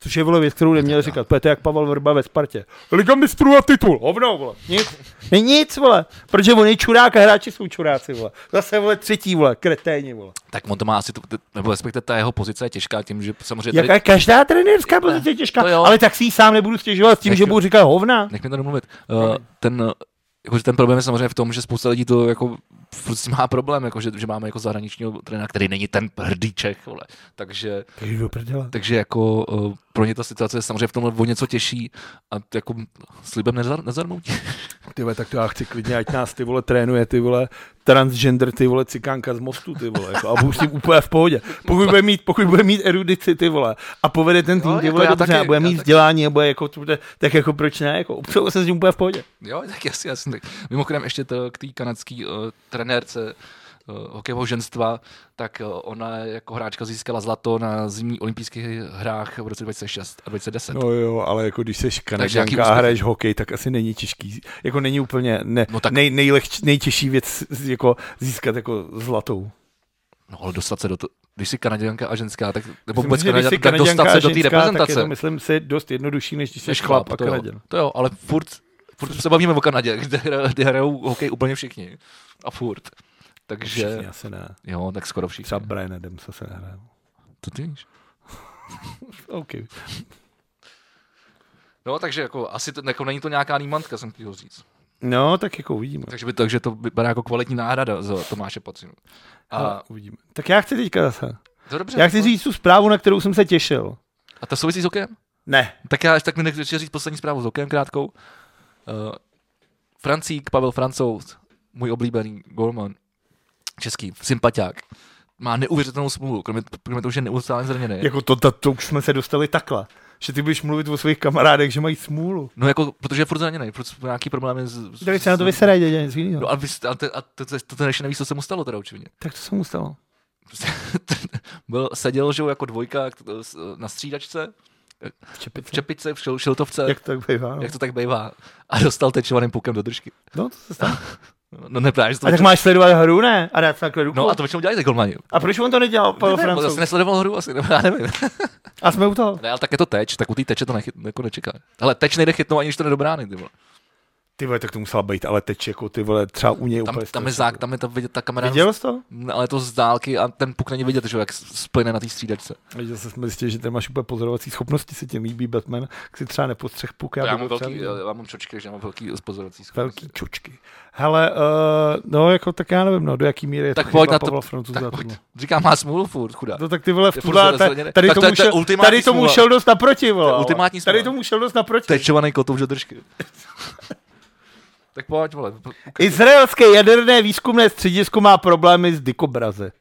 [SPEAKER 2] Což je vole věc, kterou neměl
[SPEAKER 1] tak já.
[SPEAKER 2] říkat. To je to jak Pavel Vrba ve Spartě. Liga mistrů a titul, hovno, vole. Nic, Ne, nic, vole. Protože on je čurák a hráči jsou čuráci, vole. Zase, vole, třetí, vole, kreténi, vole.
[SPEAKER 1] tak on to má asi, tu- t- nebo respektive ta jeho pozice je těžká tím, že samozřejmě tady,
[SPEAKER 2] Jaká každá trenérská pozice je těžká,
[SPEAKER 1] to jo.
[SPEAKER 2] ale tak si ji sám nebudu stěžovat s tím,
[SPEAKER 1] Nech-
[SPEAKER 2] že budu říkat hovna.
[SPEAKER 1] Eh, nech mi to domluvit, uh, ten, uh, jakože ten problém je samozřejmě v tom, že spousta lidí to jako furt s tím má problém, jako, že, že máme jako zahraničního trenéra, který není ten hrdý Čech, vole. Takže,
[SPEAKER 2] Takže do prdele.
[SPEAKER 1] takže jako uh, pro ně ta situace je samozřejmě v tomhle o něco těžší a t- jako slibem nezar, nezarmoutí.
[SPEAKER 2] Ty vole, tak to já chci klidně, ať nás ty vole trénuje, ty vole transgender, ty vole cikánka z mostu, ty vole, jako, a budu s tím úplně v pohodě. Pokud bude mít, pokud bude mít erudici, ty vole, a povede ten tým,
[SPEAKER 1] Jo,
[SPEAKER 2] ty
[SPEAKER 1] jako
[SPEAKER 2] vole,
[SPEAKER 1] já
[SPEAKER 2] dobře,
[SPEAKER 1] taky,
[SPEAKER 2] a bude
[SPEAKER 1] já
[SPEAKER 2] mít
[SPEAKER 1] taky.
[SPEAKER 2] vzdělání, a bude jako, to bude, tak jako proč ne, jako, obsahu se s tím úplně v pohodě.
[SPEAKER 1] Jo, tak jasně, jasně. Tak. Mimochodem ještě to, k té kanadské uh, trenérce uh, hokejového ženstva, tak uh, ona jako hráčka získala zlato na zimní olympijských hrách v roce 2006 a 2010. No,
[SPEAKER 2] No jo, ale jako když seš
[SPEAKER 1] jaký
[SPEAKER 2] kanaděnka a
[SPEAKER 1] úspěch?
[SPEAKER 2] hraješ hokej, tak asi není těžký, jako není úplně ne, no
[SPEAKER 1] No
[SPEAKER 2] tak...
[SPEAKER 1] tak-
[SPEAKER 2] nej, nejlehč, nejtěžší věc z- jako získat jako zlatou.
[SPEAKER 1] no ale dostat se do to, když jsi kanaděnka a ženská, tak nebo
[SPEAKER 2] Myslím,
[SPEAKER 1] vůbec
[SPEAKER 2] že když jsi
[SPEAKER 1] kanaděnka, tak dostat
[SPEAKER 2] Kanaďanka
[SPEAKER 1] se
[SPEAKER 2] a
[SPEAKER 1] do té
[SPEAKER 2] ženská, Tak je
[SPEAKER 1] reprezentace.
[SPEAKER 2] to, myslím si, dost jednodušší, než když jsi
[SPEAKER 1] Než
[SPEAKER 2] chlap a
[SPEAKER 1] to, jo.
[SPEAKER 2] kanaděn.
[SPEAKER 1] to jo, ale furt, furt se bavíme o Kanadě, kde, hra- kde hrajou hokej úplně všichni. A furt. Takže,
[SPEAKER 2] Všichni asi ne.
[SPEAKER 1] jo, tak skoro všichni.
[SPEAKER 2] Třeba Brian Adamsa se nehraje.
[SPEAKER 1] To ty víš.
[SPEAKER 2] OK.
[SPEAKER 1] No, takže jako, asi to, jako není to nějaká nímantka, jsem chtěl říct.
[SPEAKER 2] No, tak jako uvidíme.
[SPEAKER 1] Takže, by, takže to vypadá jako kvalitní náhrada za Tomáše Pacinu.
[SPEAKER 2] A...
[SPEAKER 1] A
[SPEAKER 2] uvidíme. Tak já chci teďka zase.
[SPEAKER 1] to dobře.
[SPEAKER 2] Já chci říct tu zprávu, na kterou jsem se těšil.
[SPEAKER 1] A to souvisí s okem?
[SPEAKER 2] Ne.
[SPEAKER 1] Tak já tak mi nechci říct poslední zprávu s okem krátkou. Uh, Francík, Pavel Francouz, můj oblíbený golman, český, sympatiák, má neuvěřitelnou smlouvu, kromě, kromě toho, že je neustále zraněný.
[SPEAKER 2] Jako to, to, to už jsme se dostali takhle. Že ty budeš mluvit o svých kamarádech, že mají smůlu.
[SPEAKER 1] No jako, protože je furt zraněný, furt jsou nějaký problémy s... s-
[SPEAKER 2] Tak se na to
[SPEAKER 1] s-
[SPEAKER 2] vyserají, dělá nic jiného.
[SPEAKER 1] No a, vy, a, te, a to, to, to, to ještě neví, co se mu stalo teda určitě.
[SPEAKER 2] Tak to se mu stalo.
[SPEAKER 1] Prostě ten- byl, seděl, že jo, jako dvojka k- s- na střídačce,
[SPEAKER 2] V čepici.
[SPEAKER 1] v čepice, v šil, šiltovce, jak,
[SPEAKER 2] Jak to tak bývá, no.
[SPEAKER 1] jak to tak bývá, a dostal tečovaným pukem do držky.
[SPEAKER 2] no to se stalo.
[SPEAKER 1] No ne, právě, že to
[SPEAKER 2] A tak máš sledovat hru, ne? A dát se takhle ruku.
[SPEAKER 1] No a to většinou dělají ty golmani.
[SPEAKER 2] a proč on to nedělal, Pavel
[SPEAKER 1] Ne, ne,
[SPEAKER 2] Francouz?
[SPEAKER 1] Zase nesledoval hru asi, nebo já nevím.
[SPEAKER 2] A jsme u toho.
[SPEAKER 1] Ne, ale tak je to teč, tak u té teče to nechyt, jako nečeká. Ale teč nejde chytnout, ani když to jde do brány. Ty vole.
[SPEAKER 2] Ty vole, tak to musela být, ale teď jako ty vole, třeba u něj
[SPEAKER 1] Tam,
[SPEAKER 2] úplně
[SPEAKER 1] tam, je
[SPEAKER 2] strašně.
[SPEAKER 1] zák, tam je ta, vidět, ta kamera,
[SPEAKER 2] Viděl jsi to?
[SPEAKER 1] No, ale je to z dálky a ten puk není vidět, že jo, jak s- splyne na té střídačce.
[SPEAKER 2] Viděl jsem zjistil, že ty máš úplně pozorovací schopnosti, se ti líbí Batman, jak si třeba nepostřeh puk.
[SPEAKER 1] Já, já,
[SPEAKER 2] bych
[SPEAKER 1] mám
[SPEAKER 2] ho třeba
[SPEAKER 1] velký,
[SPEAKER 2] viděl.
[SPEAKER 1] já mám čočky, že já mám velký pozorovací schopnosti.
[SPEAKER 2] velký čočky. Hele, uh, no jako tak já nevím, no, do jaký míry je
[SPEAKER 1] Tak
[SPEAKER 2] to
[SPEAKER 1] pojď
[SPEAKER 2] chyba
[SPEAKER 1] na to-
[SPEAKER 2] Pavla Francouz za
[SPEAKER 1] Tak
[SPEAKER 2] tohle.
[SPEAKER 1] pojď. Říkám, má smůlu furt, chudá.
[SPEAKER 2] No tak ty vole, v
[SPEAKER 1] Je
[SPEAKER 2] tuhle,
[SPEAKER 1] furt
[SPEAKER 2] ta,
[SPEAKER 1] zazraněný.
[SPEAKER 2] tady,
[SPEAKER 1] Tak to
[SPEAKER 2] tomu
[SPEAKER 1] je- to je
[SPEAKER 2] šel,
[SPEAKER 1] ultimátní
[SPEAKER 2] tady tomu
[SPEAKER 1] smůla.
[SPEAKER 2] šel dost naproti, vole.
[SPEAKER 1] To je ultimátní
[SPEAKER 2] Tady
[SPEAKER 1] smůla.
[SPEAKER 2] tomu šel dost naproti.
[SPEAKER 1] Tečovaný kotou do držky. tak pojď, vole.
[SPEAKER 2] Izraelské jaderné výzkumné středisko má problémy s dikobraze.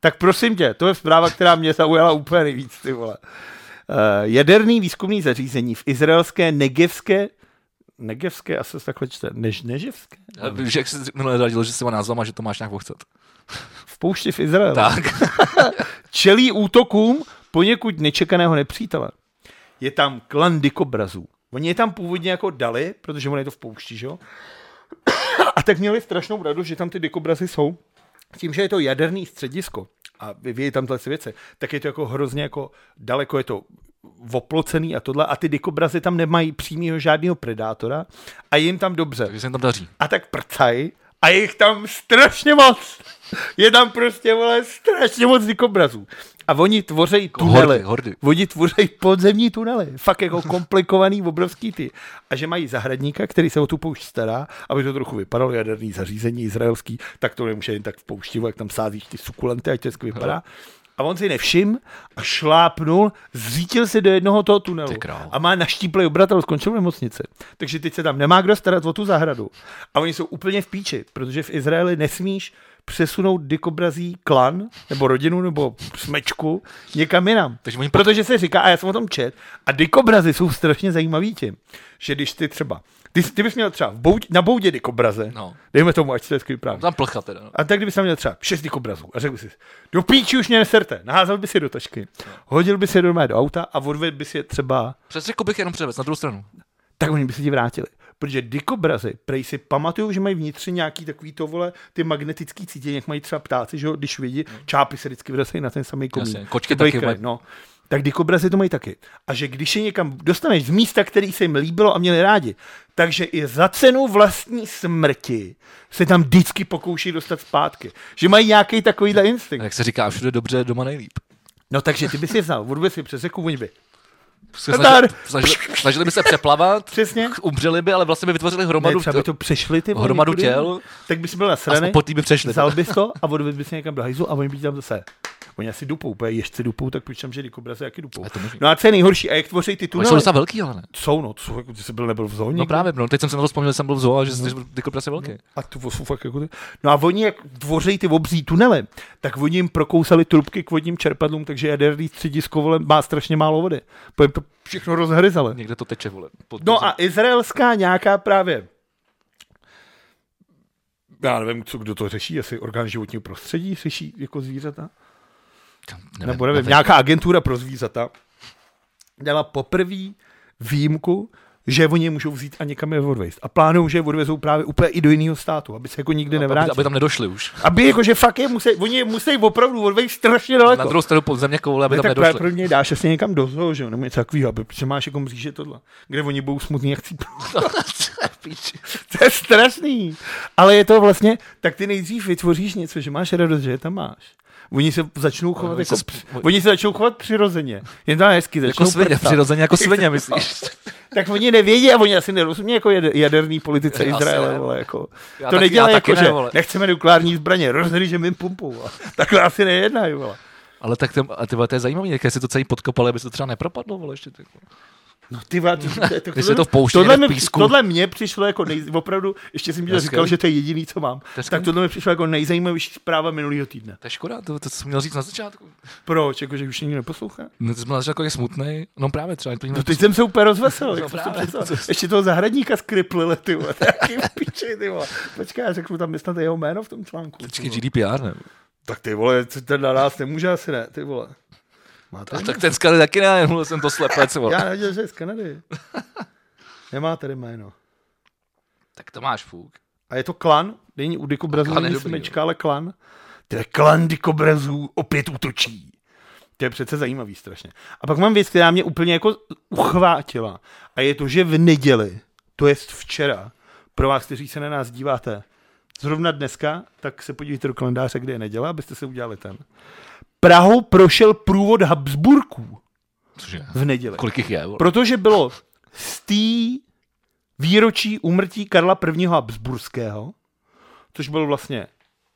[SPEAKER 2] Tak prosím tě, to je zpráva, která mě zaujala úplně nejvíc, ty vole. Uh, jaderný výzkumný zařízení v izraelské Negevské Negevské, asi se takhle čte, Než, Neževské?
[SPEAKER 1] Já, že jak jsi minule radil, že si má názvama, že to máš nějak ochcet.
[SPEAKER 2] V poušti v Izraeli.
[SPEAKER 1] Tak.
[SPEAKER 2] čelí útokům poněkud nečekaného nepřítele. Je tam klan dikobrazů. Oni je tam původně jako dali, protože on je to v poušti, že jo? A tak měli strašnou radost, že tam ty dikobrazy jsou. Tím, že je to jaderný středisko a vyvíjí tam tyhle věci, tak je to jako hrozně jako daleko je to oplocený a tohle a ty dikobrazy tam nemají přímého žádného predátora a je jim tam dobře
[SPEAKER 1] Takže se jim tam daří.
[SPEAKER 2] a tak prcají a je jich tam strašně moc. Je tam prostě, vole, strašně moc dikobrazů. A oni tvořejí tunely.
[SPEAKER 1] hordy, hordy.
[SPEAKER 2] Oni tvořejí podzemní tunely. Fakt jako komplikovaný, obrovský ty. A že mají zahradníka, který se o tu poušť stará, aby to trochu vypadalo jaderný zařízení izraelský, tak to nemůže jen tak v poušti, jak tam sázíš ty sukulenty, ať to hezky vypadá. A on si nevšim a šlápnul, zřítil se do jednoho toho tunelu
[SPEAKER 1] Ty král.
[SPEAKER 2] a má naštíplej obratel, skončil v nemocnici. Takže teď se tam nemá kdo starat o tu zahradu. A oni jsou úplně v píči, protože v Izraeli nesmíš přesunout dikobrazí klan, nebo rodinu, nebo smečku někam jinam.
[SPEAKER 1] Takže oni proto...
[SPEAKER 2] Protože se říká, a já jsem o tom čet, a dikobrazy jsou strašně zajímavý tím, že když ty třeba, ty, ty bys měl třeba v boudě, na boudě dikobraze,
[SPEAKER 1] No.
[SPEAKER 2] dejme tomu, ať se to je skvělý právě.
[SPEAKER 1] Tam plcha teda. No.
[SPEAKER 2] A tak kdyby tam měl třeba šest dikobrazů a řekl by si, do píči už mě neserte, naházal by si do tašky, hodil by si je do mé do auta a odvedl by si je třeba
[SPEAKER 1] Přes řeku bych jenom převez na druhou stranu.
[SPEAKER 2] tak oni by se ti vrátili. Protože dikobrazy, prej si pamatuju, že mají vnitřně nějaký takový to, vole, ty magnetický cítění, jak mají třeba ptáci, že jo, když vidí, čápy se vždycky vracejí na ten samý komín.
[SPEAKER 1] Mm. Jasně, kočky
[SPEAKER 2] To je
[SPEAKER 1] taky
[SPEAKER 2] kraj,
[SPEAKER 1] mají.
[SPEAKER 2] No. Tak dikobrazy to mají taky. A že když je někam dostaneš z místa, který se jim líbilo a měli rádi, takže i za cenu vlastní smrti se tam vždycky pokouší dostat zpátky. Že mají nějaký takovýhle instinkt.
[SPEAKER 1] Jak se říká, všude dobře, doma nejlíp.
[SPEAKER 2] No takže ty bys je znal, odbyl si přes řeku, oni by.
[SPEAKER 1] se snažili, snažili, snažili by se přeplavat,
[SPEAKER 2] Přesně.
[SPEAKER 1] umřeli by, ale vlastně by vytvořili
[SPEAKER 2] Ne,
[SPEAKER 1] hromadu,
[SPEAKER 2] třeba by to přešli ty vole,
[SPEAKER 1] hromadu
[SPEAKER 2] někudy,
[SPEAKER 1] těl
[SPEAKER 2] Tak by si byl
[SPEAKER 1] a
[SPEAKER 2] nasraný,
[SPEAKER 1] po tý by přešli.
[SPEAKER 2] vzal bys to a odvedl bys někam do hajzlu a oni by ti tam zase. Oni asi dupou, úplně ježci dupou, tak proč tam, že kobrazy jaký dupou.
[SPEAKER 1] A to možný.
[SPEAKER 2] No a co je nejhorší, a jak tvoří ty
[SPEAKER 1] Oni jsou
[SPEAKER 2] tunely?
[SPEAKER 1] docela velký, ale ne.
[SPEAKER 2] Jsou, no, to jsou, jako, ty jsi byl nebyl v zóně.
[SPEAKER 1] No právě, no, teď jsem se na to vzpomněl, že jsem byl v zoo, a že jsem ty kobrazy velký.
[SPEAKER 2] A to jsou fakt jako ty... No a oni, jak tvoří ty obří tunely, tak oni jim prokousali trubky k vodním čerpadlům, takže jaderný středisko vole, má strašně málo vody. Pojem to všechno rozhryzali.
[SPEAKER 1] Někde to teče, vole. pod-
[SPEAKER 2] No a izraelská nějaká právě já nevím, co, kdo to řeší, jestli orgán životního prostředí řeší jako zvířata,
[SPEAKER 1] Kam-
[SPEAKER 2] nebo nevím, nějaká agentura pro zvířata, dala poprvé výjimku, že oni je můžou vzít a někam je odvést. A plánují, že je odvezou právě úplně i do jiného státu, aby se jako nikdy
[SPEAKER 1] No, aby,
[SPEAKER 2] nevrátili.
[SPEAKER 1] aby, tam nedošli už.
[SPEAKER 2] Aby jakože fakt je musí, oni je musí opravdu odvejít strašně
[SPEAKER 1] Na
[SPEAKER 2] daleko.
[SPEAKER 1] druhou stranu pod země koule, aby
[SPEAKER 2] Ne,
[SPEAKER 1] tam
[SPEAKER 2] tak
[SPEAKER 1] nedošli.
[SPEAKER 2] pro mě dáš asi někam do zoo, že jo, nebo něco takového, aby protože máš jako mříže tohle, kde oni budou smutní jak cíp.
[SPEAKER 1] Píči.
[SPEAKER 2] to je strašný. Ale je to vlastně, tak ty nejdřív vytvoříš něco, že máš radost, že je tam máš. Oni se začnou chovat,
[SPEAKER 1] Oni
[SPEAKER 2] jako,
[SPEAKER 1] se sp-
[SPEAKER 2] oni se začnou chovat přirozeně. Je to hezky, začnou
[SPEAKER 1] Jako svině,
[SPEAKER 2] prcat.
[SPEAKER 1] přirozeně jako svině, myslíš.
[SPEAKER 2] Tak oni nevědí a oni asi nerozumí jako jad- jaderný politice
[SPEAKER 1] Já asi
[SPEAKER 2] Izraele.
[SPEAKER 1] ne.
[SPEAKER 2] Vole, jako.
[SPEAKER 1] Já
[SPEAKER 2] To
[SPEAKER 1] taky-
[SPEAKER 2] nedělá
[SPEAKER 1] já
[SPEAKER 2] jako,
[SPEAKER 1] taky ne,
[SPEAKER 2] že
[SPEAKER 1] vole.
[SPEAKER 2] nechceme nukleární zbraně, rozhlížeme jim pumpu. vole. Takhle asi nejednají. Vole.
[SPEAKER 1] Ale tak to, a ty, vole, to je zajímavé, jak si to celý podkopali, aby se to třeba nepropadlo, vole, ještě tak.
[SPEAKER 2] No ty vole, to, to, to,
[SPEAKER 1] Když se to v poušti
[SPEAKER 2] tohle,
[SPEAKER 1] jede v
[SPEAKER 2] mi-
[SPEAKER 1] písku.
[SPEAKER 2] tohle mě přišlo jako nej, opravdu, ještě jsem ti
[SPEAKER 1] Hezký.
[SPEAKER 2] říkal, že to je jediný, co mám.
[SPEAKER 1] hezký.
[SPEAKER 2] tak tohle mi přišlo jako nejzajímavější zpráva minulého týdne.
[SPEAKER 1] To je škoda, to, to jsem měl říct na začátku.
[SPEAKER 2] Proč? Jako, že už nikdo neposlouchá?
[SPEAKER 1] No, to jsem byl na začátku jako smutný. No právě třeba. To
[SPEAKER 2] No teď jsem se úplně rozveselil. jak
[SPEAKER 1] No
[SPEAKER 2] jsem si
[SPEAKER 1] právě.
[SPEAKER 2] představil. Ještě toho zahradníka skriplili, ty vole. Taky v piči, ty vole. Počkej, já řeknu tam je snad jeho jméno v tom článku. ty
[SPEAKER 1] Počkej,
[SPEAKER 2] vole.
[SPEAKER 1] GDPR, ne?
[SPEAKER 2] Tak ty vole, co ten na nás nemůže asi ne, ty vole. Máte?
[SPEAKER 1] A tak ten skali taky ne, jenom jsem to slepec, vole.
[SPEAKER 2] Já nevěděl, že je z Kanady. Nemá tady jméno.
[SPEAKER 1] Tak to máš fuk.
[SPEAKER 2] A je to klan, není u dikobrazů
[SPEAKER 1] Klan je
[SPEAKER 2] není
[SPEAKER 1] dobrý,
[SPEAKER 2] smečka, ale klan. To je klan dikobrazů, opět útočí. To je přece zajímavý strašně. A pak mám věc, která mě úplně jako uchvátila. A je to, že v neděli, to je včera, pro vás, kteří se na nás díváte, zrovna dneska, tak se podívejte do kalendáře, kde je neděle, abyste se udělali ten. Prahou prošel průvod Habsburků
[SPEAKER 1] Cože?
[SPEAKER 2] v neděli.
[SPEAKER 1] Kolik jich je, vole?
[SPEAKER 2] Protože bylo stý výročí úmrtí Karla I. Habsburského, což byl vlastně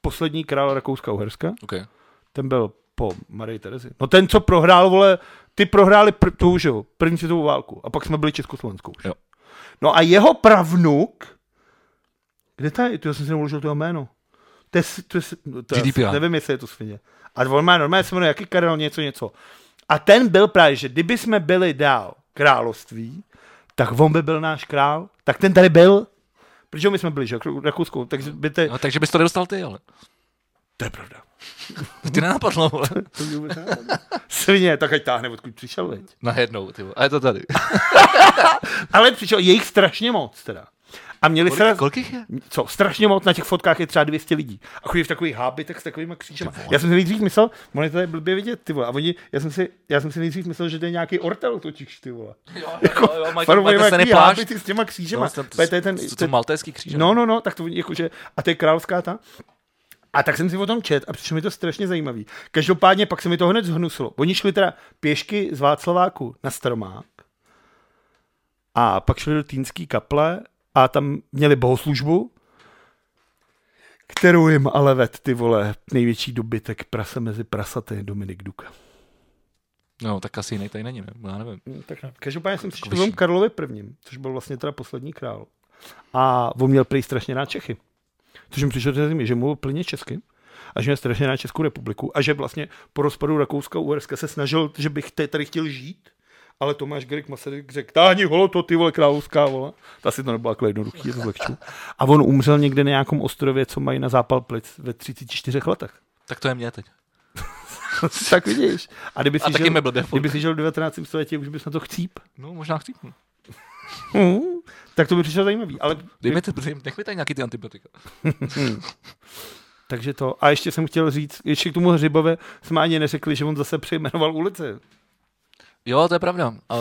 [SPEAKER 2] poslední král Rakouska-Uherska.
[SPEAKER 1] Okay.
[SPEAKER 2] Ten byl po Marii Terezi. No ten, co prohrál, vole, ty prohráli pr- tu, že jo, první světovou válku. A pak jsme byli Československou. už.
[SPEAKER 1] Jo.
[SPEAKER 2] No a jeho pravnuk, kde ta je? Tu já jsem si neuložil toho jméno. To je, s- to je, s- no, to je
[SPEAKER 1] GDPR.
[SPEAKER 2] nevím, jestli je to svině. A on má normálně se jmenuje, jaký Karel, něco, něco. A ten byl právě, že kdyby jsme byli dál království, tak on by byl náš král, tak ten tady byl. Protože my jsme byli, že jo, Rakouskou, takže by te...
[SPEAKER 1] No, takže bys to nedostal ty, ale.
[SPEAKER 2] To je pravda.
[SPEAKER 1] To ti nenapadlo, vole.
[SPEAKER 2] To mě vůbec nenapadlo. Svině, tak ať táhne, odkud přišel, veď.
[SPEAKER 1] Najednou, ty vole. A je to tady.
[SPEAKER 2] Ale přišel, je jich strašně moc teda. A měli se...
[SPEAKER 1] Kolik, kolik jich je?
[SPEAKER 2] Co, strašně moc na těch fotkách je třeba 200 lidí. A chodí v takový hábitek s takovými křížema. Já jsem si nejdřív myslel, on je tady blbě vidět, ty vole. A oni, já jsem si, já jsem si nejdřív myslel, že to je nějaký ortel totiž, ty vole.
[SPEAKER 1] Jo, jo, jo,
[SPEAKER 2] Fakt,
[SPEAKER 1] Michael,
[SPEAKER 2] oni mají
[SPEAKER 1] Michael,
[SPEAKER 2] takový
[SPEAKER 1] Michael, plášť.
[SPEAKER 2] hábity s těma křížema.
[SPEAKER 1] No, to,
[SPEAKER 2] To je- to je ten,
[SPEAKER 1] to,
[SPEAKER 2] to
[SPEAKER 1] to
[SPEAKER 2] je-
[SPEAKER 1] maltéský kříž.
[SPEAKER 2] No, no, no, tak to oni jakože, a to je královská ta. A tak jsem si o tom čet a přišlo mi to strašně zajímavý. Každopádně pak se mi to hned zhnuslo. Oni šli teda pěšky z Václaváku na Stromák a pak šli do Týnský kaple a tam měli bohoslužbu, kterou jim ale ved ty vole největší dobytek prase mezi prasaty Dominik Duka.
[SPEAKER 1] No, tak asi jiný tady není, ne? Já nevím.
[SPEAKER 2] Tak ne. Každopádně jsem si četl
[SPEAKER 1] vyšší.
[SPEAKER 2] o Karlovi prvním, což byl vlastně teda poslední král. A on měl prý strašně rád Čechy. Což mi přišlo zajímavé, že mluvil plně česky a že měl strašně rád Českou republiku a že vlastně po rozpadu Rakouska a Uherska se snažil, že bych te- tady chtěl žít, ale Tomáš Grek Masaryk řekl, táhni holo to, ty vole, královská, vole. To asi to nebylo takhle jednoduchý, je to zlehču. A on umřel někde na nějakém ostrově, co mají na zápal plic ve 34 letech.
[SPEAKER 1] Tak to je mě teď.
[SPEAKER 2] tak vidíš. A kdyby
[SPEAKER 1] A
[SPEAKER 2] si,
[SPEAKER 1] taky
[SPEAKER 2] žil,
[SPEAKER 1] mi blbě. furt.
[SPEAKER 2] kdyby si žil v 19. století, už bys na to chcíp.
[SPEAKER 1] No, možná chcípnu.
[SPEAKER 2] Hmm, tak to by přišlo zajímavý. Ale,
[SPEAKER 1] Dej mi ty, dej, nech mi tady nějaký ty antibiotika.
[SPEAKER 2] takže to. A ještě jsem chtěl říct, ještě k tomu Hřibové jsme ani neřekli, že on zase přejmenoval ulici
[SPEAKER 1] Jo, to je pravda. A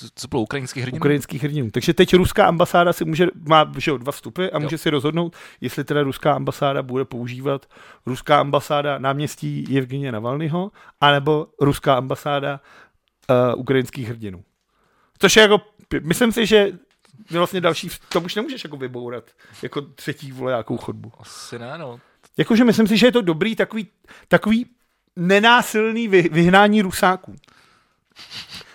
[SPEAKER 1] to, co bylo ukrajinský hrdina?
[SPEAKER 2] ukrajinských hrdinů. Takže teď ruská ambasáda si může, má že jo, dva vstupy a může si rozhodnout, jestli teda ruská ambasáda bude používat ruská ambasáda náměstí Evgenie Navalnyho, anebo ruská ambasáda uh, eh, ukrajinských hrdinů. Což je jako, myslím si, že vlastně další, to už nemůžeš jako vybourat, jako třetí vole, jakou chodbu.
[SPEAKER 1] Asi ne, no.
[SPEAKER 2] Jakože myslím si, že je to dobrý takový, takový nenásilný vy, vyhnání rusáků.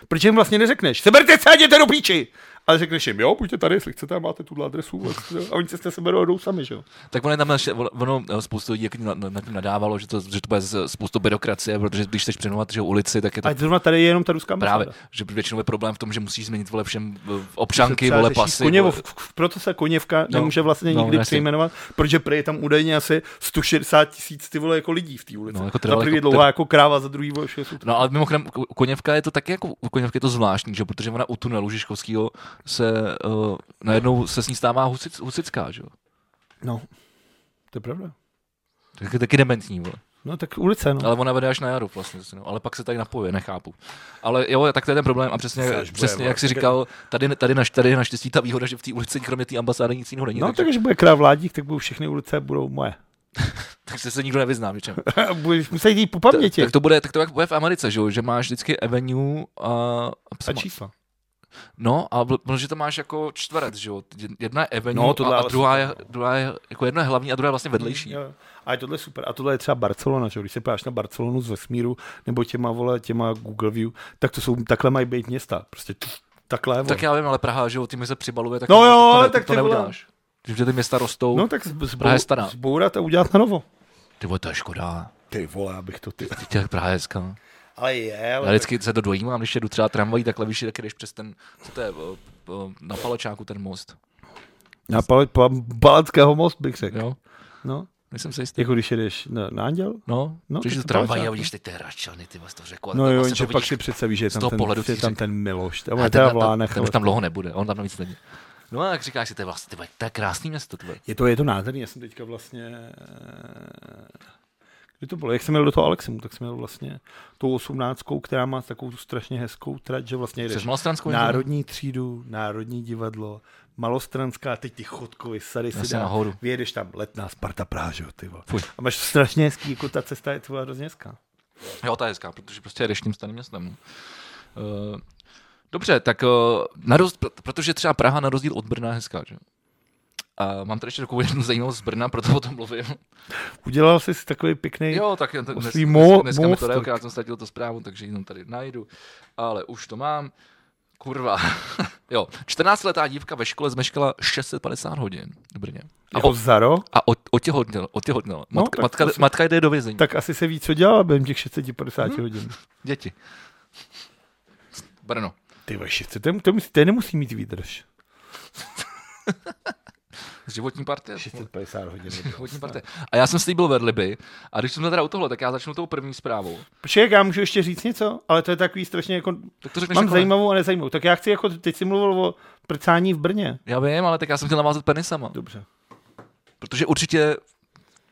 [SPEAKER 2] Protože jim vlastně neřekneš, seberte se a jděte do píči! Ale řekneš jim, jo, buďte tady, jestli chcete, a máte tuhle adresu. vlastně, A oni se s seberou a jdou sami, že jo?
[SPEAKER 1] Tak ono je tam ještě, ono eh, spoustu lidí jako na, na, na tím nadávalo, že to, že to bude z- spoustu byrokracie, protože když chceš přenovat že jo, ulici, tak je to
[SPEAKER 2] A zrovna tady je jenom ta ruská ambasáda.
[SPEAKER 1] právě, že většinou je problém v tom, že musíš změnit vole všem eh,
[SPEAKER 2] Se
[SPEAKER 1] občanky,
[SPEAKER 2] třeba
[SPEAKER 1] vole
[SPEAKER 2] řeší
[SPEAKER 1] pasy.
[SPEAKER 2] Koněvo,
[SPEAKER 1] vole.
[SPEAKER 2] v, v, proto se koněvka
[SPEAKER 1] No,
[SPEAKER 2] no, nemůže vlastně
[SPEAKER 1] no,
[SPEAKER 2] nikdy
[SPEAKER 1] jasně.
[SPEAKER 2] přejmenovat, protože prej je tam údajně asi 160 tisíc ty vole jako lidí v té
[SPEAKER 1] No,
[SPEAKER 2] ulici. No,
[SPEAKER 1] jako
[SPEAKER 2] jako
[SPEAKER 1] trvale
[SPEAKER 2] za první
[SPEAKER 1] jako-
[SPEAKER 2] dlouhá jako kráva, za druhý vole všechno.
[SPEAKER 1] No ale mimochodem, u- u koněvka je to taky jako, u koněvky je to zvláštní, že? jo, protože ona u tunelu Žižkovského se uh, najednou se s ní stává husic, husická, že jo.
[SPEAKER 2] No, to je pravda.
[SPEAKER 1] Tak, taky dementní, vole.
[SPEAKER 2] No tak ulice, no.
[SPEAKER 1] Ale ona vede až na jaru vlastně, no. ale pak se tady napoje, nechápu. Ale jo, tak to je ten problém a přesně,
[SPEAKER 2] Se až bude, vlastně-
[SPEAKER 1] přesně
[SPEAKER 2] vole.
[SPEAKER 1] jak jsi říkal, tady, tady, na, tady je naštěstí ta výhoda, že v té ulici kromě té ambasády nic jiného není,
[SPEAKER 2] No,
[SPEAKER 1] takže,
[SPEAKER 2] tak, až bude král vládík, tak budou všechny ulice budou moje.
[SPEAKER 1] takže se nikdo nevyzná v ničem.
[SPEAKER 2] Budeš muset jít po paměti.
[SPEAKER 1] tak to bude, tak to jak bude v Americe, že, jo, že máš vždycky avenue a, a,
[SPEAKER 2] A
[SPEAKER 1] psama-
[SPEAKER 2] čísla.
[SPEAKER 1] No, a bl- protože to máš jako čtverec, že jo? Jedna je avenue
[SPEAKER 2] No,
[SPEAKER 1] no,
[SPEAKER 2] tohle
[SPEAKER 1] a, a
[SPEAKER 2] ale
[SPEAKER 1] druhá, je,
[SPEAKER 2] super, no.
[SPEAKER 1] druhá je, jako jedna je hlavní a druhá je vlastně vedlejší.
[SPEAKER 2] Jo, jo. A tohle je super. A tohle je třeba Barcelona, že? jo? Když se podíváš na Barcelonu z vesmíru, nebo těma, vole, těma Google View, tak to jsou, takhle mají být města. Prostě tf, takhle, vole.
[SPEAKER 1] Tak já vím, ale Praha, že jo, ty mi se přibaluje, tak
[SPEAKER 2] No
[SPEAKER 1] to,
[SPEAKER 2] jo,
[SPEAKER 1] to,
[SPEAKER 2] ale
[SPEAKER 1] ne,
[SPEAKER 2] tak
[SPEAKER 1] to
[SPEAKER 2] ty vole.
[SPEAKER 1] neuděláš. Když ty města rostou,
[SPEAKER 2] No
[SPEAKER 1] no.
[SPEAKER 2] tak zbou-
[SPEAKER 1] Praha je stará.
[SPEAKER 2] zbourat a udělat na novo.
[SPEAKER 1] ty vole, to je škoda.
[SPEAKER 2] Ty vole, abych to ty.
[SPEAKER 1] Ty tě Praha je hezká.
[SPEAKER 2] Ale je, ale
[SPEAKER 1] Já vždycky se to dojímám, když jedu třeba tramvají, takhle víš, tak jdeš přes ten, co to je, o, o, na Palačáku ten most,
[SPEAKER 2] Na pal- pal- Balackého most bych řekl.
[SPEAKER 1] jo?
[SPEAKER 2] No.
[SPEAKER 1] Nejsem si jistý.
[SPEAKER 2] Jako když jedeš na, na Anděl?
[SPEAKER 1] No,
[SPEAKER 2] No,
[SPEAKER 1] no když
[SPEAKER 2] tak
[SPEAKER 1] jdu
[SPEAKER 2] to
[SPEAKER 1] tramvají a
[SPEAKER 2] Palačáku.
[SPEAKER 1] vidíš ty ty hračany, ty vás to řekl.
[SPEAKER 2] No jo, jenže pak si představíš, že je
[SPEAKER 1] z
[SPEAKER 2] tam,
[SPEAKER 1] toho
[SPEAKER 2] ten,
[SPEAKER 1] pohledu
[SPEAKER 2] že je
[SPEAKER 1] si
[SPEAKER 2] tam
[SPEAKER 1] říkáš-
[SPEAKER 2] ten Miloš. Tam
[SPEAKER 1] A
[SPEAKER 2] je
[SPEAKER 1] ten,
[SPEAKER 2] teda
[SPEAKER 1] ten, ten,
[SPEAKER 2] Vlánech.
[SPEAKER 1] ten
[SPEAKER 2] ale-
[SPEAKER 1] už tam dlouho nebude, on tam navíc není. No a jak říkáš si, to je vlastně, ty vole, to je krásný město, ty vole.
[SPEAKER 2] Je to, je to nádherný, já jsem teďka vlastně... eh, Kdy to bylo? Jak jsem jel do toho Aleximu, tak jsem jel vlastně tou osmnáctkou, která má takovou tu strašně hezkou trať, že vlastně
[SPEAKER 1] Přes
[SPEAKER 2] jdeš
[SPEAKER 1] Malostranskou
[SPEAKER 2] Národní třídu, Národní divadlo, Malostranská, teď ty chodkovy, sady si
[SPEAKER 1] Jasně,
[SPEAKER 2] dá,
[SPEAKER 1] nahoru.
[SPEAKER 2] vyjedeš tam, letná Sparta Praha, že jo, ty vole.
[SPEAKER 1] Fuj.
[SPEAKER 2] A máš to strašně hezký, jako ta cesta je tvoje hrozně hezká.
[SPEAKER 1] Jo, ta je hezká, protože prostě jedeš tím starým městem. Uh, dobře, tak uh, na roz, pr- protože třeba Praha na rozdíl od Brna je hezká, že? jo? A mám tady ještě takovou jednu zajímavost z Brna, proto o tom mluvím.
[SPEAKER 2] Udělal jsi si takový pěkný...
[SPEAKER 1] Jo, tak jen- dnes,
[SPEAKER 2] Oslý
[SPEAKER 1] dnes,
[SPEAKER 2] mo-
[SPEAKER 1] dneska mi to
[SPEAKER 2] mostek.
[SPEAKER 1] reokrát jsem ztratil to zprávu, takže jenom tady najdu. Ale už to mám. Kurva. jo, 14-letá dívka ve škole zmeškala 650 hodin v Brně. A,
[SPEAKER 2] Jako
[SPEAKER 1] o,
[SPEAKER 2] zaro,
[SPEAKER 1] a o, otěhotněla. otěhotněla.
[SPEAKER 2] No,
[SPEAKER 1] Matka,
[SPEAKER 2] tak
[SPEAKER 1] matka,
[SPEAKER 2] to si-
[SPEAKER 1] matka jde do vězení.
[SPEAKER 2] tak asi se ví, co dělala během těch 650
[SPEAKER 1] Mhm.
[SPEAKER 2] hmm. hodin.
[SPEAKER 1] Děti. Brno.
[SPEAKER 2] Ty vaši, ten, ten, ten nemusí mít výdrž.
[SPEAKER 1] Životní partie.
[SPEAKER 2] 650 hodin.
[SPEAKER 1] Životní partie. A já jsem slíbil vedliby. A když jsme teda u tohle, tak já začnu tou první zprávou.
[SPEAKER 2] Počkej, já můžu ještě říct něco, ale to je takový strašně jako...
[SPEAKER 1] Tak to řekneš
[SPEAKER 2] Mám
[SPEAKER 1] takhle.
[SPEAKER 2] zajímavou a nezajímavou. Tak já chci jako, teď jsi mluvil o prcání v Brně.
[SPEAKER 1] Já vím, ale tak já jsem chtěl navázat penisama.
[SPEAKER 2] Dobře.
[SPEAKER 1] Protože určitě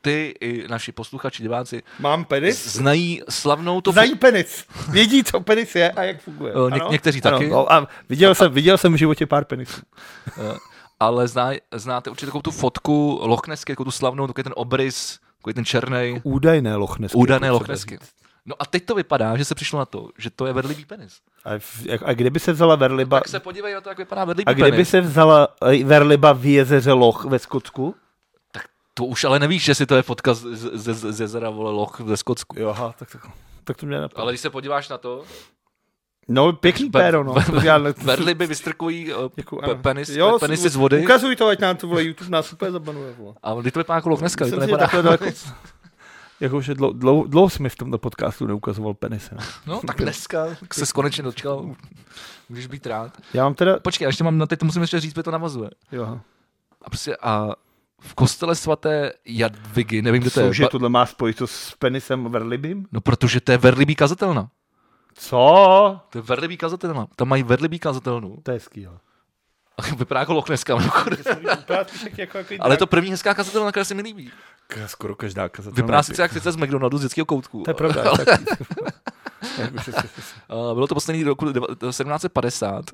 [SPEAKER 1] ty i naši posluchači, diváci
[SPEAKER 2] Mám penis?
[SPEAKER 1] znají slavnou to...
[SPEAKER 2] Znají penis. Vědí, co penis je a jak funguje.
[SPEAKER 1] Eh, něk-
[SPEAKER 2] Ano?
[SPEAKER 1] někteří
[SPEAKER 2] ano,
[SPEAKER 1] taky.
[SPEAKER 2] No, a viděl, jsem, viděl jsem v životě pár penisů.
[SPEAKER 1] Eh, Ale zná, znáte určitě takovou tu fotku Lochnesky, jako tu slavnou, takový ten obrys, takový ten černý,
[SPEAKER 2] Údajné lochnesky.
[SPEAKER 1] údané
[SPEAKER 2] potřeba
[SPEAKER 1] Lochnesky.
[SPEAKER 2] říct.
[SPEAKER 1] No a teď to vypadá, že se přišlo na to, že to je vedlivý penis.
[SPEAKER 2] A, v- jak- a kdyby se vzala verliba...
[SPEAKER 1] Tak se podívej na to, jak vypadá vedlivý
[SPEAKER 2] A kdyby
[SPEAKER 1] penis.
[SPEAKER 2] se vzala eh, verliba v jezeře Loch ve Skotsku?
[SPEAKER 1] Tak to už ale nevíš, jestli to je fotka z, z, z, z jezera vole Loch ve Skotsku.
[SPEAKER 2] Jo, aha, tak, tak, tak to mě napadlo.
[SPEAKER 1] Ale když se podíváš na to,
[SPEAKER 2] No, pěkný
[SPEAKER 1] Ver-
[SPEAKER 2] péro, no.
[SPEAKER 1] ver-
[SPEAKER 2] Já ne-
[SPEAKER 1] vedli by vystrkují eh,
[SPEAKER 2] Děkuju,
[SPEAKER 1] pe-
[SPEAKER 2] ano.
[SPEAKER 1] penis,
[SPEAKER 2] Jo,
[SPEAKER 1] penisy
[SPEAKER 2] su-
[SPEAKER 1] z vody
[SPEAKER 2] Ukazuj to, ať nám to vole YouTube nás úplně zabanuje. Vole.
[SPEAKER 1] a kdy to vypadá jako Loch dneska, to
[SPEAKER 2] Jsem si
[SPEAKER 1] nepadá.
[SPEAKER 2] takhle daleko... Jakože dlouho, dlouho, dlouho jsi mi v tomto podcastu neukazoval penis. No.
[SPEAKER 1] No tak dneska se konečně dočkal, můžeš být rád.
[SPEAKER 2] Já mám teda...
[SPEAKER 1] Počkej, já ještě mám, na teď to musím ještě říct, protože to navazuje.
[SPEAKER 2] Jo.
[SPEAKER 1] A prostě a v kostele svaté Jadvigy, nevím, kde to je,
[SPEAKER 2] Cože
[SPEAKER 1] ba-
[SPEAKER 2] tohle má spojitost s penisem verlibým?
[SPEAKER 1] no protože to je verlibý kazatelna.
[SPEAKER 2] Co?
[SPEAKER 1] To je verlibý kazatelna. Tam mají verlibý kazatelnu.
[SPEAKER 2] To je hezký, jo.
[SPEAKER 1] A vypadá jako Loch dneska, mimochodem.
[SPEAKER 2] jako, jako
[SPEAKER 1] Ale je to první hezká kazatelna, která se mi líbí.
[SPEAKER 2] skoro každá kazatelna.
[SPEAKER 1] Vypadá sice jak sice z McDonaldu z dětského koutku.
[SPEAKER 2] To je pravda. to je taky. Jakože se-
[SPEAKER 1] Uh, Bylo to poslední roku deva- eh, 1750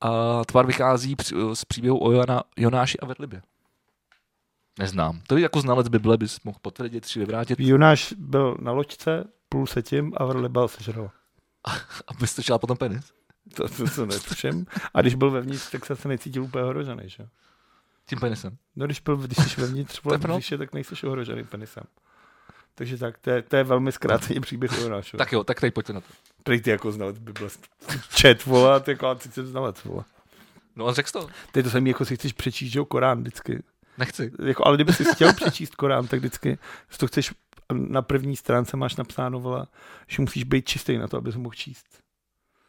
[SPEAKER 1] a tvar vychází při- eh, z příběhu o Jona, Jonáši a Vedlibě. Neznám. To je jako znalec Bible, bys mohl potvrdit či vyvrátit.
[SPEAKER 2] Jonáš byl na loďce, plul se tím a verliba ho sežral.
[SPEAKER 1] A vystrčila potom penis.
[SPEAKER 2] to, to, to netuším. A když byl vevnitř, tak jsem se necítil úplně ohrožený, že?
[SPEAKER 1] Tím penisem.
[SPEAKER 2] No když, byl, když jsi vevnitř vole,
[SPEAKER 1] To je pro-
[SPEAKER 2] břiše, tak nejsi ohrožený penisem. Takže tak, to je, to je velmi zkrácený příběh o nášu.
[SPEAKER 1] Tak jo, tak teď pojďte na to.
[SPEAKER 2] Prý ty jako znalec by byl čet, vole, a ty jako a ty jsem znalec, vole.
[SPEAKER 1] No a řekl jsi to.
[SPEAKER 2] Ty to samý, jako si chceš přečíst, že jo, Korán vždycky.
[SPEAKER 1] Nechci.
[SPEAKER 2] Jako, ale kdyby si chtěl přečíst Korán, tak vždycky, jestli to chceš, na první stránce máš napsáno, vole, že musíš být čistý na to, abys ho mohl číst.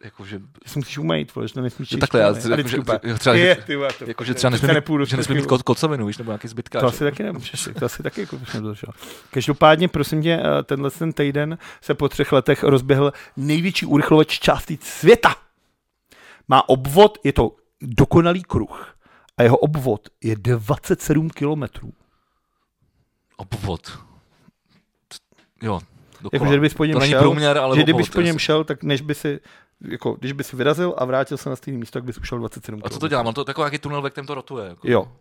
[SPEAKER 1] Jakože,
[SPEAKER 2] Že se musíš umýt, vole, že to nesmíš
[SPEAKER 1] že
[SPEAKER 2] číst.
[SPEAKER 1] No takhle, já
[SPEAKER 2] vole. A vždycky
[SPEAKER 1] jako,
[SPEAKER 2] úplně,
[SPEAKER 1] že, třeba,
[SPEAKER 2] je,
[SPEAKER 1] že,
[SPEAKER 2] ty vole, to-
[SPEAKER 1] jako, že
[SPEAKER 2] to
[SPEAKER 1] třeba nesmím,
[SPEAKER 2] nepůjdu,
[SPEAKER 1] že nesmím mít
[SPEAKER 2] to-
[SPEAKER 1] ko- kocovinu, víš, nebo nějaký zbytka.
[SPEAKER 2] to asi taky nemůžeš, to asi taky jako bych nedodržel. Každopádně, prosím tě, eh, tenhle ten týden se po třech letech rozběhl největší urychlovač části světa. Má obvod, je to dokonalý kruh a jeho obvod je 27 kilometrů.
[SPEAKER 1] Obvod. T- Jo, dokola.
[SPEAKER 2] Jakože kdybys Jako, po něm
[SPEAKER 1] to není
[SPEAKER 2] šel,
[SPEAKER 1] průměr, ale
[SPEAKER 2] že
[SPEAKER 1] obvod,
[SPEAKER 2] kdybys po
[SPEAKER 1] jasně.
[SPEAKER 2] něm šel, tak než by si jako, když by si vyrazil a vrátil se na stejné místo, tak bys ušel 27
[SPEAKER 1] A co to
[SPEAKER 2] kilometrů.
[SPEAKER 1] dělá? Mám to takový nějaký tunel, ve kterém to rotuje. Jako.
[SPEAKER 2] Jo.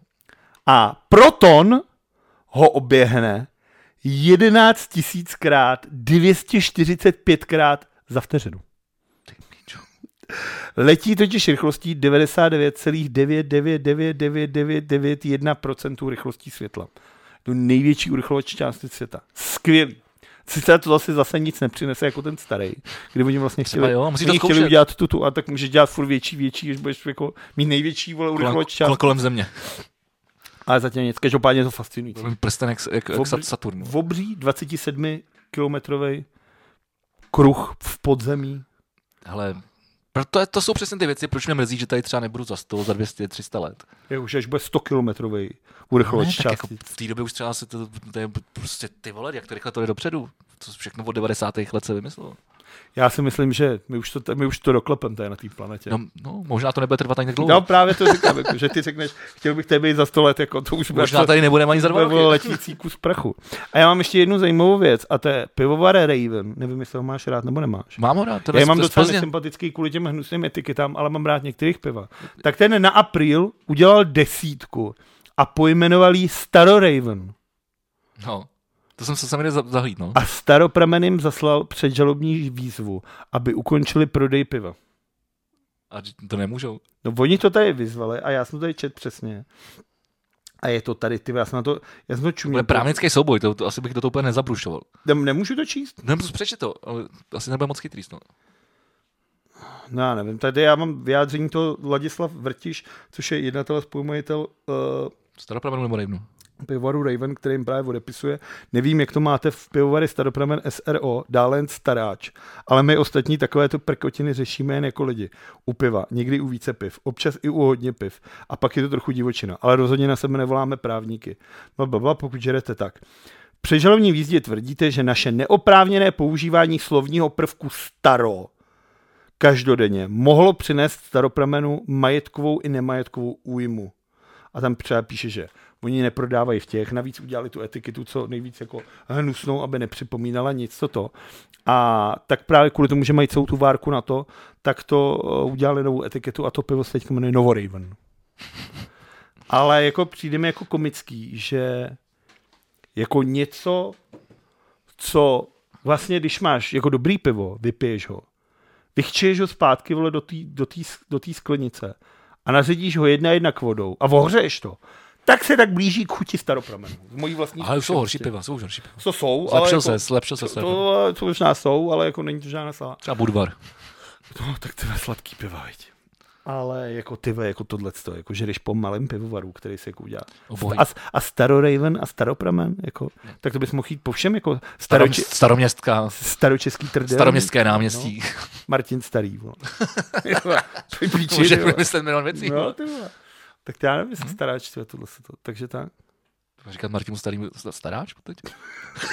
[SPEAKER 2] A proton ho oběhne 11 tisíckrát 245krát za vteřinu.
[SPEAKER 1] Píčo.
[SPEAKER 2] Letí totiž rychlostí 99,99999991% rychlostí světla. To je největší urychlovač části světa. Skvělý. Sice to zase zase nic nepřinese jako ten starý, kdy oni vlastně
[SPEAKER 1] Třeba
[SPEAKER 2] chtěli,
[SPEAKER 1] jo, a musí to
[SPEAKER 2] oni chtěli
[SPEAKER 1] zkoušet.
[SPEAKER 2] udělat tu, tu a tak můžeš dělat furt větší, větší, až budeš jako mít největší vole
[SPEAKER 1] Kolem,
[SPEAKER 2] urychlovač části
[SPEAKER 1] kolem, kolem země.
[SPEAKER 2] ale zatím nic, každopádně je to fascinující.
[SPEAKER 1] Velmi prsten jak, jak, no. jak
[SPEAKER 2] Obří-
[SPEAKER 1] Saturnu.
[SPEAKER 2] V obří 27 kilometrový kruh v podzemí.
[SPEAKER 1] Hele, proto je, to jsou přesně ty věci, proč mě mrzí, že tady třeba nebudu za 100, za 200, 300 let.
[SPEAKER 2] Je už až bude 100 kilometrový
[SPEAKER 1] Ne,
[SPEAKER 2] urychlovač
[SPEAKER 1] tak jako
[SPEAKER 2] části.
[SPEAKER 1] v té době už třeba se to, to, je prostě ty vole, jak to rychle to jde dopředu. To všechno od 90. let se vymyslelo.
[SPEAKER 2] Já si myslím, že my už to, my už to doklepem tady na té planetě.
[SPEAKER 1] No, no, možná to nebude trvat ani tak dlouho.
[SPEAKER 2] No, právě to říkám, jako, že ty řekneš, chtěl bych tady být za 100 let, jako to už bude
[SPEAKER 1] možná
[SPEAKER 2] to-
[SPEAKER 1] tady nebudeme ani za
[SPEAKER 2] to
[SPEAKER 1] dva
[SPEAKER 2] bude vole,
[SPEAKER 1] roky.
[SPEAKER 2] letící kus prachu. A já mám ještě jednu zajímavou věc, a to je pivovar Raven. Nevím, jestli ho máš rád nebo nemáš.
[SPEAKER 1] Mám ho rád, to
[SPEAKER 2] Já je
[SPEAKER 1] je
[SPEAKER 2] mám
[SPEAKER 1] to je z
[SPEAKER 2] docela
[SPEAKER 1] Plzně.
[SPEAKER 2] nesympatický kvůli těm hnusným etiketám, ale mám rád některých piva. Tak ten na apríl udělal desítku a pojmenoval ji Staroraven.
[SPEAKER 1] No, to jsem se sami jde za- zahlíd, no.
[SPEAKER 2] A staropramenem zaslal předžalobní výzvu, aby ukončili prodej piva.
[SPEAKER 1] A to nemůžou.
[SPEAKER 2] No oni to tady vyzvali a já jsem to tady čet přesně. A je to tady, ty, já jsem na to, já jsem to
[SPEAKER 1] To je
[SPEAKER 2] čuměl.
[SPEAKER 1] právnický souboj, to, to asi bych do toho úplně nezabrušoval.
[SPEAKER 2] Nem- Nemůžu to číst?
[SPEAKER 1] Nevím, co přečet to, ale asi nebude moc chytrý. No.
[SPEAKER 2] No já nevím, tady já mám vyjádření toho Ladislav Vrtiš, což je jednatel a spolumajitel eh,
[SPEAKER 1] Staropravenu nebo Rejnu.
[SPEAKER 2] pivovaru Raven, který jim právě odepisuje. Nevím, jak to máte v pivovary Staropramen SRO, dále jen staráč, ale my ostatní takovéto prkotiny řešíme jen jako lidi. U piva, někdy u více piv, občas i u hodně piv. A pak je to trochu divočina, ale rozhodně na sebe nevoláme právníky. Blablabla, pokud žerete tak. V přežalovní výzdě tvrdíte, že naše neoprávněné používání slovního prvku staro každodenně mohlo přinést staropramenu majetkovou i nemajetkovou újmu. A tam třeba píše, že oni neprodávají v těch, navíc udělali tu etiketu co nejvíc jako hnusnou, aby nepřipomínala nic toto. A tak právě kvůli tomu, že mají celou tu várku na to, tak to eh, udělali novou etiketu a to pivo se teď jmenuje Novoraven. Ale jako přijde mi jako komický, že jako něco, co vlastně, když máš jako dobrý pivo, vypiješ ho, vychčeješ ho zpátky vole, do té do tý, do tý sklenice a naředíš ho jedna jedna k vodou a ohřeješ to, tak se tak blíží k chuti staropramenů. Z mojí vlastní
[SPEAKER 1] Ale už jsou horší
[SPEAKER 2] zkušenosti.
[SPEAKER 1] piva, jsou už horší piva.
[SPEAKER 2] Co jsou, prostě. ale
[SPEAKER 1] Zlepšil
[SPEAKER 2] jako,
[SPEAKER 1] se, zlepšil se,
[SPEAKER 2] to,
[SPEAKER 1] zlepšil.
[SPEAKER 2] to, to možná jsou, ale jako není to žádná sala.
[SPEAKER 1] Třeba Budvar.
[SPEAKER 2] No, tak ty sladký piva, viď. Ale jako ty ve, jako tohle, jako že jdeš po malém pivovaru, který se jako udělá.
[SPEAKER 1] Obojí.
[SPEAKER 2] A, a staroraven a staropramen, jako, tak to bys mohl jít po všem, jako
[SPEAKER 1] Starom,
[SPEAKER 2] staroče,
[SPEAKER 1] staroměstská,
[SPEAKER 2] staročeský trdel.
[SPEAKER 1] staroměstské náměstí.
[SPEAKER 2] No. Martin Starý, vole. To je píči,
[SPEAKER 1] Můžeme
[SPEAKER 2] vole.
[SPEAKER 1] vymyslet milion věcí.
[SPEAKER 2] no, ty vole. Tak já nevím,
[SPEAKER 1] Mhm.
[SPEAKER 2] jestli stará čtve tohle se to. Takže tak.
[SPEAKER 1] Říkat Martinu starým staráčku teď?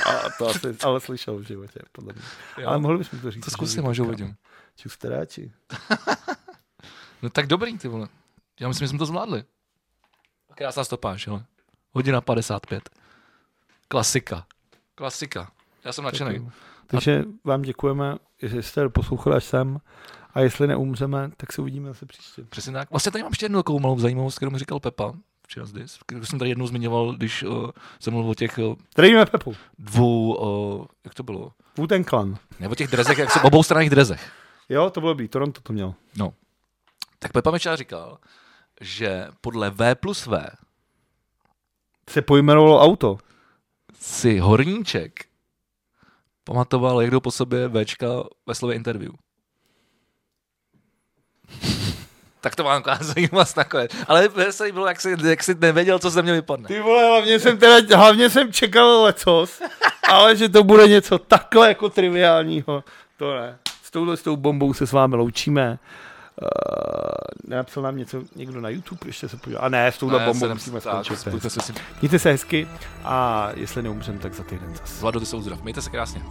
[SPEAKER 2] A to asi, ale slyšel v životě, podle mě.
[SPEAKER 1] Jo.
[SPEAKER 2] Ale mohli bychom to říct.
[SPEAKER 1] To zkusím, až ho uvidím.
[SPEAKER 2] Ču staráči.
[SPEAKER 1] No tak dobrý, ty vole. Já myslím, že jsme to zvládli. Krásná stopáž, hele. Hodina 55. Klasika. Klasika. Já jsem nadšený.
[SPEAKER 2] Takže vám děkujeme, že jste poslouchali až sem. A jestli neumřeme, tak se uvidíme zase příště.
[SPEAKER 1] Přesně tak. Vlastně tady mám ještě jednu takovou malou zajímavost, kterou mi říkal Pepa včera zdys, kterou jsem tady jednou zmiňoval, když uh, jsem mluvil o těch uh,
[SPEAKER 2] Zdravíme Pepu.
[SPEAKER 1] dvou, uh, jak to bylo?
[SPEAKER 2] Wu-Tang Clan.
[SPEAKER 1] Ne, o těch drezech, jak jsou obou stranných drezech.
[SPEAKER 2] Jo, to bylo dobrý. Toronto to měl.
[SPEAKER 1] No, Tak Pepa Mečá říkal, že podle V plus V
[SPEAKER 2] Se pojmenovalo auto.
[SPEAKER 1] si Horníček pamatoval, jak jdou po sobě Včka ve slově interview. tak to mám jako zajímavost nakonec. Ale veselý bylo, jak jsi, jak jsi nevěděl, co ze mě vypadne.
[SPEAKER 2] Ty vole, hlavně jsem, teda, hlavně jsem čekal lecos, ale že to bude něco takhle jako triviálního, to ne. S touhle s tou bombou se s vámi loučíme. Uh, nenapsal nám něco někdo na YouTube, ještě se podíval. A ne, s touhle
[SPEAKER 1] Ne,
[SPEAKER 2] bombou
[SPEAKER 1] se nem-
[SPEAKER 2] musíme
[SPEAKER 1] No, tak,
[SPEAKER 2] skončit.
[SPEAKER 1] spojte se s tím.
[SPEAKER 2] Mějte se hezky a jestli neumřem, tak za týden zase.
[SPEAKER 1] Vlado, ty se uzdrav. Mějte se krásně.